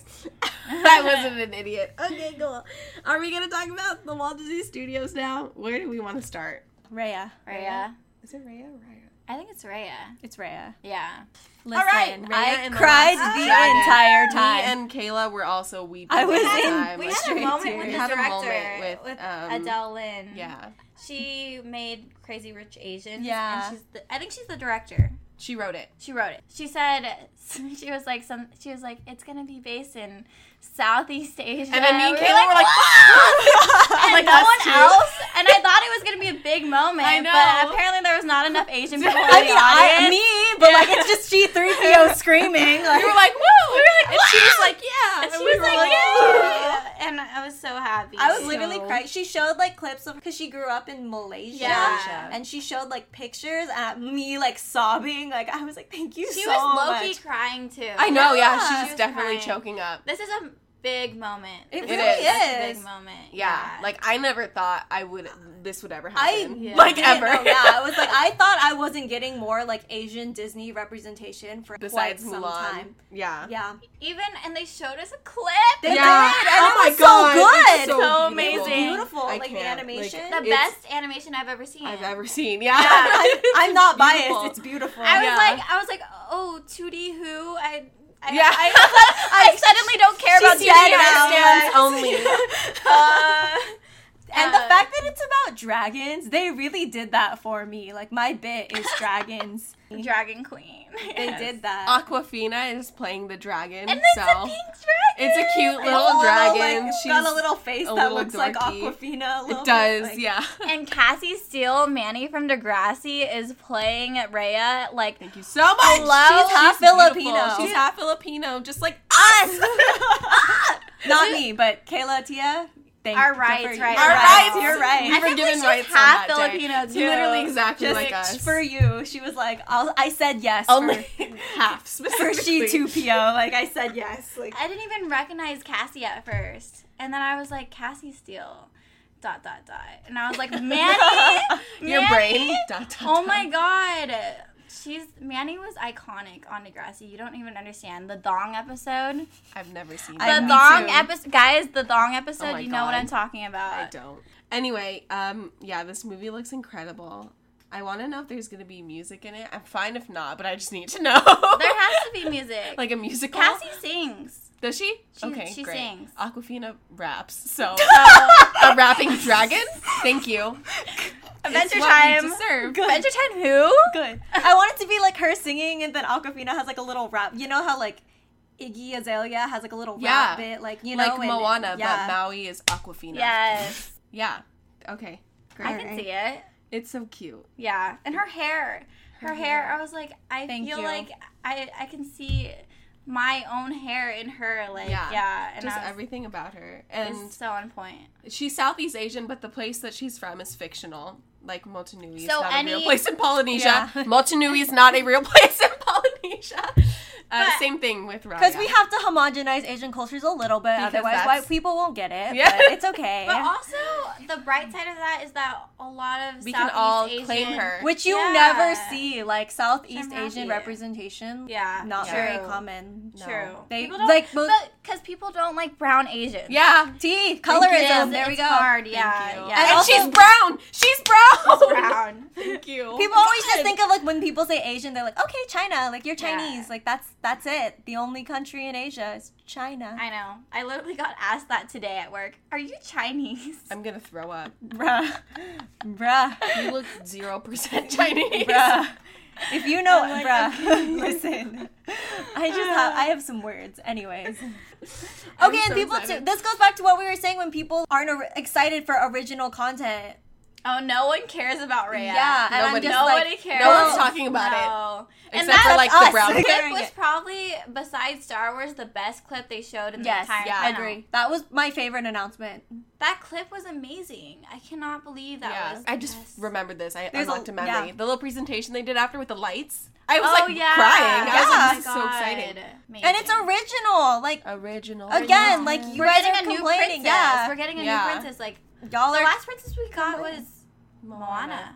Speaker 1: Yes.
Speaker 3: I wasn't an idiot. Okay, cool. Are we gonna talk about the Walt Disney Studios now? Where do we want to start?
Speaker 2: Raya.
Speaker 1: Raya.
Speaker 3: Is it Raya? or Raya.
Speaker 1: I think it's Raya.
Speaker 2: It's Raya.
Speaker 1: Yeah.
Speaker 2: Listen,
Speaker 3: right, Raya
Speaker 2: I
Speaker 3: and the
Speaker 2: cried
Speaker 3: Last
Speaker 2: the
Speaker 3: Dragon.
Speaker 2: entire
Speaker 3: Me
Speaker 2: time.
Speaker 3: and Kayla were also weeping.
Speaker 2: I was
Speaker 3: the whole
Speaker 2: in-
Speaker 3: time.
Speaker 1: we
Speaker 3: Like,
Speaker 1: had a
Speaker 2: straight
Speaker 1: moment
Speaker 2: tears.
Speaker 1: with
Speaker 3: We
Speaker 1: the
Speaker 3: had a
Speaker 1: director,
Speaker 3: moment with,
Speaker 1: with,
Speaker 3: um,
Speaker 1: Adele Lynn.
Speaker 3: Yeah,
Speaker 1: She made Crazy Rich Asians.
Speaker 2: Yeah.
Speaker 1: And she's the, I think she's the director.
Speaker 3: she wrote it.
Speaker 1: She wrote it. She said she was like some. She was like it's gonna be based in Southeast Asia.
Speaker 3: And then me and
Speaker 1: We
Speaker 3: Kayla were like,
Speaker 1: and
Speaker 3: like,
Speaker 1: no
Speaker 3: us
Speaker 1: one
Speaker 3: too.
Speaker 1: else. And I thought it was gonna be a big moment.
Speaker 3: I
Speaker 1: But
Speaker 3: know.
Speaker 1: apparently there was not enough Asian people.
Speaker 2: I
Speaker 1: in the
Speaker 2: mean, I,
Speaker 1: audience.
Speaker 2: me, but like it's just G three PO screaming. Like,
Speaker 3: we were like, woo! We were like, and she was like, yeah.
Speaker 1: And she
Speaker 3: we
Speaker 1: was
Speaker 3: were
Speaker 1: like,
Speaker 3: "Whoa."
Speaker 1: yeah. And I was so happy.
Speaker 2: I was
Speaker 1: She-
Speaker 2: literally crying. She showed like clips of because she grew up in Malaysia,
Speaker 1: Yeah.
Speaker 2: and she showed like pictures at me like sobbing. Like I was like, thank you
Speaker 1: She
Speaker 2: so
Speaker 1: was low key
Speaker 2: much.
Speaker 1: crying too.
Speaker 3: I know, yeah.
Speaker 2: Yeah.
Speaker 3: She's
Speaker 1: She was
Speaker 3: definitely
Speaker 1: crying.
Speaker 3: choking up.
Speaker 1: This is a big moment.
Speaker 2: It
Speaker 1: This
Speaker 3: really
Speaker 1: a
Speaker 2: is.
Speaker 1: big moment.
Speaker 3: Yeah. Like I never thought I would this would ever
Speaker 2: I
Speaker 3: happen.
Speaker 1: Yeah.
Speaker 3: Like
Speaker 2: didn't
Speaker 3: ever.
Speaker 2: know, yeah, I was like, I thought I wasn't getting more like Asian Disney representation for
Speaker 3: Besides
Speaker 2: quite some
Speaker 3: Mulan.
Speaker 2: time.
Speaker 3: Yeah.
Speaker 2: Yeah,
Speaker 1: even and they showed us a clip.
Speaker 2: They
Speaker 3: Yeah.
Speaker 2: did, and
Speaker 3: Oh
Speaker 2: it
Speaker 3: my
Speaker 2: was
Speaker 3: God,
Speaker 2: so
Speaker 3: it's
Speaker 2: good,
Speaker 1: So
Speaker 2: It
Speaker 3: so
Speaker 1: beautiful.
Speaker 2: was
Speaker 1: amazing.
Speaker 2: beautiful,
Speaker 3: I
Speaker 2: like the
Speaker 3: can't, like,
Speaker 2: animation.
Speaker 1: the
Speaker 3: It's-
Speaker 1: best animation I've ever seen.
Speaker 3: I've ever seen. Yeah.
Speaker 2: I, I'm not
Speaker 3: Beautiful.
Speaker 2: biased. It's beautiful.
Speaker 1: I was
Speaker 3: Yeah.
Speaker 1: like, I was like, oh, 2D who? I, I
Speaker 3: Yeah.
Speaker 1: I, I, suddenly don't care about 2D
Speaker 2: She's dead now,
Speaker 1: understands.
Speaker 2: like-
Speaker 3: only.
Speaker 2: Uh, and the
Speaker 1: Uh,
Speaker 2: fact that it's about dragons, they really did that for me. Like my bit is dragons. they
Speaker 1: Dragon Queen.
Speaker 2: did that.
Speaker 3: Aquafina is playing the dragon.
Speaker 1: And it's
Speaker 3: so
Speaker 1: a pink dragon.
Speaker 3: it's a cute little
Speaker 2: Oh,
Speaker 3: dragon.
Speaker 2: like,
Speaker 3: She's
Speaker 2: got a little face
Speaker 3: a
Speaker 2: that
Speaker 3: little
Speaker 2: looks like
Speaker 3: dorky.
Speaker 2: Aquafina. A little
Speaker 3: it does,
Speaker 2: bit, like-
Speaker 3: yeah.
Speaker 1: And Cassie Steele, Manny from Degrassi, is playing Raya like
Speaker 3: Thank you so much.
Speaker 1: love-
Speaker 2: She's half
Speaker 3: beautiful.
Speaker 2: Filipino.
Speaker 3: She's half Filipino, just like
Speaker 2: us. Not me, but Kayla, Tia. Thank
Speaker 1: Our
Speaker 2: good
Speaker 1: rights,
Speaker 2: for you.
Speaker 1: right,
Speaker 2: Our
Speaker 1: our
Speaker 2: rights.
Speaker 1: rights.
Speaker 2: You're
Speaker 1: I
Speaker 2: right.
Speaker 1: think
Speaker 3: Forgiven
Speaker 1: she's
Speaker 3: rights on
Speaker 1: half
Speaker 3: that day.
Speaker 1: Filipino too.
Speaker 3: literally exactly
Speaker 2: Just
Speaker 3: like us. Oh
Speaker 2: for you, she was like, I'll, "I said yes."
Speaker 3: only
Speaker 2: for-
Speaker 3: half
Speaker 2: for she
Speaker 3: specifically.
Speaker 2: two PO. Like I said yes. Like
Speaker 1: I didn't even recognize Cassie at first, and then I was like Cassie Steele, dot dot dot, and I was like Manny.
Speaker 3: Your
Speaker 1: Manny?
Speaker 3: brain. Dot, dot,
Speaker 1: Oh my
Speaker 3: dot.
Speaker 1: god. She's Manny was iconic on Degrassi. You don't even understand the thong episode.
Speaker 3: I've never seen
Speaker 2: I
Speaker 1: The
Speaker 3: that.
Speaker 2: Me
Speaker 1: thong
Speaker 2: too.
Speaker 1: episode, guys. The thong episode.
Speaker 3: Oh my
Speaker 1: you know what
Speaker 3: God.
Speaker 1: I'm talking
Speaker 3: I
Speaker 1: about.
Speaker 3: don't. Anyway, um, yeah, this movie looks incredible. I want to know if there's gonna be music in it. I'm fine if not, but I just need to know.
Speaker 1: There has to be music.
Speaker 3: like a musical.
Speaker 1: Cassie sings.
Speaker 3: Does she?
Speaker 1: She- she sings.
Speaker 3: Aquafina raps. So a rapping dragon. Thank you.
Speaker 1: Adventure
Speaker 3: It's what we
Speaker 1: Time.
Speaker 3: deserve.
Speaker 2: good.
Speaker 1: Adventure Time. Who?
Speaker 2: Good. I want it to be like her singing, and then Aquafina has like a little rap. You know how like Iggy Azalea has like a little
Speaker 3: Yeah.
Speaker 2: rap bit, like you know,
Speaker 3: Like
Speaker 2: and-
Speaker 3: Moana,
Speaker 2: yeah.
Speaker 3: but Maui is Aquafina.
Speaker 1: Yes,
Speaker 3: Yeah. Okay. Great.
Speaker 1: I can see it.
Speaker 3: It's so cute.
Speaker 1: Yeah, and her hair. Her, hair, I was like, I
Speaker 2: Thank
Speaker 1: feel
Speaker 2: you.
Speaker 1: like I I can see my own hair in her. Like yeah,
Speaker 3: Yeah.
Speaker 1: and
Speaker 3: Just
Speaker 1: I was,
Speaker 3: everything about her.
Speaker 1: it
Speaker 3: And
Speaker 1: was so on point.
Speaker 3: she's Southeast Asian, but the place that she's from is fictional. Like Motunui is
Speaker 1: So
Speaker 3: not a
Speaker 1: any-
Speaker 3: real place in Polynesia.
Speaker 2: Yeah.
Speaker 3: Motunui is not a real place in Polynesia. Uh,
Speaker 1: But-
Speaker 3: same thing with Raya.
Speaker 2: Because we have to homogenize Asian cultures a little bit,
Speaker 3: Because
Speaker 2: otherwise
Speaker 3: that's-
Speaker 2: white people won't get it.
Speaker 3: Yeah.
Speaker 2: but it's okay.
Speaker 1: But also, the bright side of that is that a lot of
Speaker 3: We can
Speaker 1: Southeast
Speaker 3: all
Speaker 1: Asian,
Speaker 3: claim her.
Speaker 2: Which you
Speaker 1: Yeah.
Speaker 2: never see, like Southeast
Speaker 1: I'm happy.
Speaker 2: Asian representation.
Speaker 1: Yeah,
Speaker 2: not
Speaker 3: Yeah.
Speaker 2: very
Speaker 1: true.
Speaker 2: common.
Speaker 3: No.
Speaker 1: True.
Speaker 2: They-
Speaker 1: people don't
Speaker 2: like,
Speaker 1: like,
Speaker 2: both-
Speaker 1: because people don't like brown Asians.
Speaker 3: Yeah.
Speaker 2: Tea
Speaker 1: It's-
Speaker 2: colorism. There we
Speaker 1: it's
Speaker 2: go.
Speaker 1: Hard,
Speaker 3: Thank
Speaker 1: yeah,
Speaker 3: you.
Speaker 1: yeah.
Speaker 2: And also-
Speaker 3: she's brown. She's brown.
Speaker 1: brown.
Speaker 3: Thank you.
Speaker 2: People always just
Speaker 3: God.
Speaker 2: think of like when people say Asian, they're like, okay, China, like you're
Speaker 1: Yeah.
Speaker 2: Chinese, like that's that's it. The only country in Asia is China.
Speaker 1: I know. I literally got asked that today at work. Are you Chinese?
Speaker 3: I'm gonna throw up.
Speaker 2: Bruh, bruh,
Speaker 3: You look zero percent Chinese.
Speaker 2: bruh. If you know,
Speaker 3: I'm like,
Speaker 2: bruh, listen. I just have I have some words, anyways.
Speaker 3: I'm
Speaker 2: Okay, and
Speaker 3: so
Speaker 2: people
Speaker 3: excited.
Speaker 2: too. This goes back to what we were saying when people aren't or- excited for original content.
Speaker 1: Oh, no one cares about Raya.
Speaker 2: Yeah, and
Speaker 3: Nobody-
Speaker 2: I'm just
Speaker 1: Nobody
Speaker 2: like,
Speaker 1: cares.
Speaker 3: No one's talking about it
Speaker 1: it.
Speaker 3: except
Speaker 1: And that
Speaker 3: for like
Speaker 2: us.
Speaker 3: the brown.
Speaker 2: Like,
Speaker 1: clip
Speaker 2: Hearing
Speaker 1: was
Speaker 2: it.
Speaker 1: probably, besides Star Wars, the best clip they showed in
Speaker 2: Yes,
Speaker 1: the entire
Speaker 3: yeah, I
Speaker 1: panel.
Speaker 2: That was my favorite announcement.
Speaker 1: That clip was amazing. I cannot believe that
Speaker 3: yeah,
Speaker 1: was.
Speaker 3: I just
Speaker 1: yes.
Speaker 3: remembered this. I
Speaker 2: There's a-
Speaker 3: unlocked a, memory.
Speaker 2: yeah.
Speaker 3: The little presentation they did after with the lights. I was
Speaker 1: oh,
Speaker 3: like
Speaker 1: yeah.
Speaker 3: crying. I was
Speaker 2: Yeah.
Speaker 3: like,
Speaker 1: Oh
Speaker 3: this is
Speaker 1: my
Speaker 3: so
Speaker 1: God.
Speaker 3: exciting.
Speaker 1: Amazing.
Speaker 2: And it's original. Like
Speaker 3: Original.
Speaker 2: again, like you
Speaker 1: We're
Speaker 2: guys
Speaker 1: getting
Speaker 2: are
Speaker 1: a new
Speaker 2: complaining.
Speaker 1: princess.
Speaker 2: Yeah,
Speaker 1: We're getting a
Speaker 3: Yeah.
Speaker 1: new princess. Like
Speaker 2: y'all
Speaker 1: the
Speaker 2: are
Speaker 1: last princess we got
Speaker 2: Moana.
Speaker 1: was Moana.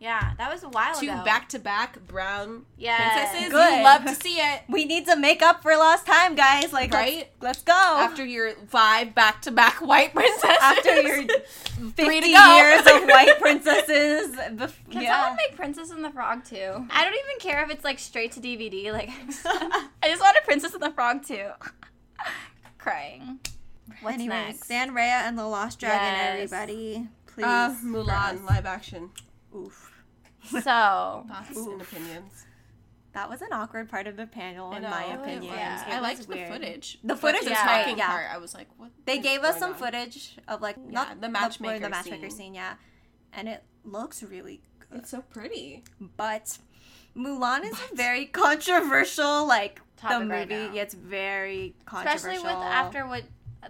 Speaker 1: Yeah, that was a while
Speaker 3: Two
Speaker 1: ago.
Speaker 3: back to back brown
Speaker 1: Yes.
Speaker 3: princesses.
Speaker 2: Good.
Speaker 3: You love to see it.
Speaker 2: We need to make up for lost time, guys. Like,
Speaker 3: Right?
Speaker 2: Let's, let's go.
Speaker 3: After your five back to back white princesses.
Speaker 2: After your
Speaker 3: three to
Speaker 2: fifty
Speaker 3: go.
Speaker 2: years of white princesses. bef-
Speaker 1: Can
Speaker 2: yeah.
Speaker 1: someone make Princess and the Frog too? I don't even care if it's like straight to DVD. Like, I just, I just want a Princess and the Frog too. Crying. What's
Speaker 2: Anyways,
Speaker 1: next?
Speaker 2: San Rhea and the Lost Dragon,
Speaker 1: Yes.
Speaker 2: everybody. Please.
Speaker 3: uh,
Speaker 2: for
Speaker 3: Mulan,
Speaker 2: us.
Speaker 3: live action.
Speaker 2: Oof.
Speaker 1: So,
Speaker 3: Thoughts and opinions.
Speaker 2: That was an awkward part of the panel, in
Speaker 3: I
Speaker 2: my
Speaker 3: know, it
Speaker 2: opinion.
Speaker 3: was.
Speaker 1: Yeah.
Speaker 2: It
Speaker 3: I
Speaker 2: was
Speaker 3: liked
Speaker 2: weird.
Speaker 3: the footage.
Speaker 2: The
Speaker 3: But
Speaker 2: footage
Speaker 3: the
Speaker 1: was
Speaker 3: talking
Speaker 1: great,
Speaker 2: yeah.
Speaker 3: part, I was like, what?
Speaker 2: They
Speaker 3: is
Speaker 2: gave us
Speaker 3: going
Speaker 2: some
Speaker 3: on?
Speaker 2: footage of like
Speaker 3: Yeah,
Speaker 2: not
Speaker 3: the
Speaker 2: where the
Speaker 3: matchmaker
Speaker 2: matchmaker
Speaker 3: scene.
Speaker 2: scene, yeah, and it looks really good.
Speaker 3: It's so pretty.
Speaker 2: But Mulan is a very controversial, like the
Speaker 1: Topic right
Speaker 2: movie
Speaker 1: now.
Speaker 2: gets very controversial.
Speaker 1: especially with after what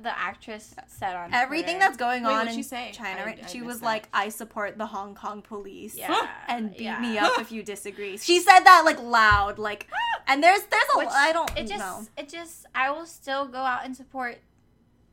Speaker 1: the actress said on
Speaker 2: everything
Speaker 1: Twitter.
Speaker 2: that's going
Speaker 3: Wait,
Speaker 2: on
Speaker 3: what'd
Speaker 2: in
Speaker 3: she say?
Speaker 2: China,
Speaker 3: I-
Speaker 2: right?
Speaker 3: I
Speaker 2: she
Speaker 3: missed
Speaker 2: was
Speaker 3: that.
Speaker 2: like, "I support the Hong Kong police."
Speaker 1: yeah,
Speaker 2: And beat
Speaker 1: yeah.
Speaker 2: me up if you disagree. She said that like loud, like, and there's there's a
Speaker 1: Which,
Speaker 2: I don't
Speaker 1: It just
Speaker 2: know.
Speaker 1: it just I will still go out and support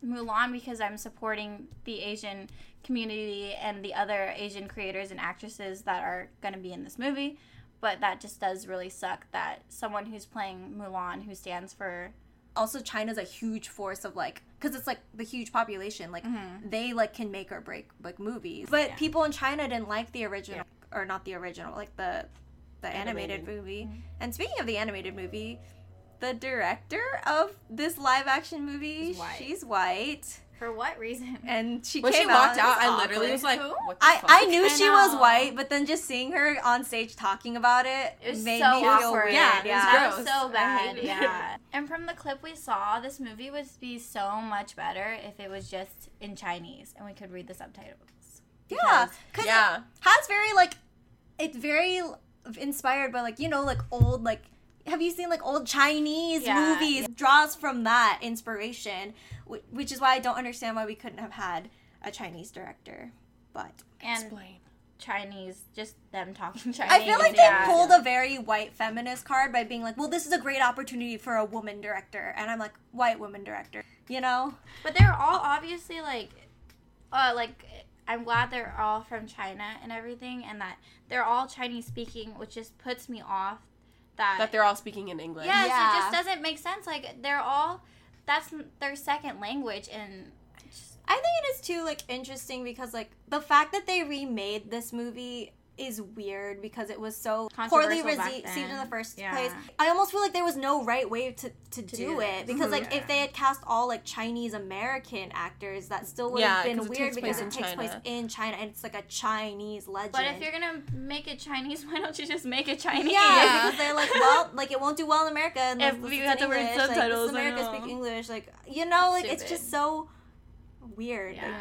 Speaker 1: Mulan because I'm supporting the Asian community and the other Asian creators and actresses that are going to be in this movie. But that just does really suck that someone who's playing Mulan who stands for
Speaker 2: also China's a huge force of like because it's like the huge population like they like can make or break like movies Mm-hmm. but
Speaker 1: Yeah.
Speaker 2: people in China didn't like the original or not the original like the the animated, Mm-hmm.
Speaker 3: Animated.
Speaker 2: movie and speaking of the animated movie the director of this live action movie
Speaker 1: Is white.
Speaker 2: she's white
Speaker 1: for what reason?
Speaker 2: and she
Speaker 3: When
Speaker 2: came
Speaker 3: she walked
Speaker 2: and it
Speaker 3: out,
Speaker 2: was
Speaker 3: I literally
Speaker 2: awkward.
Speaker 3: was like,
Speaker 1: Who?
Speaker 3: what the
Speaker 2: I,
Speaker 3: fuck?
Speaker 2: I knew
Speaker 1: I
Speaker 2: she was
Speaker 1: know.
Speaker 2: white, but then just seeing her on stage talking about it,
Speaker 1: It was
Speaker 2: made
Speaker 1: so
Speaker 2: me feel
Speaker 1: awkward.
Speaker 2: weird.
Speaker 3: Yeah, it was
Speaker 2: yeah.
Speaker 1: That was
Speaker 3: gross.
Speaker 1: so
Speaker 3: I
Speaker 1: bad.
Speaker 3: hated it.
Speaker 1: Yeah. And from the clip we saw, this movie would be so much better if it was just in Chinese and we could read the subtitles.
Speaker 2: Yeah, because
Speaker 3: Yeah.
Speaker 2: has very like, it's very l- inspired by like you know like old like. Have you seen like old Chinese
Speaker 1: Yeah,
Speaker 2: movies? Draws from that inspiration, wh- which is why I don't understand why we couldn't have had a Chinese director. But
Speaker 1: And
Speaker 3: Explain.
Speaker 1: Chinese, just them talking Chinese.
Speaker 2: I feel like they
Speaker 1: yeah.
Speaker 2: pulled a very white feminist card by being like, "Well, this is a great opportunity for a woman director," and I'm like, "White woman director," you know?
Speaker 1: But they're all obviously like, uh, like I'm glad they're all from China and everything, and that they're all Chinese speaking, which just puts me off that.
Speaker 3: That they're all speaking in English.
Speaker 1: yes,
Speaker 2: Yeah.
Speaker 1: it just doesn't make sense. Like they're all, that's n- their second language, and
Speaker 2: I think it is too like interesting because like the fact that they remade this movie is weird because it was so poorly
Speaker 1: Controversial back
Speaker 2: rece- received in the
Speaker 1: then.
Speaker 2: first
Speaker 1: Yeah.
Speaker 2: place. I almost feel like there was no right way to, to, do,
Speaker 1: do
Speaker 2: it
Speaker 1: this.
Speaker 2: because like
Speaker 1: Yeah.
Speaker 2: if they had cast all like Chinese American actors, that still would
Speaker 3: Yeah,
Speaker 2: have been
Speaker 3: 'cause it
Speaker 2: weird
Speaker 3: takes place
Speaker 2: because
Speaker 3: in
Speaker 2: it takes place
Speaker 3: China.
Speaker 2: in China and it's like a Chinese legend.
Speaker 1: but if you're gonna make it Chinese, why don't you just make it Chinese?
Speaker 2: yeah,
Speaker 3: Yeah.
Speaker 2: because they're like, well, like it won't do well in America. Unless
Speaker 1: If
Speaker 2: this
Speaker 1: we
Speaker 2: is
Speaker 1: have
Speaker 2: in
Speaker 1: to wear
Speaker 2: English, like, this is
Speaker 3: subtitles, I
Speaker 2: America
Speaker 3: know.
Speaker 2: speak English, like you know, like it's
Speaker 1: Stupid.
Speaker 2: just so weird. like,
Speaker 1: yeah,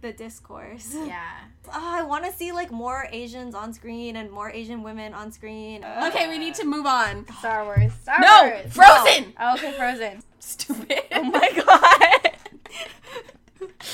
Speaker 2: the discourse.
Speaker 1: yeah.
Speaker 2: Oh, I want to see like more Asians on screen and more Asian women on screen.
Speaker 3: Okay, we need to move on.
Speaker 1: Star Wars. Star
Speaker 3: No,
Speaker 1: Wars.
Speaker 3: Frozen.
Speaker 1: Oh, okay, Frozen.
Speaker 3: Stupid. Oh
Speaker 2: my god.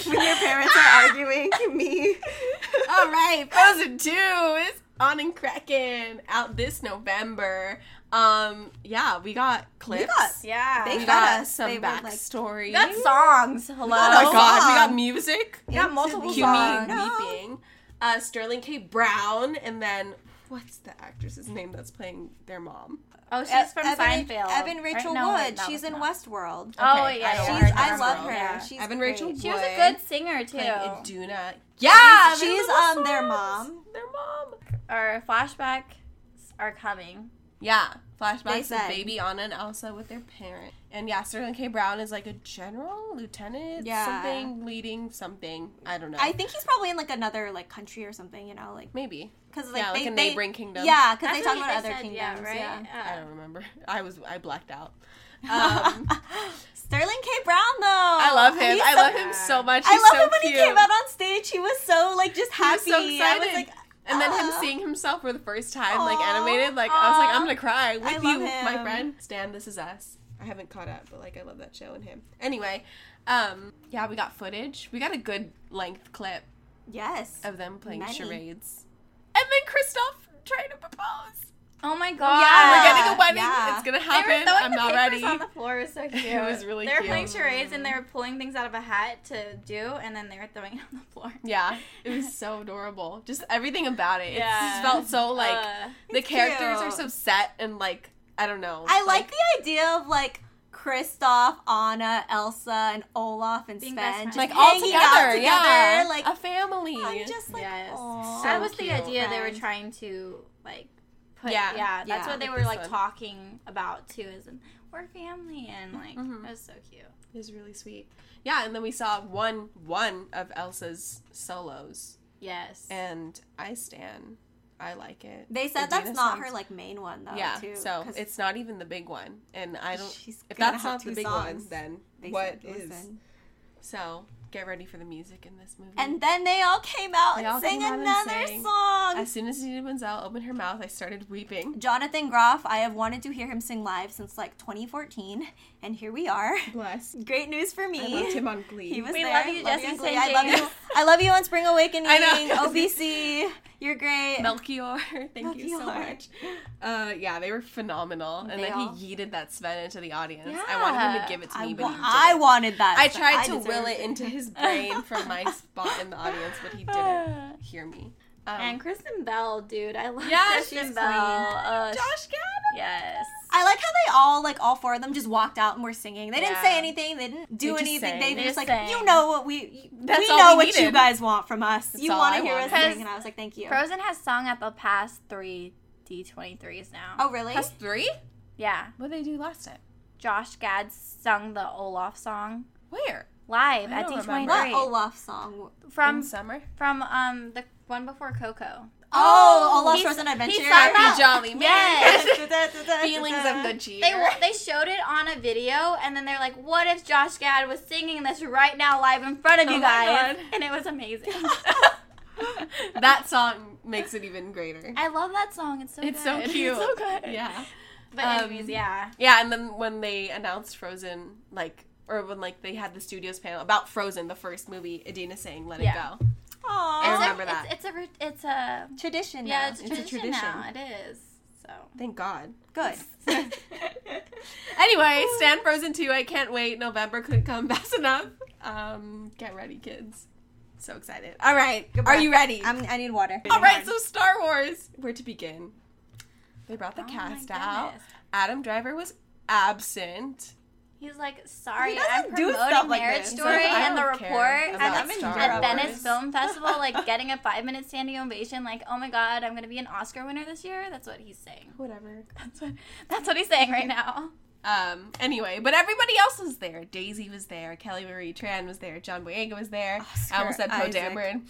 Speaker 2: when your parents are arguing, me.
Speaker 3: All right, Frozen 2 is on and cracking out this November. Um, yeah, we got clips.
Speaker 2: We got,
Speaker 1: Yeah.
Speaker 2: They got
Speaker 3: We got
Speaker 2: us.
Speaker 3: some
Speaker 2: They were, like-
Speaker 3: backstory.
Speaker 1: got songs. Hello.
Speaker 3: oh my
Speaker 2: songs.
Speaker 3: god, we got music.
Speaker 1: We got multiple
Speaker 3: Cue
Speaker 2: Cue
Speaker 3: me
Speaker 1: songs.
Speaker 2: No.
Speaker 3: weeping. Uh, Sterling K. Brown, and then what's the actress's name that's playing their mom?
Speaker 1: Oh, she's from
Speaker 2: Evan,
Speaker 1: Seinfeld.
Speaker 2: Evan
Speaker 1: Right?
Speaker 2: Rachel
Speaker 1: No, wait,
Speaker 2: Wood.
Speaker 1: that
Speaker 2: She's
Speaker 1: was
Speaker 2: in
Speaker 1: not.
Speaker 2: Westworld.
Speaker 1: Oh
Speaker 3: Okay,
Speaker 1: yeah,
Speaker 3: I
Speaker 1: yeah,
Speaker 3: don't
Speaker 2: She's,
Speaker 3: know
Speaker 2: I
Speaker 3: her
Speaker 2: love
Speaker 3: name.
Speaker 2: her.
Speaker 1: Yeah.
Speaker 2: She's
Speaker 3: Evan
Speaker 2: great.
Speaker 3: Rachel Wood.
Speaker 1: She was a good singer too.
Speaker 3: playing Iduna. Yeah,
Speaker 2: she's,
Speaker 3: Little
Speaker 2: um,
Speaker 3: Swords.
Speaker 2: their mom.
Speaker 3: Their mom.
Speaker 1: Our flashbacks are coming.
Speaker 3: Yeah, flashbacks
Speaker 2: said.
Speaker 3: of baby Anna and Elsa with their parent. And yeah, Sterling K. Brown is like a general, lieutenant,
Speaker 2: Yeah.
Speaker 3: something, leading something. I don't know.
Speaker 2: I think he's probably in like another like country or something. You know, like
Speaker 3: Maybe.
Speaker 2: because like,
Speaker 3: yeah, like
Speaker 2: they,
Speaker 3: a
Speaker 2: they-
Speaker 3: neighboring kingdom.
Speaker 2: Yeah, because they
Speaker 1: That's
Speaker 2: talk
Speaker 1: what
Speaker 2: about other
Speaker 1: said,
Speaker 2: kingdoms.
Speaker 1: yeah, right?
Speaker 2: yeah.
Speaker 1: Uh,
Speaker 3: I don't remember. I was I blacked out.
Speaker 2: Um,
Speaker 3: Um,
Speaker 2: Sterling K. Brown though.
Speaker 3: I love him.
Speaker 2: He's
Speaker 3: I
Speaker 2: so-
Speaker 3: love him so much.
Speaker 2: I
Speaker 3: He's
Speaker 2: love
Speaker 3: so
Speaker 2: him when
Speaker 3: cute.
Speaker 2: he came out on stage. He was so like just
Speaker 3: He was
Speaker 2: happy.
Speaker 3: so
Speaker 2: I was
Speaker 3: excited.
Speaker 2: like,
Speaker 3: and then him
Speaker 2: "Aw."
Speaker 3: seeing himself for the first time, like
Speaker 2: Aw,
Speaker 3: animated, like I was like,
Speaker 1: aw.
Speaker 3: I'm gonna cry with
Speaker 2: I
Speaker 3: you,
Speaker 2: love
Speaker 3: my
Speaker 2: him.
Speaker 3: friend. Stan, this is us. I haven't caught up, but like I love that show and him. Anyway, um, yeah, we got footage. We got a good length clip
Speaker 2: yes.
Speaker 3: of them playing
Speaker 2: Many.
Speaker 3: charades, and then Kristoff trying to propose.
Speaker 1: Oh my god!
Speaker 3: we're getting a wedding.
Speaker 2: yeah.
Speaker 3: It's gonna
Speaker 1: They were
Speaker 3: happen.
Speaker 1: throwing
Speaker 3: I'm
Speaker 1: the
Speaker 3: not
Speaker 1: papers
Speaker 3: ready.
Speaker 1: On the floor It was so cute.
Speaker 3: was really
Speaker 1: They were
Speaker 3: cute.
Speaker 1: playing charades and they were pulling things out of a hat to do, and then they were throwing it on the floor.
Speaker 3: Yeah, it was so adorable. Just everything about it. It
Speaker 1: Yeah.
Speaker 3: just felt so like
Speaker 1: Uh,
Speaker 3: the
Speaker 2: it's
Speaker 3: characters are
Speaker 2: cute.
Speaker 3: so set and like I don't know.
Speaker 2: I like the idea of like Kristoff, Anna, Elsa, and Olaf and
Speaker 1: Being
Speaker 2: Sven
Speaker 1: best
Speaker 2: just
Speaker 1: friends.
Speaker 3: like all
Speaker 2: hanging
Speaker 3: together,
Speaker 2: out together.
Speaker 3: yeah,
Speaker 2: Like
Speaker 3: a family.
Speaker 2: I'm just like
Speaker 1: Yes.
Speaker 2: aw.
Speaker 1: that
Speaker 3: So
Speaker 1: was
Speaker 3: cute.
Speaker 1: the idea they were
Speaker 2: Friend.
Speaker 1: trying to like put.
Speaker 3: Yeah.
Speaker 1: Yeah, that's
Speaker 2: Yeah.
Speaker 1: what they
Speaker 3: With
Speaker 1: were
Speaker 3: this
Speaker 1: like
Speaker 3: one.
Speaker 1: talking about too. Is in, we're family and like
Speaker 3: Mhm.
Speaker 1: it was so cute.
Speaker 3: It was really sweet. Yeah, and then we saw one one of Elsa's solos,
Speaker 1: Yes.
Speaker 3: and I stan. I like it.
Speaker 2: They said
Speaker 3: Adina
Speaker 2: that's not
Speaker 3: songs.
Speaker 2: her like main one though.
Speaker 3: yeah,
Speaker 2: too,
Speaker 3: so
Speaker 2: 'cause
Speaker 3: it's not even the big one, and I don't.
Speaker 2: She's
Speaker 3: If
Speaker 2: gonna
Speaker 3: that's
Speaker 2: have
Speaker 3: not the
Speaker 2: two
Speaker 3: big one,
Speaker 2: songs,
Speaker 3: then
Speaker 2: they
Speaker 3: what
Speaker 2: said,
Speaker 3: is?
Speaker 2: listen.
Speaker 3: So get ready for the music in this movie.
Speaker 2: And then they all came out
Speaker 3: They
Speaker 2: and
Speaker 3: all
Speaker 2: sang
Speaker 3: came out and
Speaker 2: another
Speaker 3: sang.
Speaker 2: song.
Speaker 3: as soon as Nina Menzel opened her mouth, I started weeping.
Speaker 2: Jonathan Groff, I have wanted to hear him sing live since like 2014, and here we are.
Speaker 3: Bless.
Speaker 2: Great news for me.
Speaker 3: I loved him on Glee.
Speaker 2: He was
Speaker 1: We
Speaker 2: there.
Speaker 1: love you, Justin
Speaker 2: and Glee. I love
Speaker 1: Timberlake.
Speaker 2: you. I love you on Spring Awakening.
Speaker 3: I know.
Speaker 2: OBC. You're great.
Speaker 3: Melchior, thank you so
Speaker 2: Melchior.
Speaker 3: much. Uh, yeah, they were phenomenal. And
Speaker 2: They
Speaker 3: then
Speaker 2: all-
Speaker 3: he yeeted that Sven into the audience. I wanted him
Speaker 1: Yeah.
Speaker 3: to give it to
Speaker 2: I,
Speaker 3: me,
Speaker 2: wa-
Speaker 3: but he didn't.
Speaker 2: I wanted that.
Speaker 3: I
Speaker 2: so
Speaker 3: tried to
Speaker 2: deserved
Speaker 3: will it
Speaker 2: it.
Speaker 3: into his brain from my spot in the audience, but he didn't hear me. Ah. Um,
Speaker 1: And Kristen Bell, dude, I love
Speaker 3: Yeah, she's
Speaker 1: Kristen Bell. Uh,
Speaker 3: Josh Gad.
Speaker 1: yes.
Speaker 2: I like how they all, like all four of them, just walked out and were singing. They didn't
Speaker 3: Yeah.
Speaker 2: say anything. They didn't do
Speaker 3: They just
Speaker 2: anything.
Speaker 3: sang.
Speaker 2: They
Speaker 1: They
Speaker 2: were just like,
Speaker 1: just sang.
Speaker 2: you know what we,
Speaker 3: That's
Speaker 2: we
Speaker 3: all
Speaker 2: know
Speaker 3: we
Speaker 2: what you
Speaker 3: needed.
Speaker 2: guys want from us.
Speaker 3: That's
Speaker 2: you
Speaker 3: all
Speaker 2: want
Speaker 3: I
Speaker 2: to hear us
Speaker 3: wanted.
Speaker 2: sing, and I was like, thank you.
Speaker 1: Frozen has sung at the past three D23s now.
Speaker 2: oh really?
Speaker 3: Has three?
Speaker 1: Yeah.
Speaker 3: What did they do last time?
Speaker 1: Josh Gad sung the Olaf song
Speaker 3: Where?
Speaker 1: live
Speaker 3: I
Speaker 1: at
Speaker 3: don't
Speaker 1: D23.
Speaker 3: remember.
Speaker 2: What Olaf song?
Speaker 1: From
Speaker 3: in summer.
Speaker 1: from um the one before Coco.
Speaker 2: Oh, Olaf's
Speaker 1: he's-
Speaker 2: Frozen Adventure.
Speaker 1: he sang
Speaker 3: Happy
Speaker 1: that-
Speaker 3: jolly man.
Speaker 1: Yes.
Speaker 3: Feelings of good cheer.
Speaker 1: They wa- they showed it on a video, and then they're like, "What if Josh Gad was singing this right now, live in front of
Speaker 3: Oh
Speaker 1: you
Speaker 3: my
Speaker 1: guys?"
Speaker 3: God.
Speaker 1: And it was amazing.
Speaker 3: that song makes it even greater.
Speaker 1: I love that song. It's so
Speaker 3: It's so
Speaker 1: good.
Speaker 3: cute.
Speaker 1: It's so good.
Speaker 3: Yeah.
Speaker 1: But
Speaker 3: Um,
Speaker 1: anyways, yeah.
Speaker 3: Yeah, and then when they announced Frozen, like, or when like they had the studios panel about Frozen, the first movie, Adina saying "Let
Speaker 1: Yeah.
Speaker 3: It Go."
Speaker 2: Aww.
Speaker 3: I
Speaker 1: It's
Speaker 3: remember
Speaker 1: a,
Speaker 3: that.
Speaker 1: It's, it's a root- it's a
Speaker 2: tradition.
Speaker 1: yeah.
Speaker 2: now.
Speaker 1: It's a
Speaker 3: It's a
Speaker 1: tradition,
Speaker 3: tradition.
Speaker 1: now. It is. So.
Speaker 3: Thank God. Oh.
Speaker 2: good.
Speaker 3: Anyway, Stan Frozen 2, I can't wait. November couldn't come fast enough. Um, get ready, kids. So excited. All right.
Speaker 2: Good
Speaker 3: Are
Speaker 2: breath.
Speaker 3: you ready?
Speaker 2: I'm, I need water.
Speaker 3: All right, so Star Wars. Where to begin? They brought the
Speaker 1: Oh my
Speaker 3: cast out.
Speaker 1: goodness.
Speaker 3: Adam Driver was absent.
Speaker 1: He's like, sorry,
Speaker 2: He
Speaker 1: I'm
Speaker 2: doesn't do
Speaker 1: promoting
Speaker 2: stuff like
Speaker 1: Marriage
Speaker 2: this.
Speaker 1: Story
Speaker 3: I
Speaker 1: and the
Speaker 3: don't
Speaker 1: report
Speaker 3: care about
Speaker 1: at, the-
Speaker 2: Star
Speaker 1: at
Speaker 2: Wars.
Speaker 1: Venice Film Festival, like getting a five minute standing ovation, like, oh my god, I'm gonna be an Oscar winner this year. That's what he's saying.
Speaker 3: Whatever.
Speaker 1: That's what that's what he's saying right now.
Speaker 3: Um, anyway, but everybody else was there. Daisy was there. Kelly Marie Tran was there. John Boyega was there.
Speaker 2: Oscar
Speaker 3: I almost said Poe
Speaker 2: Isaac.
Speaker 3: Dameron.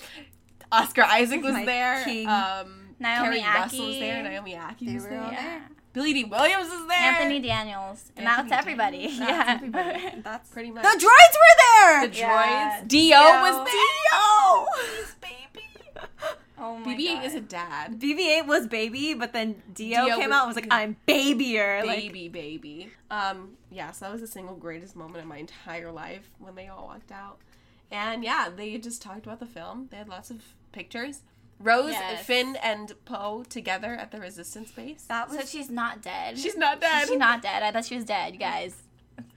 Speaker 3: Oscar Isaac was
Speaker 2: My
Speaker 3: there.
Speaker 2: king.
Speaker 3: Um,
Speaker 1: Naomi
Speaker 3: Carrie Russell was
Speaker 1: Ackie.
Speaker 3: there. Naomi Aki
Speaker 2: They
Speaker 3: was
Speaker 2: were
Speaker 3: there.
Speaker 2: all
Speaker 1: Yeah.
Speaker 3: Billy D. Williams is there.
Speaker 1: Anthony Daniels. And
Speaker 3: Anthony
Speaker 1: that's everybody.
Speaker 3: Daniels.
Speaker 1: yeah.
Speaker 3: That's everybody.
Speaker 2: That's pretty.
Speaker 3: pretty much.
Speaker 2: The droids were
Speaker 3: The
Speaker 2: there.
Speaker 3: droids.
Speaker 1: Yeah.
Speaker 3: Dio, was
Speaker 2: Dio.
Speaker 3: there.
Speaker 1: oh my
Speaker 3: Dio. BB-8
Speaker 1: god.
Speaker 3: is a dad.
Speaker 2: BB-8 was baby, but then Dio,
Speaker 3: Dio
Speaker 2: came
Speaker 3: was-
Speaker 2: out and was like, "I'm babier." Like,
Speaker 3: Baby, baby. Um, yeah, so that was the single greatest moment of my entire life when they all walked out. And yeah, they just talked about the film. They had lots of pictures. Rose,
Speaker 1: Yes.
Speaker 3: Finn, and Poe together at the Resistance base.
Speaker 2: that was.
Speaker 1: so she's not dead.
Speaker 3: She's not dead.
Speaker 1: She's not dead. I thought she was dead, you guys.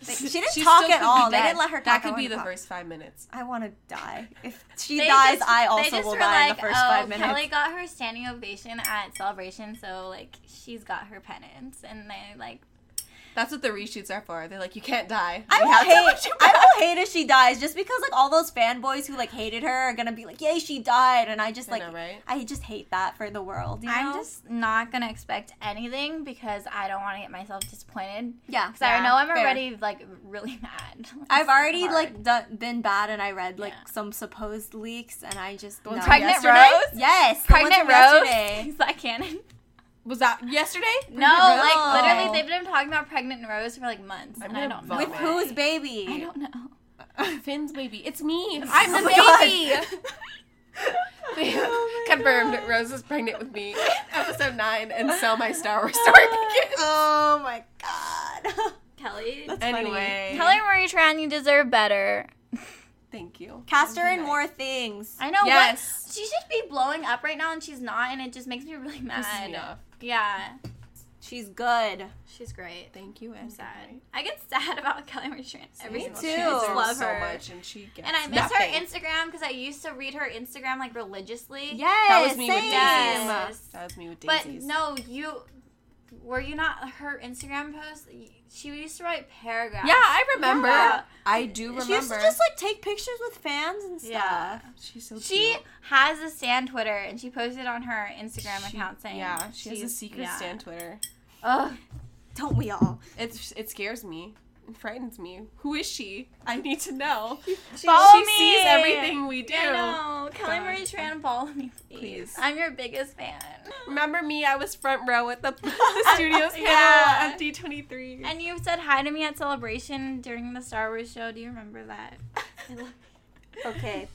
Speaker 2: she didn't
Speaker 3: She
Speaker 2: talk
Speaker 3: still
Speaker 2: at
Speaker 3: could
Speaker 2: all.
Speaker 3: be
Speaker 2: They
Speaker 3: dead.
Speaker 2: didn't let her talk.
Speaker 3: That
Speaker 2: I
Speaker 3: could be
Speaker 2: wanna
Speaker 3: the
Speaker 2: talk.
Speaker 3: first five minutes.
Speaker 2: I want to die. If she
Speaker 1: They
Speaker 2: dies,
Speaker 1: just-
Speaker 2: I
Speaker 1: they
Speaker 2: also
Speaker 1: just
Speaker 2: will
Speaker 1: were
Speaker 2: die in
Speaker 1: like, "Oh,
Speaker 2: the first
Speaker 3: "Oh,
Speaker 2: five minutes.
Speaker 1: Kelly got her standing ovation at Celebration, so like she's got her penance, and they like
Speaker 3: That's what the reshoots are for. They're like, you can't die.
Speaker 2: I
Speaker 3: We
Speaker 2: will
Speaker 3: have to let
Speaker 2: hate.
Speaker 3: you
Speaker 2: I
Speaker 3: back.
Speaker 2: will hate if she dies, just because like all those fanboys who like hated her are gonna be like, "Yay, she died!" And I just
Speaker 3: I
Speaker 2: like,
Speaker 3: know, right?
Speaker 2: I just hate that for the world. You
Speaker 1: I'm
Speaker 2: know?
Speaker 1: just not gonna expect anything because I don't want to get myself disappointed.
Speaker 2: yeah,
Speaker 1: Because I know I'm
Speaker 2: fair.
Speaker 1: already like really mad.
Speaker 2: I've
Speaker 1: It's
Speaker 2: already
Speaker 1: hard.
Speaker 2: like done, been bad, and I read like
Speaker 1: Yeah.
Speaker 2: some supposed leaks, and I just
Speaker 3: ones
Speaker 2: no.
Speaker 3: from
Speaker 1: pregnant
Speaker 3: yesterday?
Speaker 1: Rose.
Speaker 2: Yes, the ones
Speaker 1: Pregnant
Speaker 2: from
Speaker 1: Rose.
Speaker 2: yesterday.
Speaker 1: Is that canon?
Speaker 3: Was that yesterday? Oh.
Speaker 1: No,
Speaker 2: Rose. Oh.
Speaker 1: like literally, they've been talking about pregnant Rose for like months,
Speaker 3: I'm
Speaker 1: and I
Speaker 3: gonna
Speaker 1: don't know.
Speaker 2: With
Speaker 3: vomit.
Speaker 2: whose baby?
Speaker 1: I don't know.
Speaker 3: Finn's baby. It's me. I'm
Speaker 2: Oh
Speaker 3: the
Speaker 2: my
Speaker 3: baby.
Speaker 2: Oh my
Speaker 3: Confirmed.
Speaker 2: God.
Speaker 3: Rose is pregnant with me. Episode nine, and so my Star Wars story begins.
Speaker 2: Oh my god.
Speaker 1: Kelly,
Speaker 2: That's funny.
Speaker 3: anyway,
Speaker 1: Kelly Marie Tran, you deserve better.
Speaker 3: thank you.
Speaker 2: Cast her in
Speaker 3: Nice.
Speaker 2: more things.
Speaker 1: I know.
Speaker 3: Yes.
Speaker 1: What? She should be blowing up right now, and she's not, and it just makes me really mad.
Speaker 3: This is enough.
Speaker 1: Yeah.
Speaker 2: She's good.
Speaker 1: She's great.
Speaker 3: Thank you,
Speaker 1: I'm
Speaker 3: and
Speaker 1: sad. I get sad about Kelly Marie Tran every
Speaker 2: Me
Speaker 1: single
Speaker 2: too.
Speaker 1: time. I
Speaker 2: She
Speaker 1: just
Speaker 2: deserves
Speaker 1: love
Speaker 3: so
Speaker 1: her.
Speaker 3: much, and she gets
Speaker 1: And I miss her
Speaker 3: nothing.
Speaker 1: Instagram because I used to read her Instagram like religiously.
Speaker 2: Yes,
Speaker 3: was me with
Speaker 2: same.
Speaker 1: Yes.
Speaker 3: That was me with
Speaker 1: But
Speaker 3: daisies.
Speaker 1: no, you were you not her Instagram post? She used to write paragraphs.
Speaker 3: yeah, I remember.
Speaker 1: Yeah.
Speaker 3: I do remember.
Speaker 2: She used to just like take pictures with fans and stuff.
Speaker 1: Yeah.
Speaker 3: She's so
Speaker 1: She
Speaker 3: cute.
Speaker 1: has a stan Twitter and she posted on her Instagram
Speaker 3: She-
Speaker 1: account saying,
Speaker 3: Yeah, she has a
Speaker 1: she's-
Speaker 3: secret
Speaker 1: yeah.
Speaker 3: stand Twitter.
Speaker 1: Ugh.
Speaker 2: Don't we all?
Speaker 3: It's it scares me. It frightens me. Who is she? I need to know.
Speaker 1: Follow
Speaker 3: she
Speaker 1: me.
Speaker 3: sees everything we do.
Speaker 1: I know. Kelly
Speaker 3: God.
Speaker 1: Marie Tran, follow me, please.
Speaker 3: Please.
Speaker 1: I'm your biggest fan.
Speaker 3: Remember me? I was front row at the, the studios panel
Speaker 1: Yeah.
Speaker 3: at D23.
Speaker 1: And you said hi to me at Celebration during the Star Wars show. Do you remember that? I love-
Speaker 2: Okay.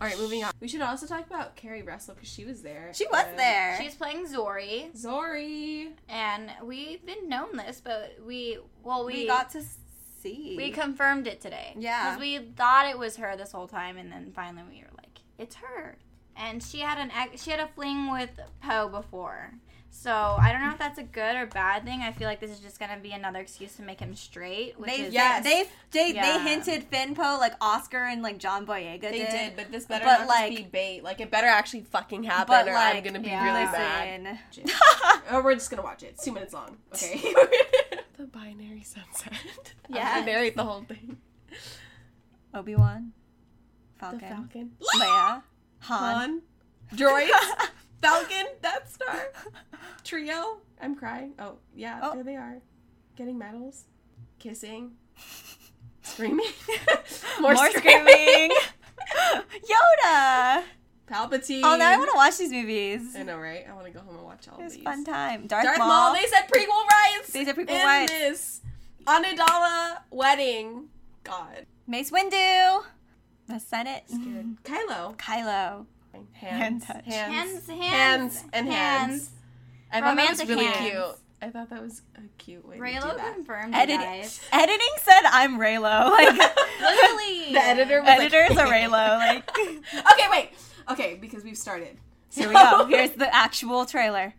Speaker 3: All right, moving on. We should also talk about Carrie Russell because she was there.
Speaker 2: She was
Speaker 3: And
Speaker 2: there.
Speaker 1: She's playing Zori,
Speaker 3: Zori.
Speaker 1: and we've been known this, but we well we,
Speaker 2: we, got to see.
Speaker 1: we confirmed it today.
Speaker 2: Yeah.
Speaker 1: because we thought it was her this whole time, and then finally we were like, it's her. And she had an ex- she had a fling with Poe before, so I don't know if that's a good or bad thing. I feel like this is just gonna be another excuse to make him straight. Which
Speaker 2: they,
Speaker 1: is,
Speaker 3: yes.
Speaker 2: they they
Speaker 1: Yeah.
Speaker 2: they hinted Finpo like Oscar and like John Boyega
Speaker 3: They
Speaker 2: did.
Speaker 3: did, but this better
Speaker 2: But,
Speaker 3: not
Speaker 2: like-
Speaker 3: just be bait. Like it better actually fucking happen,
Speaker 2: But,
Speaker 3: or I'm
Speaker 2: like,
Speaker 3: gonna be
Speaker 1: yeah.
Speaker 3: really
Speaker 1: Listen.
Speaker 3: bad.
Speaker 2: Listen.
Speaker 3: Or Oh, we're just gonna watch it. It's two minutes long. Okay. the binary sunset. Yeah. I
Speaker 1: Yes.
Speaker 3: narrate the whole thing.
Speaker 2: Obi Wan,
Speaker 3: The
Speaker 2: Falcon,
Speaker 3: Falcon.
Speaker 2: Leia, Han.
Speaker 3: Han. Droids. Falcon. Death Star. Trio. I'm crying. Oh yeah,
Speaker 2: Oh.
Speaker 3: there they are, getting medals, kissing, screaming.
Speaker 2: More, screaming. Yoda.
Speaker 3: Palpatine.
Speaker 2: Oh, now I want to watch these movies.
Speaker 3: I know, right? I want to go home and watch all
Speaker 2: It was
Speaker 3: these.
Speaker 2: a fun time. Darth,
Speaker 3: Darth
Speaker 2: Maul.
Speaker 3: Maul. They said prequel rights.
Speaker 2: They said prequel
Speaker 3: in
Speaker 2: rights.
Speaker 3: This Amidala wedding. God.
Speaker 2: Mace Windu. The Senate.
Speaker 3: Scared. Kylo.
Speaker 2: Kylo.
Speaker 3: Hands.
Speaker 2: Hand touch.
Speaker 1: hands, hands,
Speaker 3: Hands and hands. I thought that was
Speaker 1: Romantic
Speaker 3: really
Speaker 1: hands.
Speaker 3: cute. I thought that was a cute way to do
Speaker 1: Raylo
Speaker 3: that.
Speaker 1: confirmed it,
Speaker 2: Edit-
Speaker 1: guys.
Speaker 2: Editing said I'm Raylo. Like
Speaker 1: Literally.
Speaker 3: The editor was
Speaker 2: editor's a
Speaker 3: like,
Speaker 2: Raylo. Like
Speaker 3: okay, wait. Okay, because we've started.
Speaker 2: here we go. Here's the actual trailer.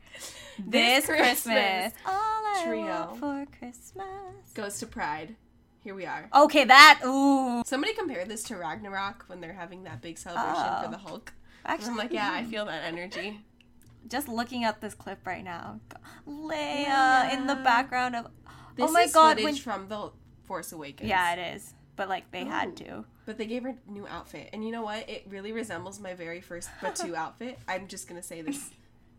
Speaker 2: This,
Speaker 3: This
Speaker 2: Christmas.
Speaker 3: Christmas.
Speaker 2: All I
Speaker 3: Trio.
Speaker 2: want for Christmas.
Speaker 3: goes to Pride. Here we are.
Speaker 2: Okay, that ooh.
Speaker 3: Somebody compared this to Ragnarok when they're having that big celebration
Speaker 2: Oh.
Speaker 3: for the Hulk. And
Speaker 2: Actually,
Speaker 3: I'm like, yeah, I feel that energy.
Speaker 2: just looking at this clip right now. Leia
Speaker 3: Yeah.
Speaker 2: in the background of
Speaker 3: This
Speaker 2: Oh my
Speaker 3: is
Speaker 2: god,
Speaker 3: footage
Speaker 2: when
Speaker 3: from the Force Awakens.
Speaker 2: Yeah, it is. But like they had
Speaker 3: Ooh.
Speaker 2: to.
Speaker 3: But they gave her a new outfit. And you know what? It really resembles my very first Batu outfit. I'm just going to say this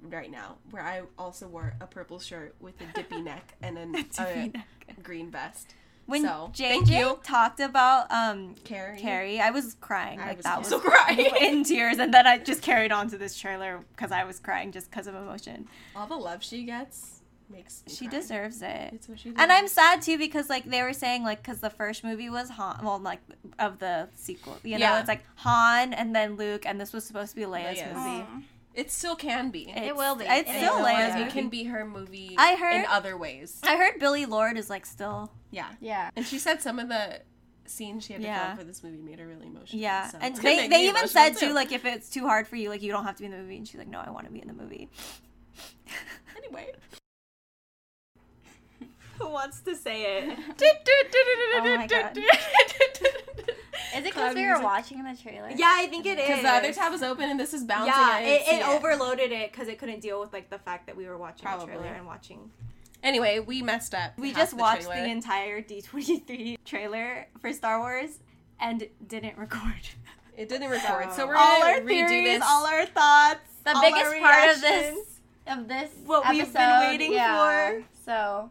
Speaker 3: right now, where I also wore a purple shirt with a dippy neck and an,
Speaker 2: To
Speaker 3: a
Speaker 2: be neck.
Speaker 3: green vest.
Speaker 2: When
Speaker 3: so, thank you.
Speaker 2: JJ talked about um
Speaker 3: Carrie.
Speaker 2: Carrie, I was crying.
Speaker 3: I
Speaker 2: Like
Speaker 3: was
Speaker 2: that was
Speaker 3: also crying.
Speaker 2: in tears and then I just carried on to this trailer because I was crying just because of emotion.
Speaker 3: All the love she gets makes me
Speaker 2: She
Speaker 3: cry.
Speaker 2: deserves it.
Speaker 3: It's what she
Speaker 2: And
Speaker 3: deserves.
Speaker 2: I'm sad too because like they were saying like because the first movie was Han, well like of the sequel, you know,
Speaker 3: Yeah.
Speaker 2: it's like Han and then Luke, and this was supposed to be Leia's
Speaker 3: Leia's.
Speaker 2: movie.
Speaker 3: It still can be.
Speaker 2: It's-
Speaker 1: will be.
Speaker 2: It's
Speaker 1: It
Speaker 2: still
Speaker 1: will
Speaker 2: Leia's
Speaker 1: be.
Speaker 3: It
Speaker 2: movie.
Speaker 3: can be her movie
Speaker 2: I heard-
Speaker 3: in other ways.
Speaker 2: I heard Billy Lord is like still
Speaker 3: Yeah.
Speaker 1: Yeah.
Speaker 3: And she said some of the scenes she had to
Speaker 2: Yeah.
Speaker 3: film for this movie made her really emotional.
Speaker 2: yeah,
Speaker 3: so
Speaker 2: and
Speaker 3: it's
Speaker 2: they,
Speaker 3: gonna make
Speaker 2: they
Speaker 3: me
Speaker 2: even
Speaker 3: emotional,
Speaker 2: said too like if it's too hard for you like you don't have to be in the movie, and she's like no I want to be in the movie.
Speaker 3: anyway.
Speaker 2: Who wants to say it?
Speaker 1: Oh my God. Is it because we were watching the trailer?
Speaker 2: Yeah, I think it is.
Speaker 3: Because the other tab was open and this is bouncing.
Speaker 2: yeah,
Speaker 3: I didn't
Speaker 2: it,
Speaker 3: see
Speaker 2: it overloaded it because it couldn't deal with like the fact that we were watching the
Speaker 3: Probably.
Speaker 2: trailer and watching.
Speaker 3: Anyway, we messed up.
Speaker 2: We
Speaker 3: half
Speaker 2: just watched the,
Speaker 3: trailer.
Speaker 2: entire D twenty three trailer for Star Wars and didn't record.
Speaker 3: It didn't record, so
Speaker 1: So-
Speaker 3: we're
Speaker 2: all
Speaker 3: gonna
Speaker 2: our
Speaker 3: redo
Speaker 2: theories,
Speaker 3: this.
Speaker 2: all our thoughts,
Speaker 1: The
Speaker 2: all
Speaker 1: biggest
Speaker 2: our
Speaker 1: part of
Speaker 2: reactions.
Speaker 1: this of this
Speaker 2: What
Speaker 1: episode,
Speaker 2: we've been waiting
Speaker 1: yeah.
Speaker 2: for.
Speaker 1: So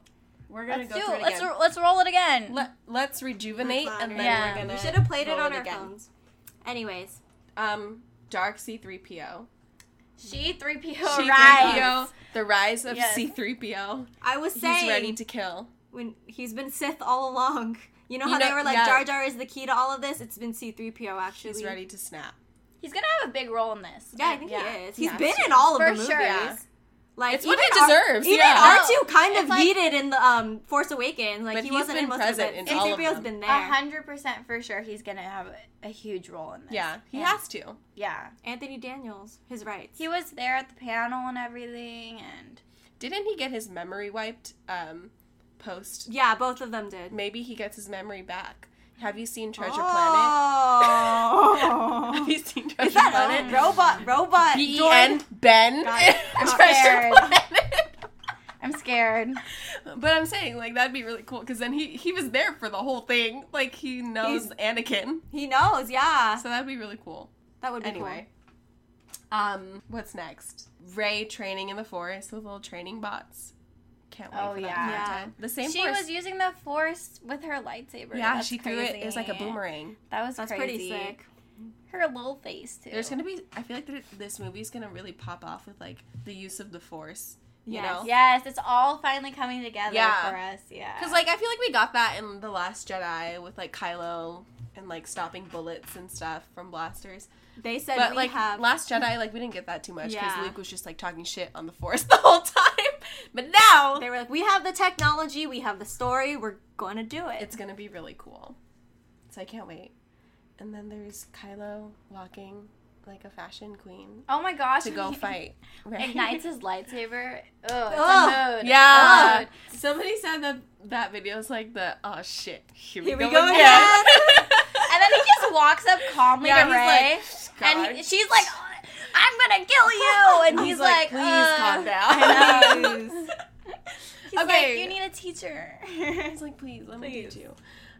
Speaker 3: we're gonna
Speaker 1: let's
Speaker 3: go
Speaker 1: do
Speaker 3: through
Speaker 1: it.
Speaker 3: it
Speaker 1: Let's
Speaker 3: again.
Speaker 1: ro- let's roll it again.
Speaker 3: Let, let's rejuvenate
Speaker 2: Let's
Speaker 3: and then
Speaker 1: Yeah.
Speaker 3: we're gonna.
Speaker 2: We should have played it
Speaker 3: roll
Speaker 2: on our
Speaker 3: again.
Speaker 2: phones. Anyways,
Speaker 3: Um, Dark C three PO.
Speaker 1: she three PO
Speaker 3: C3PO,
Speaker 1: right.
Speaker 3: The rise of
Speaker 1: Yes.
Speaker 3: C3PO.
Speaker 2: I was
Speaker 3: He's
Speaker 2: saying
Speaker 3: ready to kill.
Speaker 2: when he's been Sith all along. You know
Speaker 3: You
Speaker 2: how
Speaker 3: know-
Speaker 2: they were like
Speaker 3: yeah.
Speaker 2: Jar Jar is the key to all of this. It's been C three PO actually.
Speaker 3: He's ready to snap.
Speaker 1: He's gonna have a big role in this.
Speaker 2: Yeah, I think
Speaker 1: Yeah.
Speaker 2: he is. He's
Speaker 3: Yeah.
Speaker 2: been in all of
Speaker 1: For
Speaker 2: the movies.
Speaker 1: sure. Yeah.
Speaker 2: Like
Speaker 3: It's what
Speaker 2: even
Speaker 3: he
Speaker 2: R-
Speaker 3: deserves,
Speaker 2: even
Speaker 3: yeah.
Speaker 2: R two kind of
Speaker 1: It's like-
Speaker 2: needed in the um Force Awakens. Like
Speaker 3: But
Speaker 2: he
Speaker 3: he's
Speaker 2: wasn't
Speaker 3: been
Speaker 2: in most
Speaker 3: present
Speaker 2: of it.
Speaker 3: in
Speaker 2: C
Speaker 3: all of
Speaker 2: three PO's
Speaker 3: them.
Speaker 2: been there.
Speaker 1: A hundred percent for sure. He's gonna have a, a huge role in this.
Speaker 3: Yeah, he
Speaker 1: Yeah.
Speaker 3: has to.
Speaker 1: yeah.
Speaker 2: Anthony Daniels, his rights.
Speaker 1: He was there at the panel and everything, and
Speaker 3: Didn't he get his memory wiped um, post?
Speaker 2: Yeah, both of them did.
Speaker 3: Maybe he gets his memory back. Have you seen Treasure
Speaker 1: Ah.
Speaker 3: Planet?
Speaker 2: Oh.
Speaker 3: Have you seen Treasure
Speaker 2: Is that
Speaker 3: Planet?
Speaker 2: robot? Robot.
Speaker 3: B E
Speaker 2: Jordan?
Speaker 3: N Ben.
Speaker 2: God, I'm
Speaker 3: Treasure
Speaker 1: scared.
Speaker 3: Planet.
Speaker 1: I'm scared.
Speaker 3: But I'm saying like that'd be really cool because then he he was there for the whole thing. Like he knows
Speaker 2: He's-
Speaker 3: Anakin,
Speaker 2: He knows. Yeah,
Speaker 3: so that'd be really cool.
Speaker 2: that would be
Speaker 3: Anyway, um, what's next? Ray training in the forest with little training bots. Can't wait
Speaker 1: Oh,
Speaker 3: for
Speaker 1: yeah.
Speaker 3: that.
Speaker 2: Yeah.
Speaker 3: Yeah. The same
Speaker 1: she
Speaker 3: force.
Speaker 1: was using the force with her lightsaber.
Speaker 3: yeah,
Speaker 1: That's
Speaker 3: she threw it. It was like a
Speaker 1: crazy.
Speaker 3: boomerang.
Speaker 1: That was
Speaker 2: cool. That's
Speaker 1: crazy.
Speaker 2: pretty sick.
Speaker 1: Her little face too.
Speaker 3: There's gonna be. I feel like there, this movie's gonna really pop off with like the use of the force. You
Speaker 2: Yes.
Speaker 3: know.
Speaker 1: yes, it's all finally coming together
Speaker 3: Yeah.
Speaker 1: for us. Yeah,
Speaker 3: Because like I feel like we got that in the Last Jedi with like Kylo and like stopping bullets and stuff from blasters.
Speaker 2: They said
Speaker 3: but
Speaker 2: we
Speaker 3: like
Speaker 2: have.
Speaker 3: Last Jedi, like we didn't get that too much because
Speaker 2: Yeah.
Speaker 3: Luke was just like talking shit on the Force the whole time. But now
Speaker 2: they were like, we have the technology, we have the story, we're gonna do it.
Speaker 3: it's gonna be really cool. So I can't wait. And then there's Kylo walking like a fashion queen
Speaker 1: oh my gosh,
Speaker 3: to go
Speaker 1: he
Speaker 3: fight. Right?
Speaker 1: Ignites his lightsaber. Oh, it's
Speaker 2: Ugh.
Speaker 1: a mood.
Speaker 3: Yeah.
Speaker 1: Ugh.
Speaker 3: Somebody said that that video is like the oh shit. Here we,
Speaker 2: Here we
Speaker 3: go,
Speaker 2: go
Speaker 3: again.
Speaker 2: again.
Speaker 1: And then he just walks up calmly
Speaker 3: Yeah,
Speaker 1: to
Speaker 3: he's
Speaker 1: Ray,
Speaker 3: like,
Speaker 1: and he,
Speaker 3: "God."
Speaker 1: she's like, "I'm gonna kill you," and he's, like,
Speaker 3: please
Speaker 1: "Uh,"
Speaker 3: calm down.
Speaker 1: I know.
Speaker 2: Please.
Speaker 1: He's
Speaker 3: Okay.
Speaker 1: like, "You need a teacher."
Speaker 3: He's like, please, let me
Speaker 2: Please.
Speaker 3: teach you.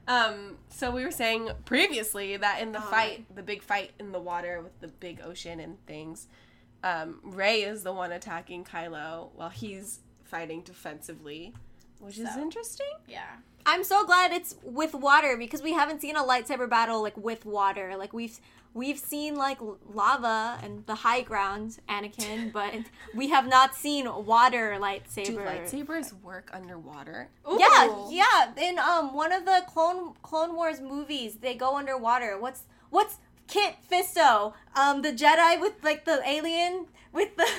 Speaker 3: Um, so we were saying previously that in the
Speaker 2: God.
Speaker 3: fight, the big fight in the water with the big ocean and things, um, Ray is the one attacking Kylo while he's fighting defensively, which is
Speaker 1: So.
Speaker 3: interesting.
Speaker 1: yeah.
Speaker 2: I'm so glad it's with water because we haven't seen a lightsaber battle like with water. Like we've we've seen like l- lava and the high ground, Anakin, but we have not seen water lightsaber.
Speaker 3: Do lightsabers work underwater?
Speaker 2: Yeah, yeah. In um one of the Clone Clone Wars movies, they go underwater. What's what's Kit Fisto? Um, the Jedi with like the alien with the.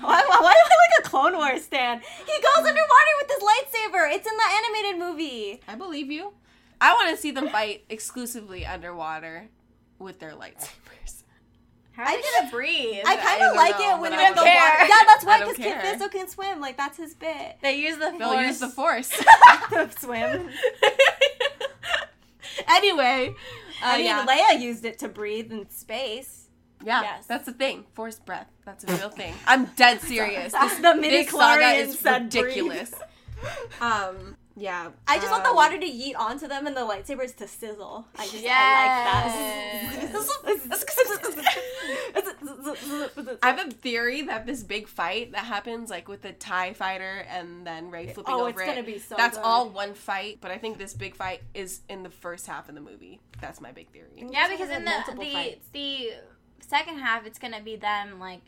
Speaker 2: Why, why, why do I like a Clone Wars stand? He goes underwater with his lightsaber. It's in the animated movie.
Speaker 3: I believe you. I want to see them fight exclusively underwater with their lightsabers.
Speaker 1: How
Speaker 2: I
Speaker 1: I did it breathe?
Speaker 2: I
Speaker 3: I
Speaker 2: kind
Speaker 3: don't
Speaker 2: of like
Speaker 3: know,
Speaker 2: it when
Speaker 3: but
Speaker 2: they're
Speaker 1: I
Speaker 2: in the
Speaker 1: don't
Speaker 2: water.
Speaker 1: care.
Speaker 2: Yeah, that's
Speaker 3: I
Speaker 2: why
Speaker 3: don't
Speaker 2: because Kit
Speaker 3: care.
Speaker 2: Fisto can swim. Like that's his bit.
Speaker 1: they use the
Speaker 3: They'll
Speaker 1: force.
Speaker 3: use the force.
Speaker 2: swim.
Speaker 3: anyway, uh,
Speaker 2: I mean,
Speaker 3: yeah.
Speaker 2: Leia used it to breathe in space.
Speaker 3: Yeah,
Speaker 1: Yes.
Speaker 3: that's the thing. Forced breath. That's a real thing. I'm dead serious.
Speaker 2: That's
Speaker 3: This
Speaker 2: the
Speaker 3: big
Speaker 2: midi
Speaker 3: saga is
Speaker 2: said breathe.
Speaker 3: ridiculous. Um, yeah.
Speaker 2: I just want the
Speaker 3: um,
Speaker 2: water to yeet onto them and the lightsabers to sizzle. I just I like that.
Speaker 3: I have a theory that this big fight that happens, like with the Tie Fighter and then Ray flipping
Speaker 2: Oh,
Speaker 3: over
Speaker 2: it's
Speaker 3: it,
Speaker 2: gonna be so
Speaker 3: That's
Speaker 2: good.
Speaker 3: all one fight, but I think this big fight is in the first half of the movie. That's my big theory.
Speaker 1: Yeah, because in the
Speaker 2: Multiple
Speaker 1: the,
Speaker 2: fights.
Speaker 1: the second half, it's gonna be them like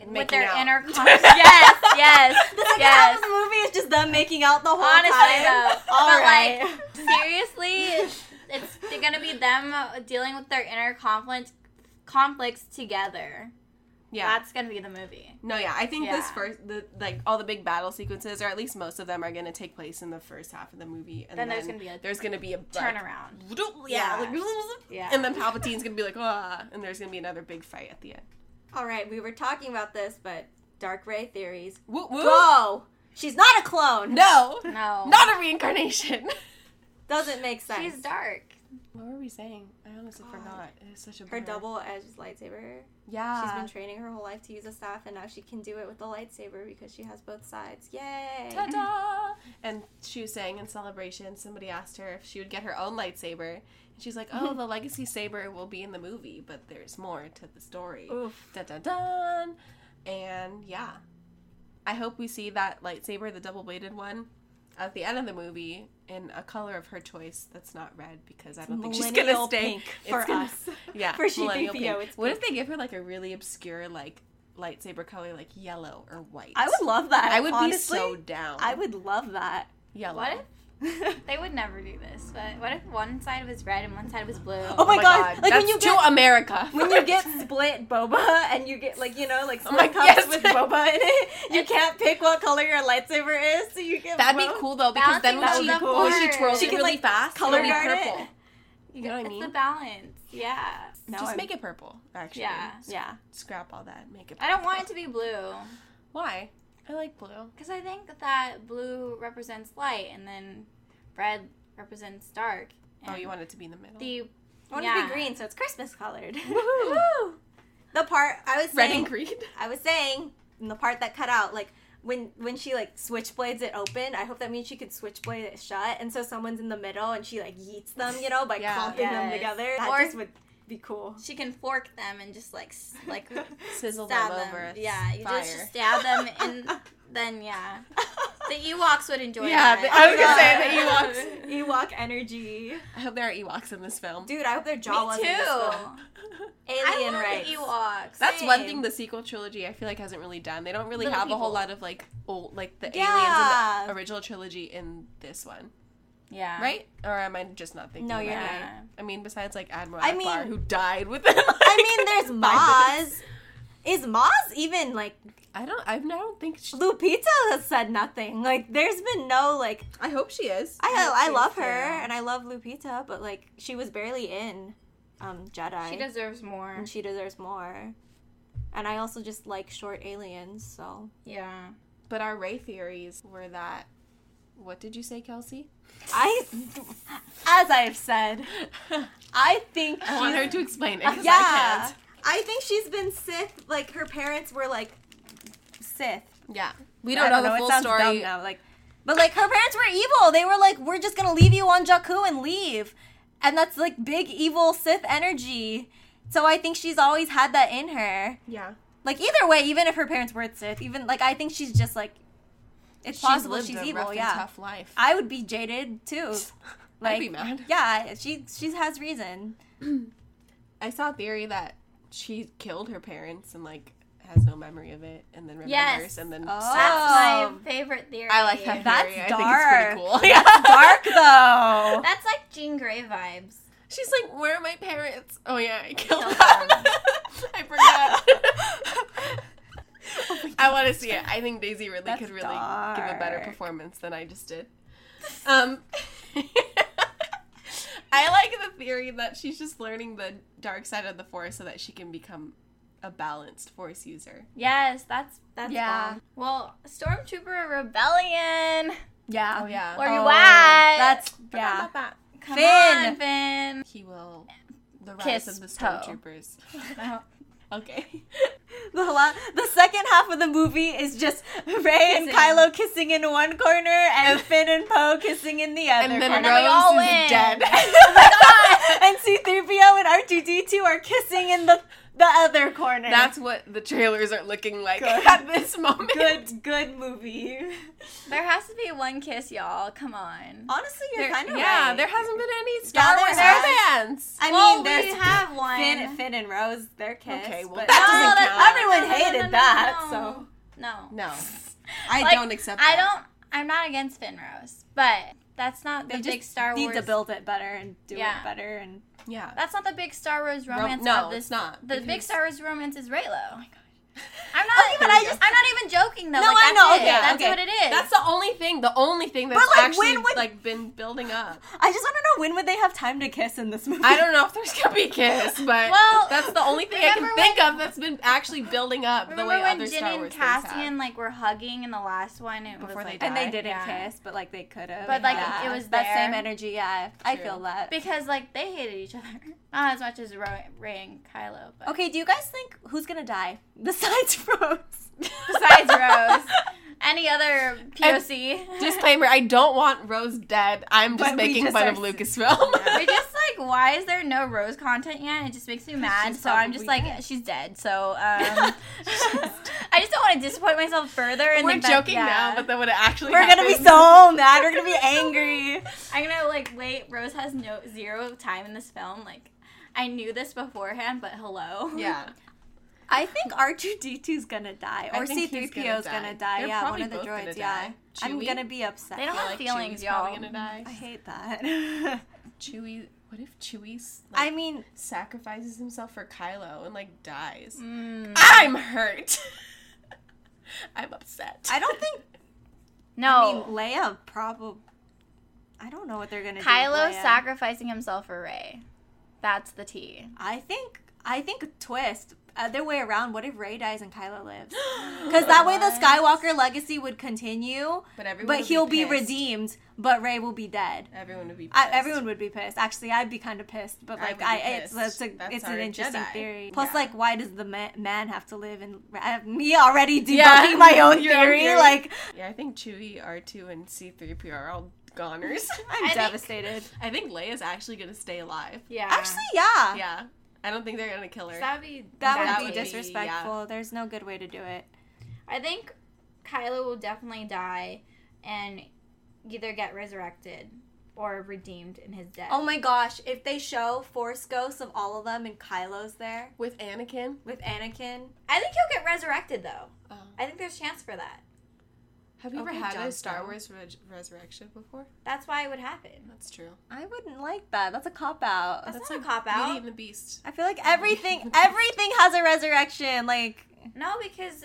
Speaker 3: Making
Speaker 1: with their
Speaker 3: out.
Speaker 1: inner con- yes, yes,
Speaker 2: The second
Speaker 1: yes.
Speaker 2: half of the movie is just them making out the whole
Speaker 1: Honestly,
Speaker 2: time.
Speaker 1: though,
Speaker 2: All
Speaker 1: but,
Speaker 2: right.
Speaker 1: like, Seriously, it's they're gonna be them uh, dealing with their inner conflict conflicts together.
Speaker 3: Yeah.
Speaker 1: That's gonna be the movie.
Speaker 3: No, yeah, I think this
Speaker 1: Yeah.
Speaker 3: first, the like all the big battle sequences, or at least most of them, are going to take place in the first half of the movie, and
Speaker 1: Then there's gonna be a
Speaker 3: there's going to be a
Speaker 1: Turn
Speaker 3: like,
Speaker 1: around.
Speaker 2: Yeah.
Speaker 3: yeah, like,
Speaker 1: Yeah.
Speaker 3: and then Palpatine's gonna be like, ah, and there's gonna be another big fight at the end.
Speaker 2: All right, we were talking about this, but dark ray theories.
Speaker 3: Woo, woo.
Speaker 2: Whoa, she's not a clone.
Speaker 3: No,
Speaker 1: No,
Speaker 3: not a reincarnation.
Speaker 2: Doesn't make sense.
Speaker 1: she's dark.
Speaker 3: what were we saying? I honestly forgot. It was such a
Speaker 2: Her
Speaker 3: blur.
Speaker 2: double-edged lightsaber.
Speaker 3: Yeah,
Speaker 2: She's been training her whole life to use a staff, and now she can do it with the lightsaber because she has both sides. Yay!
Speaker 3: Ta-da!
Speaker 2: Mm-hmm.
Speaker 3: And she was saying in celebration, somebody asked her if she would get her own lightsaber. And she's like, Oh, the legacy saber will be in the movie, but there's more to the story.
Speaker 2: Oof.
Speaker 3: Dun dun dun. And yeah. I hope we see that lightsaber, the double bladed one, at the end of the movie in a color of her choice that's not red because I don't think she's gonna
Speaker 2: Millennial
Speaker 3: stay
Speaker 2: pink for
Speaker 3: it's gonna-
Speaker 2: us.
Speaker 3: Yeah.
Speaker 2: For sheepy
Speaker 3: millennial
Speaker 2: Theo,
Speaker 3: pink.
Speaker 2: it's
Speaker 3: What if they give her like a really obscure like lightsaber color like yellow or white?
Speaker 2: I would love that.
Speaker 3: I would
Speaker 2: honestly.
Speaker 3: be so down.
Speaker 2: I would love that.
Speaker 3: yellow.
Speaker 1: What if they would never do this? But what if one side was red and one side was blue?
Speaker 2: Oh my, god. Like
Speaker 3: That's
Speaker 2: when you
Speaker 3: to
Speaker 2: get
Speaker 3: America.
Speaker 2: when you get split boba and you get like you know like
Speaker 3: Oh my-
Speaker 2: split cups
Speaker 3: yes.
Speaker 2: with boba in it, you can't pick what color your lightsaber is, so you get
Speaker 3: that'd be
Speaker 2: both.
Speaker 3: cool though because then when
Speaker 1: Bouncing
Speaker 3: she,
Speaker 1: off the
Speaker 3: when she
Speaker 1: board.
Speaker 3: twirls
Speaker 1: She
Speaker 3: it
Speaker 2: can,
Speaker 3: really
Speaker 2: like,
Speaker 3: fast,
Speaker 2: color
Speaker 3: it'll be
Speaker 2: guard it.
Speaker 3: purple. You know what I
Speaker 1: It's
Speaker 3: mean?
Speaker 1: the balance. Yeah.
Speaker 2: No,
Speaker 3: Just
Speaker 2: I'm-
Speaker 3: make it purple. Actually,
Speaker 1: Yeah.
Speaker 3: S-
Speaker 2: Yeah.
Speaker 3: Scrap all that. Make it.
Speaker 1: I don't want it to be blue.
Speaker 3: Why? Oh, I like blue.
Speaker 1: Because I think that blue represents light, and then red represents dark.
Speaker 3: Oh,
Speaker 1: and
Speaker 3: you want it to be in the middle.
Speaker 1: the
Speaker 2: I want to
Speaker 1: Yeah.
Speaker 2: be green, so it's Christmas colored.
Speaker 3: Woohoo.
Speaker 2: Woo! The part I was
Speaker 3: Red
Speaker 2: saying,
Speaker 3: and green.
Speaker 2: I was saying, and the part that cut out, like when when she like switchblades it open, I hope that means she could switchblade it shut, and so someone's in the middle and she like yeets them, you know, by
Speaker 3: Yeah.
Speaker 2: clamping them
Speaker 1: Yes.
Speaker 2: together. That
Speaker 1: Or-
Speaker 2: just would be cool.
Speaker 1: she can fork them and just like s- like
Speaker 3: Sizzle
Speaker 1: stab
Speaker 3: them
Speaker 1: them.
Speaker 3: over.
Speaker 1: Yeah, you
Speaker 3: fire.
Speaker 1: just, just stab them, and then yeah, the Ewoks would enjoy.
Speaker 3: Yeah,
Speaker 1: that.
Speaker 3: the- I
Speaker 2: gonna
Speaker 3: was say the Ewoks.
Speaker 2: Ewok energy,
Speaker 3: I hope there are Ewoks in this film.
Speaker 2: dude. I hope their jaw
Speaker 1: Me
Speaker 2: wasn't this full.
Speaker 1: too. I
Speaker 2: Alien
Speaker 1: love
Speaker 2: rights.
Speaker 1: the Ewoks.
Speaker 3: That's one
Speaker 2: Same.
Speaker 3: thing the sequel trilogy I feel like hasn't really done. They don't really
Speaker 1: Little
Speaker 3: have a
Speaker 1: people.
Speaker 3: whole lot of like old like the aliens in
Speaker 2: Yeah.
Speaker 3: the original trilogy in this one,
Speaker 1: yeah. Oh,
Speaker 3: right? Or am I just not thinking?
Speaker 2: No,
Speaker 3: about
Speaker 2: you're
Speaker 3: it?
Speaker 1: Yeah.
Speaker 3: I mean, besides like Admiral
Speaker 2: I
Speaker 3: Akbar,
Speaker 2: mean-
Speaker 3: who died within. Like,
Speaker 2: I mean, there's
Speaker 3: five minutes.
Speaker 2: Maz. Is Maz even like
Speaker 3: I don't. I don't think. She,
Speaker 2: Lupita has said nothing. Like, there's been no like.
Speaker 3: I hope she is.
Speaker 2: I I love her
Speaker 1: Yeah.
Speaker 2: and I love Lupita, but like she was barely in um Jedi,
Speaker 1: She deserves more.
Speaker 2: and she deserves more. And I also just like short aliens, so
Speaker 1: Yeah.
Speaker 3: But our Ray theories were that. What did you say, Kelsey?
Speaker 2: I, as I have said, I think
Speaker 3: I want her
Speaker 2: she's-
Speaker 3: to explain it. 'cause
Speaker 2: yeah,
Speaker 3: I
Speaker 2: I think she's been Sith. Like her parents were like Sith.
Speaker 3: can't. Yeah. We
Speaker 2: I
Speaker 3: don't know the full
Speaker 2: it sounds dumb
Speaker 3: story.
Speaker 2: now, like, but like her parents were evil. They were like, "We're just gonna leave you on Jakku and leave," and that's like big evil Sith energy. So I think she's always had that in her.
Speaker 3: Yeah.
Speaker 2: Like either way, even if her parents weren't Sith, even like I think she's just like, it's possible she's evil. yeah,
Speaker 3: tough life.
Speaker 2: I would be jaded too. Like,
Speaker 3: I'd be mad.
Speaker 2: Yeah, she she has reason.
Speaker 3: I saw a theory that she killed her parents and like has no memory of it, and then remembers,
Speaker 1: Yes.
Speaker 3: and then.
Speaker 2: Oh.
Speaker 1: That's
Speaker 2: Um,
Speaker 1: my favorite theory.
Speaker 3: I like that
Speaker 2: That's
Speaker 3: theory.
Speaker 2: dark.
Speaker 3: I think it's pretty cool. Yeah. Oh
Speaker 2: Dark though.
Speaker 1: That's like Jean Grey vibes.
Speaker 3: She's like, "Where are my parents? Oh yeah, I killed them.
Speaker 1: Killed
Speaker 3: I forgot." I want to see it. I think Daisy really
Speaker 2: That's
Speaker 3: could really give a better
Speaker 2: dark.
Speaker 3: performance than I just did. Um, I like the theory that she's just learning the dark side of the force so that she can become a balanced force user.
Speaker 1: Yes, that's that's
Speaker 3: Yeah.
Speaker 1: bomb. Well, Stormtrooper Rebellion.
Speaker 2: yeah.
Speaker 3: Oh yeah.
Speaker 1: Where you
Speaker 2: Oh,
Speaker 1: at?
Speaker 2: That's yeah.
Speaker 1: Come
Speaker 2: Finn.
Speaker 1: on, Finn.
Speaker 3: He will. The rise
Speaker 1: Kiss
Speaker 3: of the
Speaker 1: Poe.
Speaker 3: stormtroopers. okay.
Speaker 2: The, la- the second half of the movie is just Ray and
Speaker 1: Kissing.
Speaker 2: Kylo kissing in one corner and Finn and Poe kissing in the other.
Speaker 3: And then
Speaker 1: And
Speaker 2: corner.
Speaker 1: then we
Speaker 3: Rose
Speaker 1: all
Speaker 3: is
Speaker 1: win.
Speaker 3: dead.
Speaker 2: Oh and C3PO and R2D2 are kissing in the the other corner.
Speaker 3: That's what the trailers are looking like
Speaker 2: Good.
Speaker 3: at this moment.
Speaker 2: good good movie.
Speaker 1: There has to be one kiss, y'all. Come on.
Speaker 2: Honestly, you're
Speaker 3: There-
Speaker 2: kind of
Speaker 3: yeah,
Speaker 2: right.
Speaker 3: there hasn't been any
Speaker 2: there
Speaker 3: Star Wars
Speaker 2: has.
Speaker 3: fans.
Speaker 2: I
Speaker 1: well,
Speaker 2: mean, there's
Speaker 1: we have one.
Speaker 2: Finn, Finn and Rose, their kiss.
Speaker 3: Okay, well,
Speaker 2: but-
Speaker 3: that
Speaker 2: No, Everyone
Speaker 3: doesn't count.
Speaker 1: no, no, no,
Speaker 2: hated
Speaker 1: no,
Speaker 2: that,
Speaker 1: no.
Speaker 2: so
Speaker 1: No.
Speaker 3: No, I
Speaker 1: Like,
Speaker 3: don't accept.
Speaker 1: I
Speaker 3: that.
Speaker 1: don't. I'm not against Finn Rose, but that's not the big Star Wars.
Speaker 2: need to build it better and do
Speaker 1: Yeah.
Speaker 2: it better and
Speaker 3: Yeah.
Speaker 1: That's not the big Star Wars
Speaker 3: Ro-
Speaker 1: romance.
Speaker 3: no,
Speaker 1: of this.
Speaker 3: it's not,
Speaker 1: The big
Speaker 3: because-
Speaker 1: Star Wars romance is Raylo.
Speaker 3: I'm
Speaker 1: I'm not.
Speaker 2: Okay,
Speaker 1: but
Speaker 2: but
Speaker 1: I
Speaker 2: I
Speaker 1: just. I'm not even joking though.
Speaker 2: No,
Speaker 1: like,
Speaker 2: I
Speaker 1: that's
Speaker 2: know,
Speaker 1: It.
Speaker 2: okay,
Speaker 1: that's
Speaker 2: okay.
Speaker 1: what it is.
Speaker 3: That's the only thing. The only thing that's
Speaker 2: like,
Speaker 3: actually
Speaker 2: when would-
Speaker 3: like been building up.
Speaker 2: I just want to know when would they have time to kiss in this movie?
Speaker 3: I don't know if there's gonna be kiss, but
Speaker 1: Well,
Speaker 3: that's the only thing I
Speaker 1: remember
Speaker 3: can think of that's been actually building up the
Speaker 1: Remember
Speaker 3: way
Speaker 1: when
Speaker 3: other
Speaker 1: Jin
Speaker 3: Star
Speaker 1: and
Speaker 3: Wars things have.
Speaker 1: Cassian like were hugging in the last one? It
Speaker 3: Before
Speaker 1: was
Speaker 3: they
Speaker 1: like,
Speaker 3: died.
Speaker 2: and they didn't
Speaker 1: yeah.
Speaker 2: kiss, but like they could have.
Speaker 1: But, like,
Speaker 2: Yeah.
Speaker 1: it was
Speaker 2: that
Speaker 1: there.
Speaker 2: same energy. Yeah, I
Speaker 3: True.
Speaker 2: feel that.
Speaker 1: because like they hated each other not as much as Ro- Ray and Kylo. But.
Speaker 2: okay, do you guys think who's gonna die besides Rose?
Speaker 1: Besides Rose, any other POC?
Speaker 3: Disclaimer: I don't want Rose dead. I'm just
Speaker 2: But we
Speaker 3: making
Speaker 2: just
Speaker 3: fun
Speaker 2: are
Speaker 3: of Lucasfilm.
Speaker 1: we just like why is there no Rose content yet? It just makes me mad.
Speaker 2: she's
Speaker 1: So I'm just like
Speaker 2: probably
Speaker 1: she's dead. So um, I just don't want to disappoint myself further. And
Speaker 3: We're
Speaker 1: think that-
Speaker 3: joking
Speaker 1: yeah.
Speaker 3: now, but then when it actually
Speaker 2: We're gonna be
Speaker 3: happens-
Speaker 2: so mad. We're gonna be angry.
Speaker 1: I'm gonna like wait. Rose has no zero time in this film. Like I knew this beforehand, but hello.
Speaker 3: yeah.
Speaker 2: I think R two D 2s gonna die,
Speaker 3: I
Speaker 2: or
Speaker 3: think
Speaker 2: C
Speaker 3: he's
Speaker 2: three PO's
Speaker 3: gonna
Speaker 2: gonna die.
Speaker 3: die. They're
Speaker 2: yeah, one
Speaker 3: probably
Speaker 2: of the
Speaker 3: both gonna
Speaker 2: droids. Yeah,
Speaker 3: die.
Speaker 2: I'm
Speaker 3: Chewy?
Speaker 2: gonna be upset.
Speaker 1: They don't have feelings,
Speaker 3: Chewie's
Speaker 1: y'all.
Speaker 3: Probably gonna die.
Speaker 2: I hate that.
Speaker 3: Chewie. What if Chewie?
Speaker 2: I mean,
Speaker 3: sacrifices himself for Kylo and like dies.
Speaker 1: Mm.
Speaker 3: I'm hurt. I'm upset.
Speaker 2: I don't think. I mean,
Speaker 1: No,
Speaker 2: Leia probably. I don't know what they're gonna do.
Speaker 1: Kylo
Speaker 2: with Leia.
Speaker 1: sacrificing himself for Ray. That's the T.
Speaker 2: I think I think a twist. other way around, what if Ray dies and Kylo lives? Because that way the Skywalker legacy would continue,
Speaker 3: But everyone.
Speaker 2: but
Speaker 3: would
Speaker 2: he'll be,
Speaker 3: pissed.
Speaker 2: redeemed, but Ray will be dead.
Speaker 3: Everyone would be.
Speaker 2: I,
Speaker 3: pissed.
Speaker 2: everyone would be pissed. Actually, I'd be kind of pissed, but
Speaker 3: I would
Speaker 2: like
Speaker 3: be
Speaker 2: I, it's
Speaker 3: pissed.
Speaker 2: it's, a,
Speaker 3: That's
Speaker 2: it's
Speaker 3: our
Speaker 2: an interesting
Speaker 3: Jedi.
Speaker 2: theory. Plus,
Speaker 3: Yeah.
Speaker 2: like, why does the man, man have to live? And me already debunking
Speaker 3: Yeah.
Speaker 2: my own
Speaker 3: Your own
Speaker 2: theory.
Speaker 3: theory.
Speaker 2: Like,
Speaker 3: Yeah, I think Chewie, R two, and C three PO are all goners.
Speaker 2: I'm
Speaker 1: I think-
Speaker 2: devastated.
Speaker 3: I think Leia's actually gonna stay alive.
Speaker 1: Yeah.
Speaker 2: Actually, yeah,
Speaker 3: Yeah, I don't think they're gonna kill her.
Speaker 1: that would be
Speaker 2: that,
Speaker 3: That
Speaker 2: would
Speaker 3: would
Speaker 2: be
Speaker 3: be-
Speaker 2: disrespectful. There's no good way to do it.
Speaker 1: I think Kylo will definitely die and either get resurrected or redeemed in his death.
Speaker 2: Oh my gosh! If they show Force ghosts of all of them and Kylo's there
Speaker 3: With Anakin,
Speaker 2: with Anakin,
Speaker 1: I think he'll get resurrected though.
Speaker 3: oh.
Speaker 1: I think there's chance for that.
Speaker 3: have you
Speaker 2: Okay,
Speaker 3: ever had
Speaker 2: Jon
Speaker 3: a Star
Speaker 2: Snow.
Speaker 3: Wars res- resurrection before?
Speaker 1: That's why it would happen.
Speaker 3: That's true.
Speaker 2: I wouldn't like that. That's a cop out.
Speaker 1: That's not a cop out.
Speaker 3: Beauty and the Beast.
Speaker 2: I feel like everything everything has a resurrection. Like
Speaker 1: No, because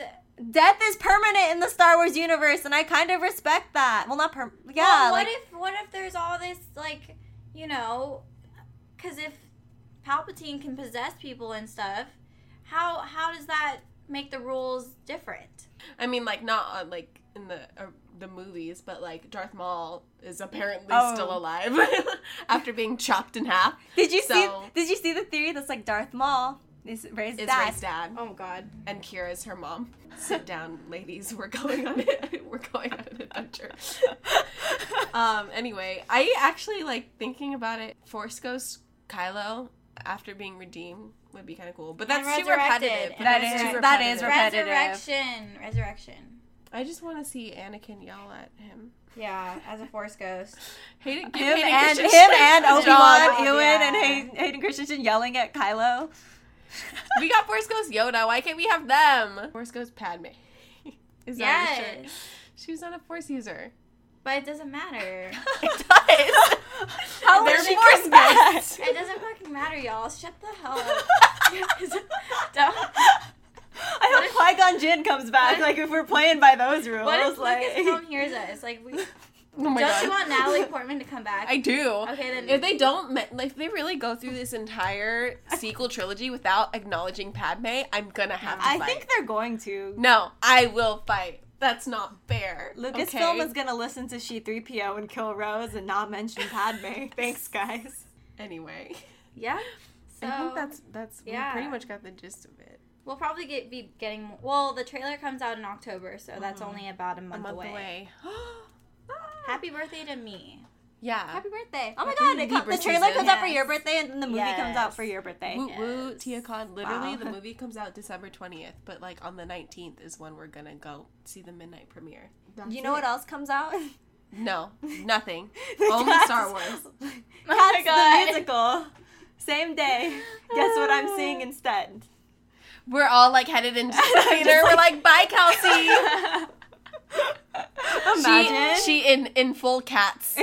Speaker 2: death is permanent in the Star Wars universe, and I kind of respect that. Well, not per. Yeah,
Speaker 1: well, what
Speaker 2: like
Speaker 1: if what if there's all this like you know, because if Palpatine can possess people and stuff, how how does that make the rules different?
Speaker 3: I mean, like not on like in the uh, the movies, but like Darth Maul is apparently
Speaker 2: Oh.
Speaker 3: still alive after being chopped in half.
Speaker 2: did you
Speaker 3: so-
Speaker 2: see? Did you see the theory that's like Darth Maul is raised
Speaker 3: Is
Speaker 2: dad?
Speaker 3: Ray's dad
Speaker 1: Oh God.
Speaker 3: and Kira's her mom. Sit down, ladies. We're going on it. We're going on an adventure. um. Anyway, I actually like thinking about it. Force Ghost Kylo after being redeemed would be kind of cool, but that's
Speaker 1: And
Speaker 3: too
Speaker 1: resurrected.
Speaker 3: repetitive.
Speaker 1: And
Speaker 2: That
Speaker 1: It's
Speaker 2: is
Speaker 1: too
Speaker 2: that is repetitive.
Speaker 3: repetitive.
Speaker 1: Resurrection, resurrection.
Speaker 3: I just want to see Anakin yell at him.
Speaker 1: Yeah, as a force ghost.
Speaker 3: Hate it,
Speaker 2: Him
Speaker 3: Hayden
Speaker 2: and him
Speaker 3: Christensen
Speaker 2: and
Speaker 3: a
Speaker 2: Obi
Speaker 3: job.
Speaker 2: Wan, Ewan,
Speaker 1: yeah.
Speaker 2: and Hay- Hayden Christensen yelling at Kylo.
Speaker 3: We got Force Ghost Yoda. Why can't we have them? Force Ghost Padme. Is that
Speaker 1: Yes,
Speaker 3: her shirt? She was not a Force user.
Speaker 1: but it doesn't matter.
Speaker 3: It does.
Speaker 2: How
Speaker 3: They're
Speaker 2: is she
Speaker 3: Force
Speaker 2: respect?
Speaker 3: Ghosts.
Speaker 1: it doesn't fucking matter, y'all. Shut the hell up. Don't-
Speaker 2: I hope Qui Gon Jinn comes back. Like if we're playing by those rules,
Speaker 1: What if
Speaker 2: like
Speaker 1: Lucasfilm hears us? Like, we, don't
Speaker 3: Oh my God.
Speaker 1: you want Natalie Portman to come back?
Speaker 3: I do.
Speaker 1: okay, then.
Speaker 3: If they don't, me- like, if they really go through this entire sequel trilogy without acknowledging Padme, I'm gonna have to
Speaker 2: I
Speaker 3: fight.
Speaker 2: think they're going to.
Speaker 3: no, I will fight. That's not fair.
Speaker 2: Lucasfilm
Speaker 3: okay?
Speaker 2: is gonna listen to She Three PO and kill Rose and not mention Padme. Thanks, guys.
Speaker 3: anyway.
Speaker 1: yeah. So
Speaker 3: I think that's that's
Speaker 1: yeah.
Speaker 3: we pretty much got the gist of it.
Speaker 1: we'll probably get be getting. Well, the trailer comes out in October, so that's only about a month,
Speaker 3: Uh-huh. A month
Speaker 1: away.
Speaker 3: away.
Speaker 1: Happy birthday to me!
Speaker 3: yeah.
Speaker 1: Happy birthday!
Speaker 2: Oh my
Speaker 3: Happy
Speaker 2: god! It co-
Speaker 3: Libra
Speaker 2: the trailer
Speaker 3: season.
Speaker 2: comes out for your birthday, and then the movie comes out
Speaker 1: Yes.
Speaker 2: for your birthday.
Speaker 3: Woo woo,
Speaker 1: Yes.
Speaker 3: Tia Khan. Literally,
Speaker 2: Wow.
Speaker 3: the movie comes out December 20th, but like on the 19th is when we're gonna go see the midnight premiere.
Speaker 2: You know what else comes out?
Speaker 3: No, nothing.
Speaker 2: The
Speaker 3: Only
Speaker 2: Cats-
Speaker 3: Star Wars.
Speaker 1: Oh
Speaker 2: Cats the musical. Same day. Guess what I'm seeing instead?
Speaker 3: We're all like headed into the theater. We're like, bye, Kelsey.
Speaker 2: Imagine.
Speaker 3: She, she in in full cats.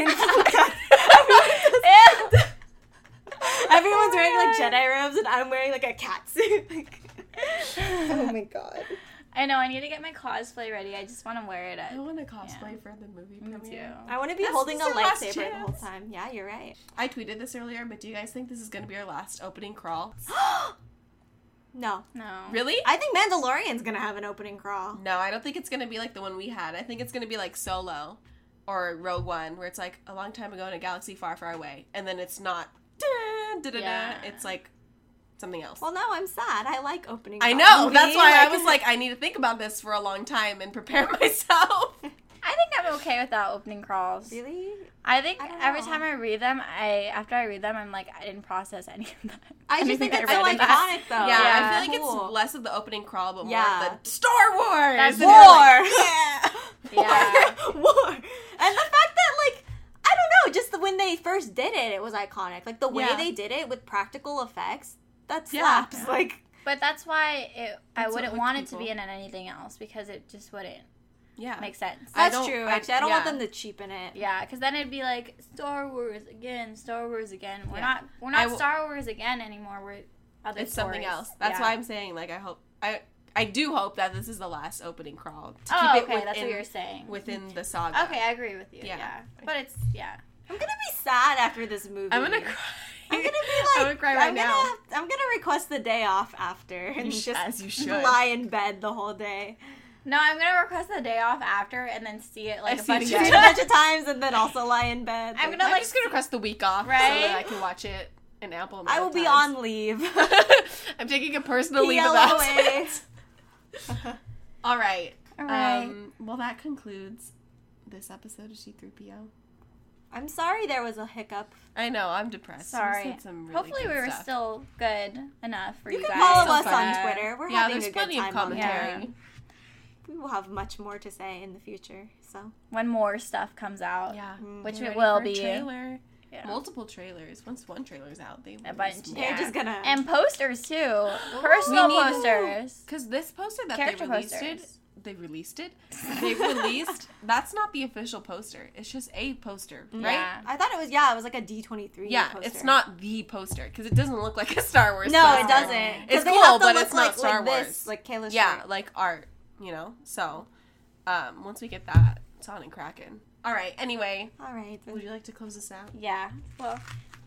Speaker 2: Everyone's wearing like Jedi robes, and I'm wearing like a cat suit. oh my god.
Speaker 1: I know. I need to get my cosplay ready. I just want to wear it. At,
Speaker 3: I want to cosplay for the movie
Speaker 1: me
Speaker 3: premiere.
Speaker 1: too.
Speaker 2: I want to be
Speaker 3: This
Speaker 2: holding
Speaker 3: is
Speaker 2: a
Speaker 3: our last
Speaker 2: lightsaber the whole
Speaker 3: chance.
Speaker 2: time. Yeah, you're right.
Speaker 3: I tweeted this earlier, but do you guys think this is gonna be our last opening crawl?
Speaker 2: no.
Speaker 1: No.
Speaker 3: Really?
Speaker 2: I think Mandalorian's gonna have an opening crawl.
Speaker 3: No, I don't think it's gonna be like the one we had. I think it's gonna be like Solo or Rogue One, where it's like a long time ago in a galaxy far, far away, and then it's not. da, da, da, da,
Speaker 1: Yeah.
Speaker 3: It's like something else.
Speaker 2: Well, no, I'm sad. I like opening.
Speaker 3: I
Speaker 2: crawl
Speaker 3: know.
Speaker 2: movies.
Speaker 3: That's why I was like, I need to think about this for a long time and prepare myself.
Speaker 1: I think I'm okay without opening crawls.
Speaker 2: really.
Speaker 1: I think
Speaker 2: I don't
Speaker 1: every
Speaker 2: know.
Speaker 1: time I read them, I after I read them, I'm like I didn't process any of that.
Speaker 2: I just
Speaker 1: Anything
Speaker 2: think it's
Speaker 1: I
Speaker 2: so
Speaker 1: read in
Speaker 2: iconic,
Speaker 1: that.
Speaker 2: though.
Speaker 3: yeah,
Speaker 1: Yeah.
Speaker 3: I feel like
Speaker 2: Cool.
Speaker 3: it's less of the opening crawl, but more
Speaker 2: Yeah.
Speaker 3: of the Star Wars.
Speaker 1: That's
Speaker 3: And
Speaker 1: it.
Speaker 3: you're like,
Speaker 2: war.
Speaker 1: Yeah.
Speaker 2: war. War. And the fact that like I don't know, just the, when they first did it, it was iconic. Like the way
Speaker 3: Yeah.
Speaker 2: they did it with practical effects, that
Speaker 3: Yeah.
Speaker 2: slaps. Like
Speaker 1: But that's why it, I
Speaker 3: That's what
Speaker 1: wouldn't
Speaker 3: hooked
Speaker 1: want it to be
Speaker 3: people.
Speaker 1: in anything else because it just wouldn't
Speaker 3: yeah.
Speaker 1: make sense.
Speaker 3: I
Speaker 2: that's
Speaker 3: don't-
Speaker 2: true.
Speaker 3: I-
Speaker 2: Actually, I don't want
Speaker 3: yeah.
Speaker 2: them to cheapen it.
Speaker 1: yeah, because then it'd be like Star Wars again, Star Wars again. We're
Speaker 3: Yeah.
Speaker 1: not we're
Speaker 3: I
Speaker 1: not
Speaker 3: w-
Speaker 1: Star Wars again anymore. We're other
Speaker 3: it's something
Speaker 1: stories.
Speaker 3: else. That's
Speaker 1: Yeah.
Speaker 3: why I'm saying like I hope I I do hope that this is the last opening crawl to
Speaker 1: oh,
Speaker 3: keep it
Speaker 1: okay,
Speaker 3: within,
Speaker 1: that's what you're saying.
Speaker 3: within the saga.
Speaker 1: okay, I agree with you. Yeah.
Speaker 3: Yeah.
Speaker 1: but it's yeah.
Speaker 2: I'm gonna be sad after this movie.
Speaker 3: I'm gonna cry.
Speaker 2: I'm gonna be
Speaker 3: I'm gonna cry right
Speaker 2: I'm
Speaker 3: now.
Speaker 2: Gonna, I'm gonna request the day off after and
Speaker 3: sh-
Speaker 2: just
Speaker 3: as you should.
Speaker 2: lie in bed the whole day.
Speaker 1: No, I'm gonna request the day off after and then see it like
Speaker 3: I
Speaker 1: a
Speaker 3: see it
Speaker 1: bunch
Speaker 2: Shoot
Speaker 1: of
Speaker 3: again.
Speaker 2: a bunch of times and then also lie in bed.
Speaker 1: I'm
Speaker 3: I'm
Speaker 1: gonna, like,
Speaker 3: just gonna request the week off so that
Speaker 1: Right?
Speaker 3: I can watch it in ample. Amount
Speaker 2: I will
Speaker 3: of
Speaker 2: be
Speaker 3: times.
Speaker 2: on leave.
Speaker 3: I'm taking a personal leave of
Speaker 2: PLOA.
Speaker 3: absence. All right.
Speaker 1: All right.
Speaker 3: Um, well, that concludes this episode of G3PO.
Speaker 2: I'm sorry there was a hiccup.
Speaker 3: I know I'm depressed. We
Speaker 1: Sorry.
Speaker 3: said some really
Speaker 1: Hopefully,
Speaker 3: good
Speaker 1: we were
Speaker 3: stuff.
Speaker 1: still good enough for you,
Speaker 2: You can
Speaker 1: guys.
Speaker 2: follow
Speaker 3: so
Speaker 2: us on
Speaker 3: fun.
Speaker 2: Twitter. We're
Speaker 3: yeah,
Speaker 2: having
Speaker 3: there's
Speaker 2: a good
Speaker 3: plenty
Speaker 2: time
Speaker 3: of
Speaker 2: on there.
Speaker 3: commentary.
Speaker 1: Yeah.
Speaker 2: We will have much more to say in the future. So
Speaker 1: when more stuff comes out.
Speaker 3: Yeah,
Speaker 1: Which
Speaker 3: Get
Speaker 1: it
Speaker 3: ready
Speaker 1: will
Speaker 3: for a
Speaker 1: be.
Speaker 3: Trailer,
Speaker 1: Yeah.
Speaker 3: multiple trailers. Once one trailer's out, they
Speaker 1: A bunch.
Speaker 3: more.
Speaker 2: they're
Speaker 1: Yeah.
Speaker 2: just gonna.
Speaker 1: And posters too. Personal
Speaker 3: We need-
Speaker 1: posters.
Speaker 3: Because this poster that
Speaker 1: Character
Speaker 3: they released
Speaker 1: posters.
Speaker 3: it, they released it. They released. That's not the official poster. It's just a poster, right?
Speaker 1: Yeah.
Speaker 2: I thought it was yeah, it was like a D23.
Speaker 3: Yeah,
Speaker 2: poster.
Speaker 3: it's not the poster because it doesn't look like a Star Wars.
Speaker 2: No, it
Speaker 3: poster.
Speaker 2: doesn't. 'Cause
Speaker 3: It's
Speaker 2: they
Speaker 3: cool,
Speaker 2: have to
Speaker 3: but
Speaker 2: look
Speaker 3: it's not
Speaker 2: like,
Speaker 3: Star
Speaker 2: like this,
Speaker 3: Wars.
Speaker 2: like Kayla.
Speaker 3: Yeah, like art, you know. So, um, once we get that, Sonic Kraken. All right. Anyway,
Speaker 2: All right. then.
Speaker 3: would you like to close this out?
Speaker 1: Yeah. Well,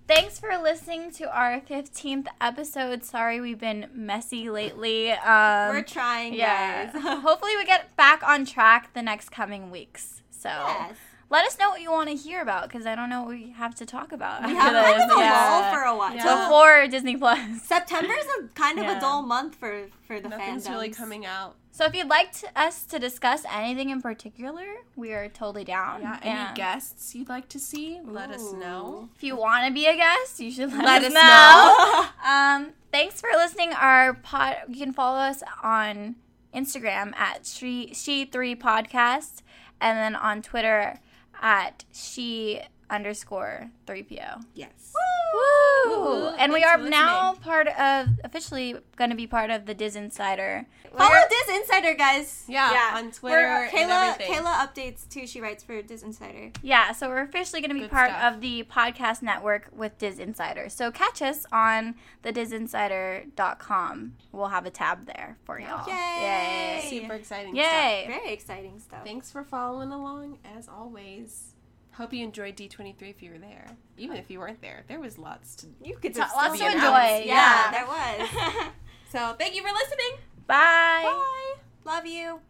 Speaker 1: thanks for listening to our 15th episode. Sorry we've been messy lately. Um,
Speaker 2: We're trying,
Speaker 1: yeah.
Speaker 2: guys.
Speaker 1: Hopefully, we get back on track the next coming weeks. So
Speaker 2: yes.
Speaker 1: let us know what you want to hear about because I don't know what we have to talk about.
Speaker 2: We have
Speaker 1: after
Speaker 2: kind
Speaker 1: this.
Speaker 2: of a
Speaker 1: Yeah.
Speaker 2: lull for a while.
Speaker 3: Yeah.
Speaker 2: So
Speaker 1: before Disney Plus.
Speaker 2: September is a kind of
Speaker 1: Yeah.
Speaker 2: a dull month for for the
Speaker 3: Nothing's
Speaker 2: fandoms.
Speaker 3: really coming out.
Speaker 1: So if you'd like to, us to discuss anything in particular, we are totally down.
Speaker 3: Yeah. Any guests you'd like to see? Let us know.
Speaker 1: If you want to be a guest, you should let,
Speaker 3: Let
Speaker 1: us
Speaker 3: us
Speaker 1: know. Um, thanks for listening. Our pod, you can follow us on Instagram at she she three podcast, and then on Twitter at she underscore three po.
Speaker 3: Yes.
Speaker 1: Woo!
Speaker 3: Woo!
Speaker 1: and we
Speaker 3: Thanks
Speaker 1: are
Speaker 3: for
Speaker 1: now part of officially going to be part of the Diz Insider.
Speaker 2: Follow Diz Insider, guys.
Speaker 3: Yeah, on Twitter
Speaker 2: We're- uh,
Speaker 3: and
Speaker 2: Kayla
Speaker 3: everything.
Speaker 2: Kayla updates too. She writes for Diz Insider.
Speaker 1: Yeah, so we're officially going to be
Speaker 3: Good
Speaker 1: part
Speaker 3: stuff.
Speaker 1: of the podcast network with Diz Insider. So catch us on the dizinsider.com. We'll have a tab there for y'all.
Speaker 2: Yay!
Speaker 3: Super exciting. Stuff.
Speaker 1: Yay!
Speaker 2: Very exciting stuff.
Speaker 3: Thanks for following along as always. Hope you enjoyed D23 if you were there. Even if you weren't there, there was lots to.
Speaker 2: You could
Speaker 1: Ta-
Speaker 2: just
Speaker 1: lots
Speaker 2: still
Speaker 3: to
Speaker 2: be
Speaker 3: enjoy,
Speaker 2: announced.
Speaker 1: yeah.
Speaker 2: there was.
Speaker 3: So thank you for listening.
Speaker 1: Bye.
Speaker 3: Bye.
Speaker 2: Love you.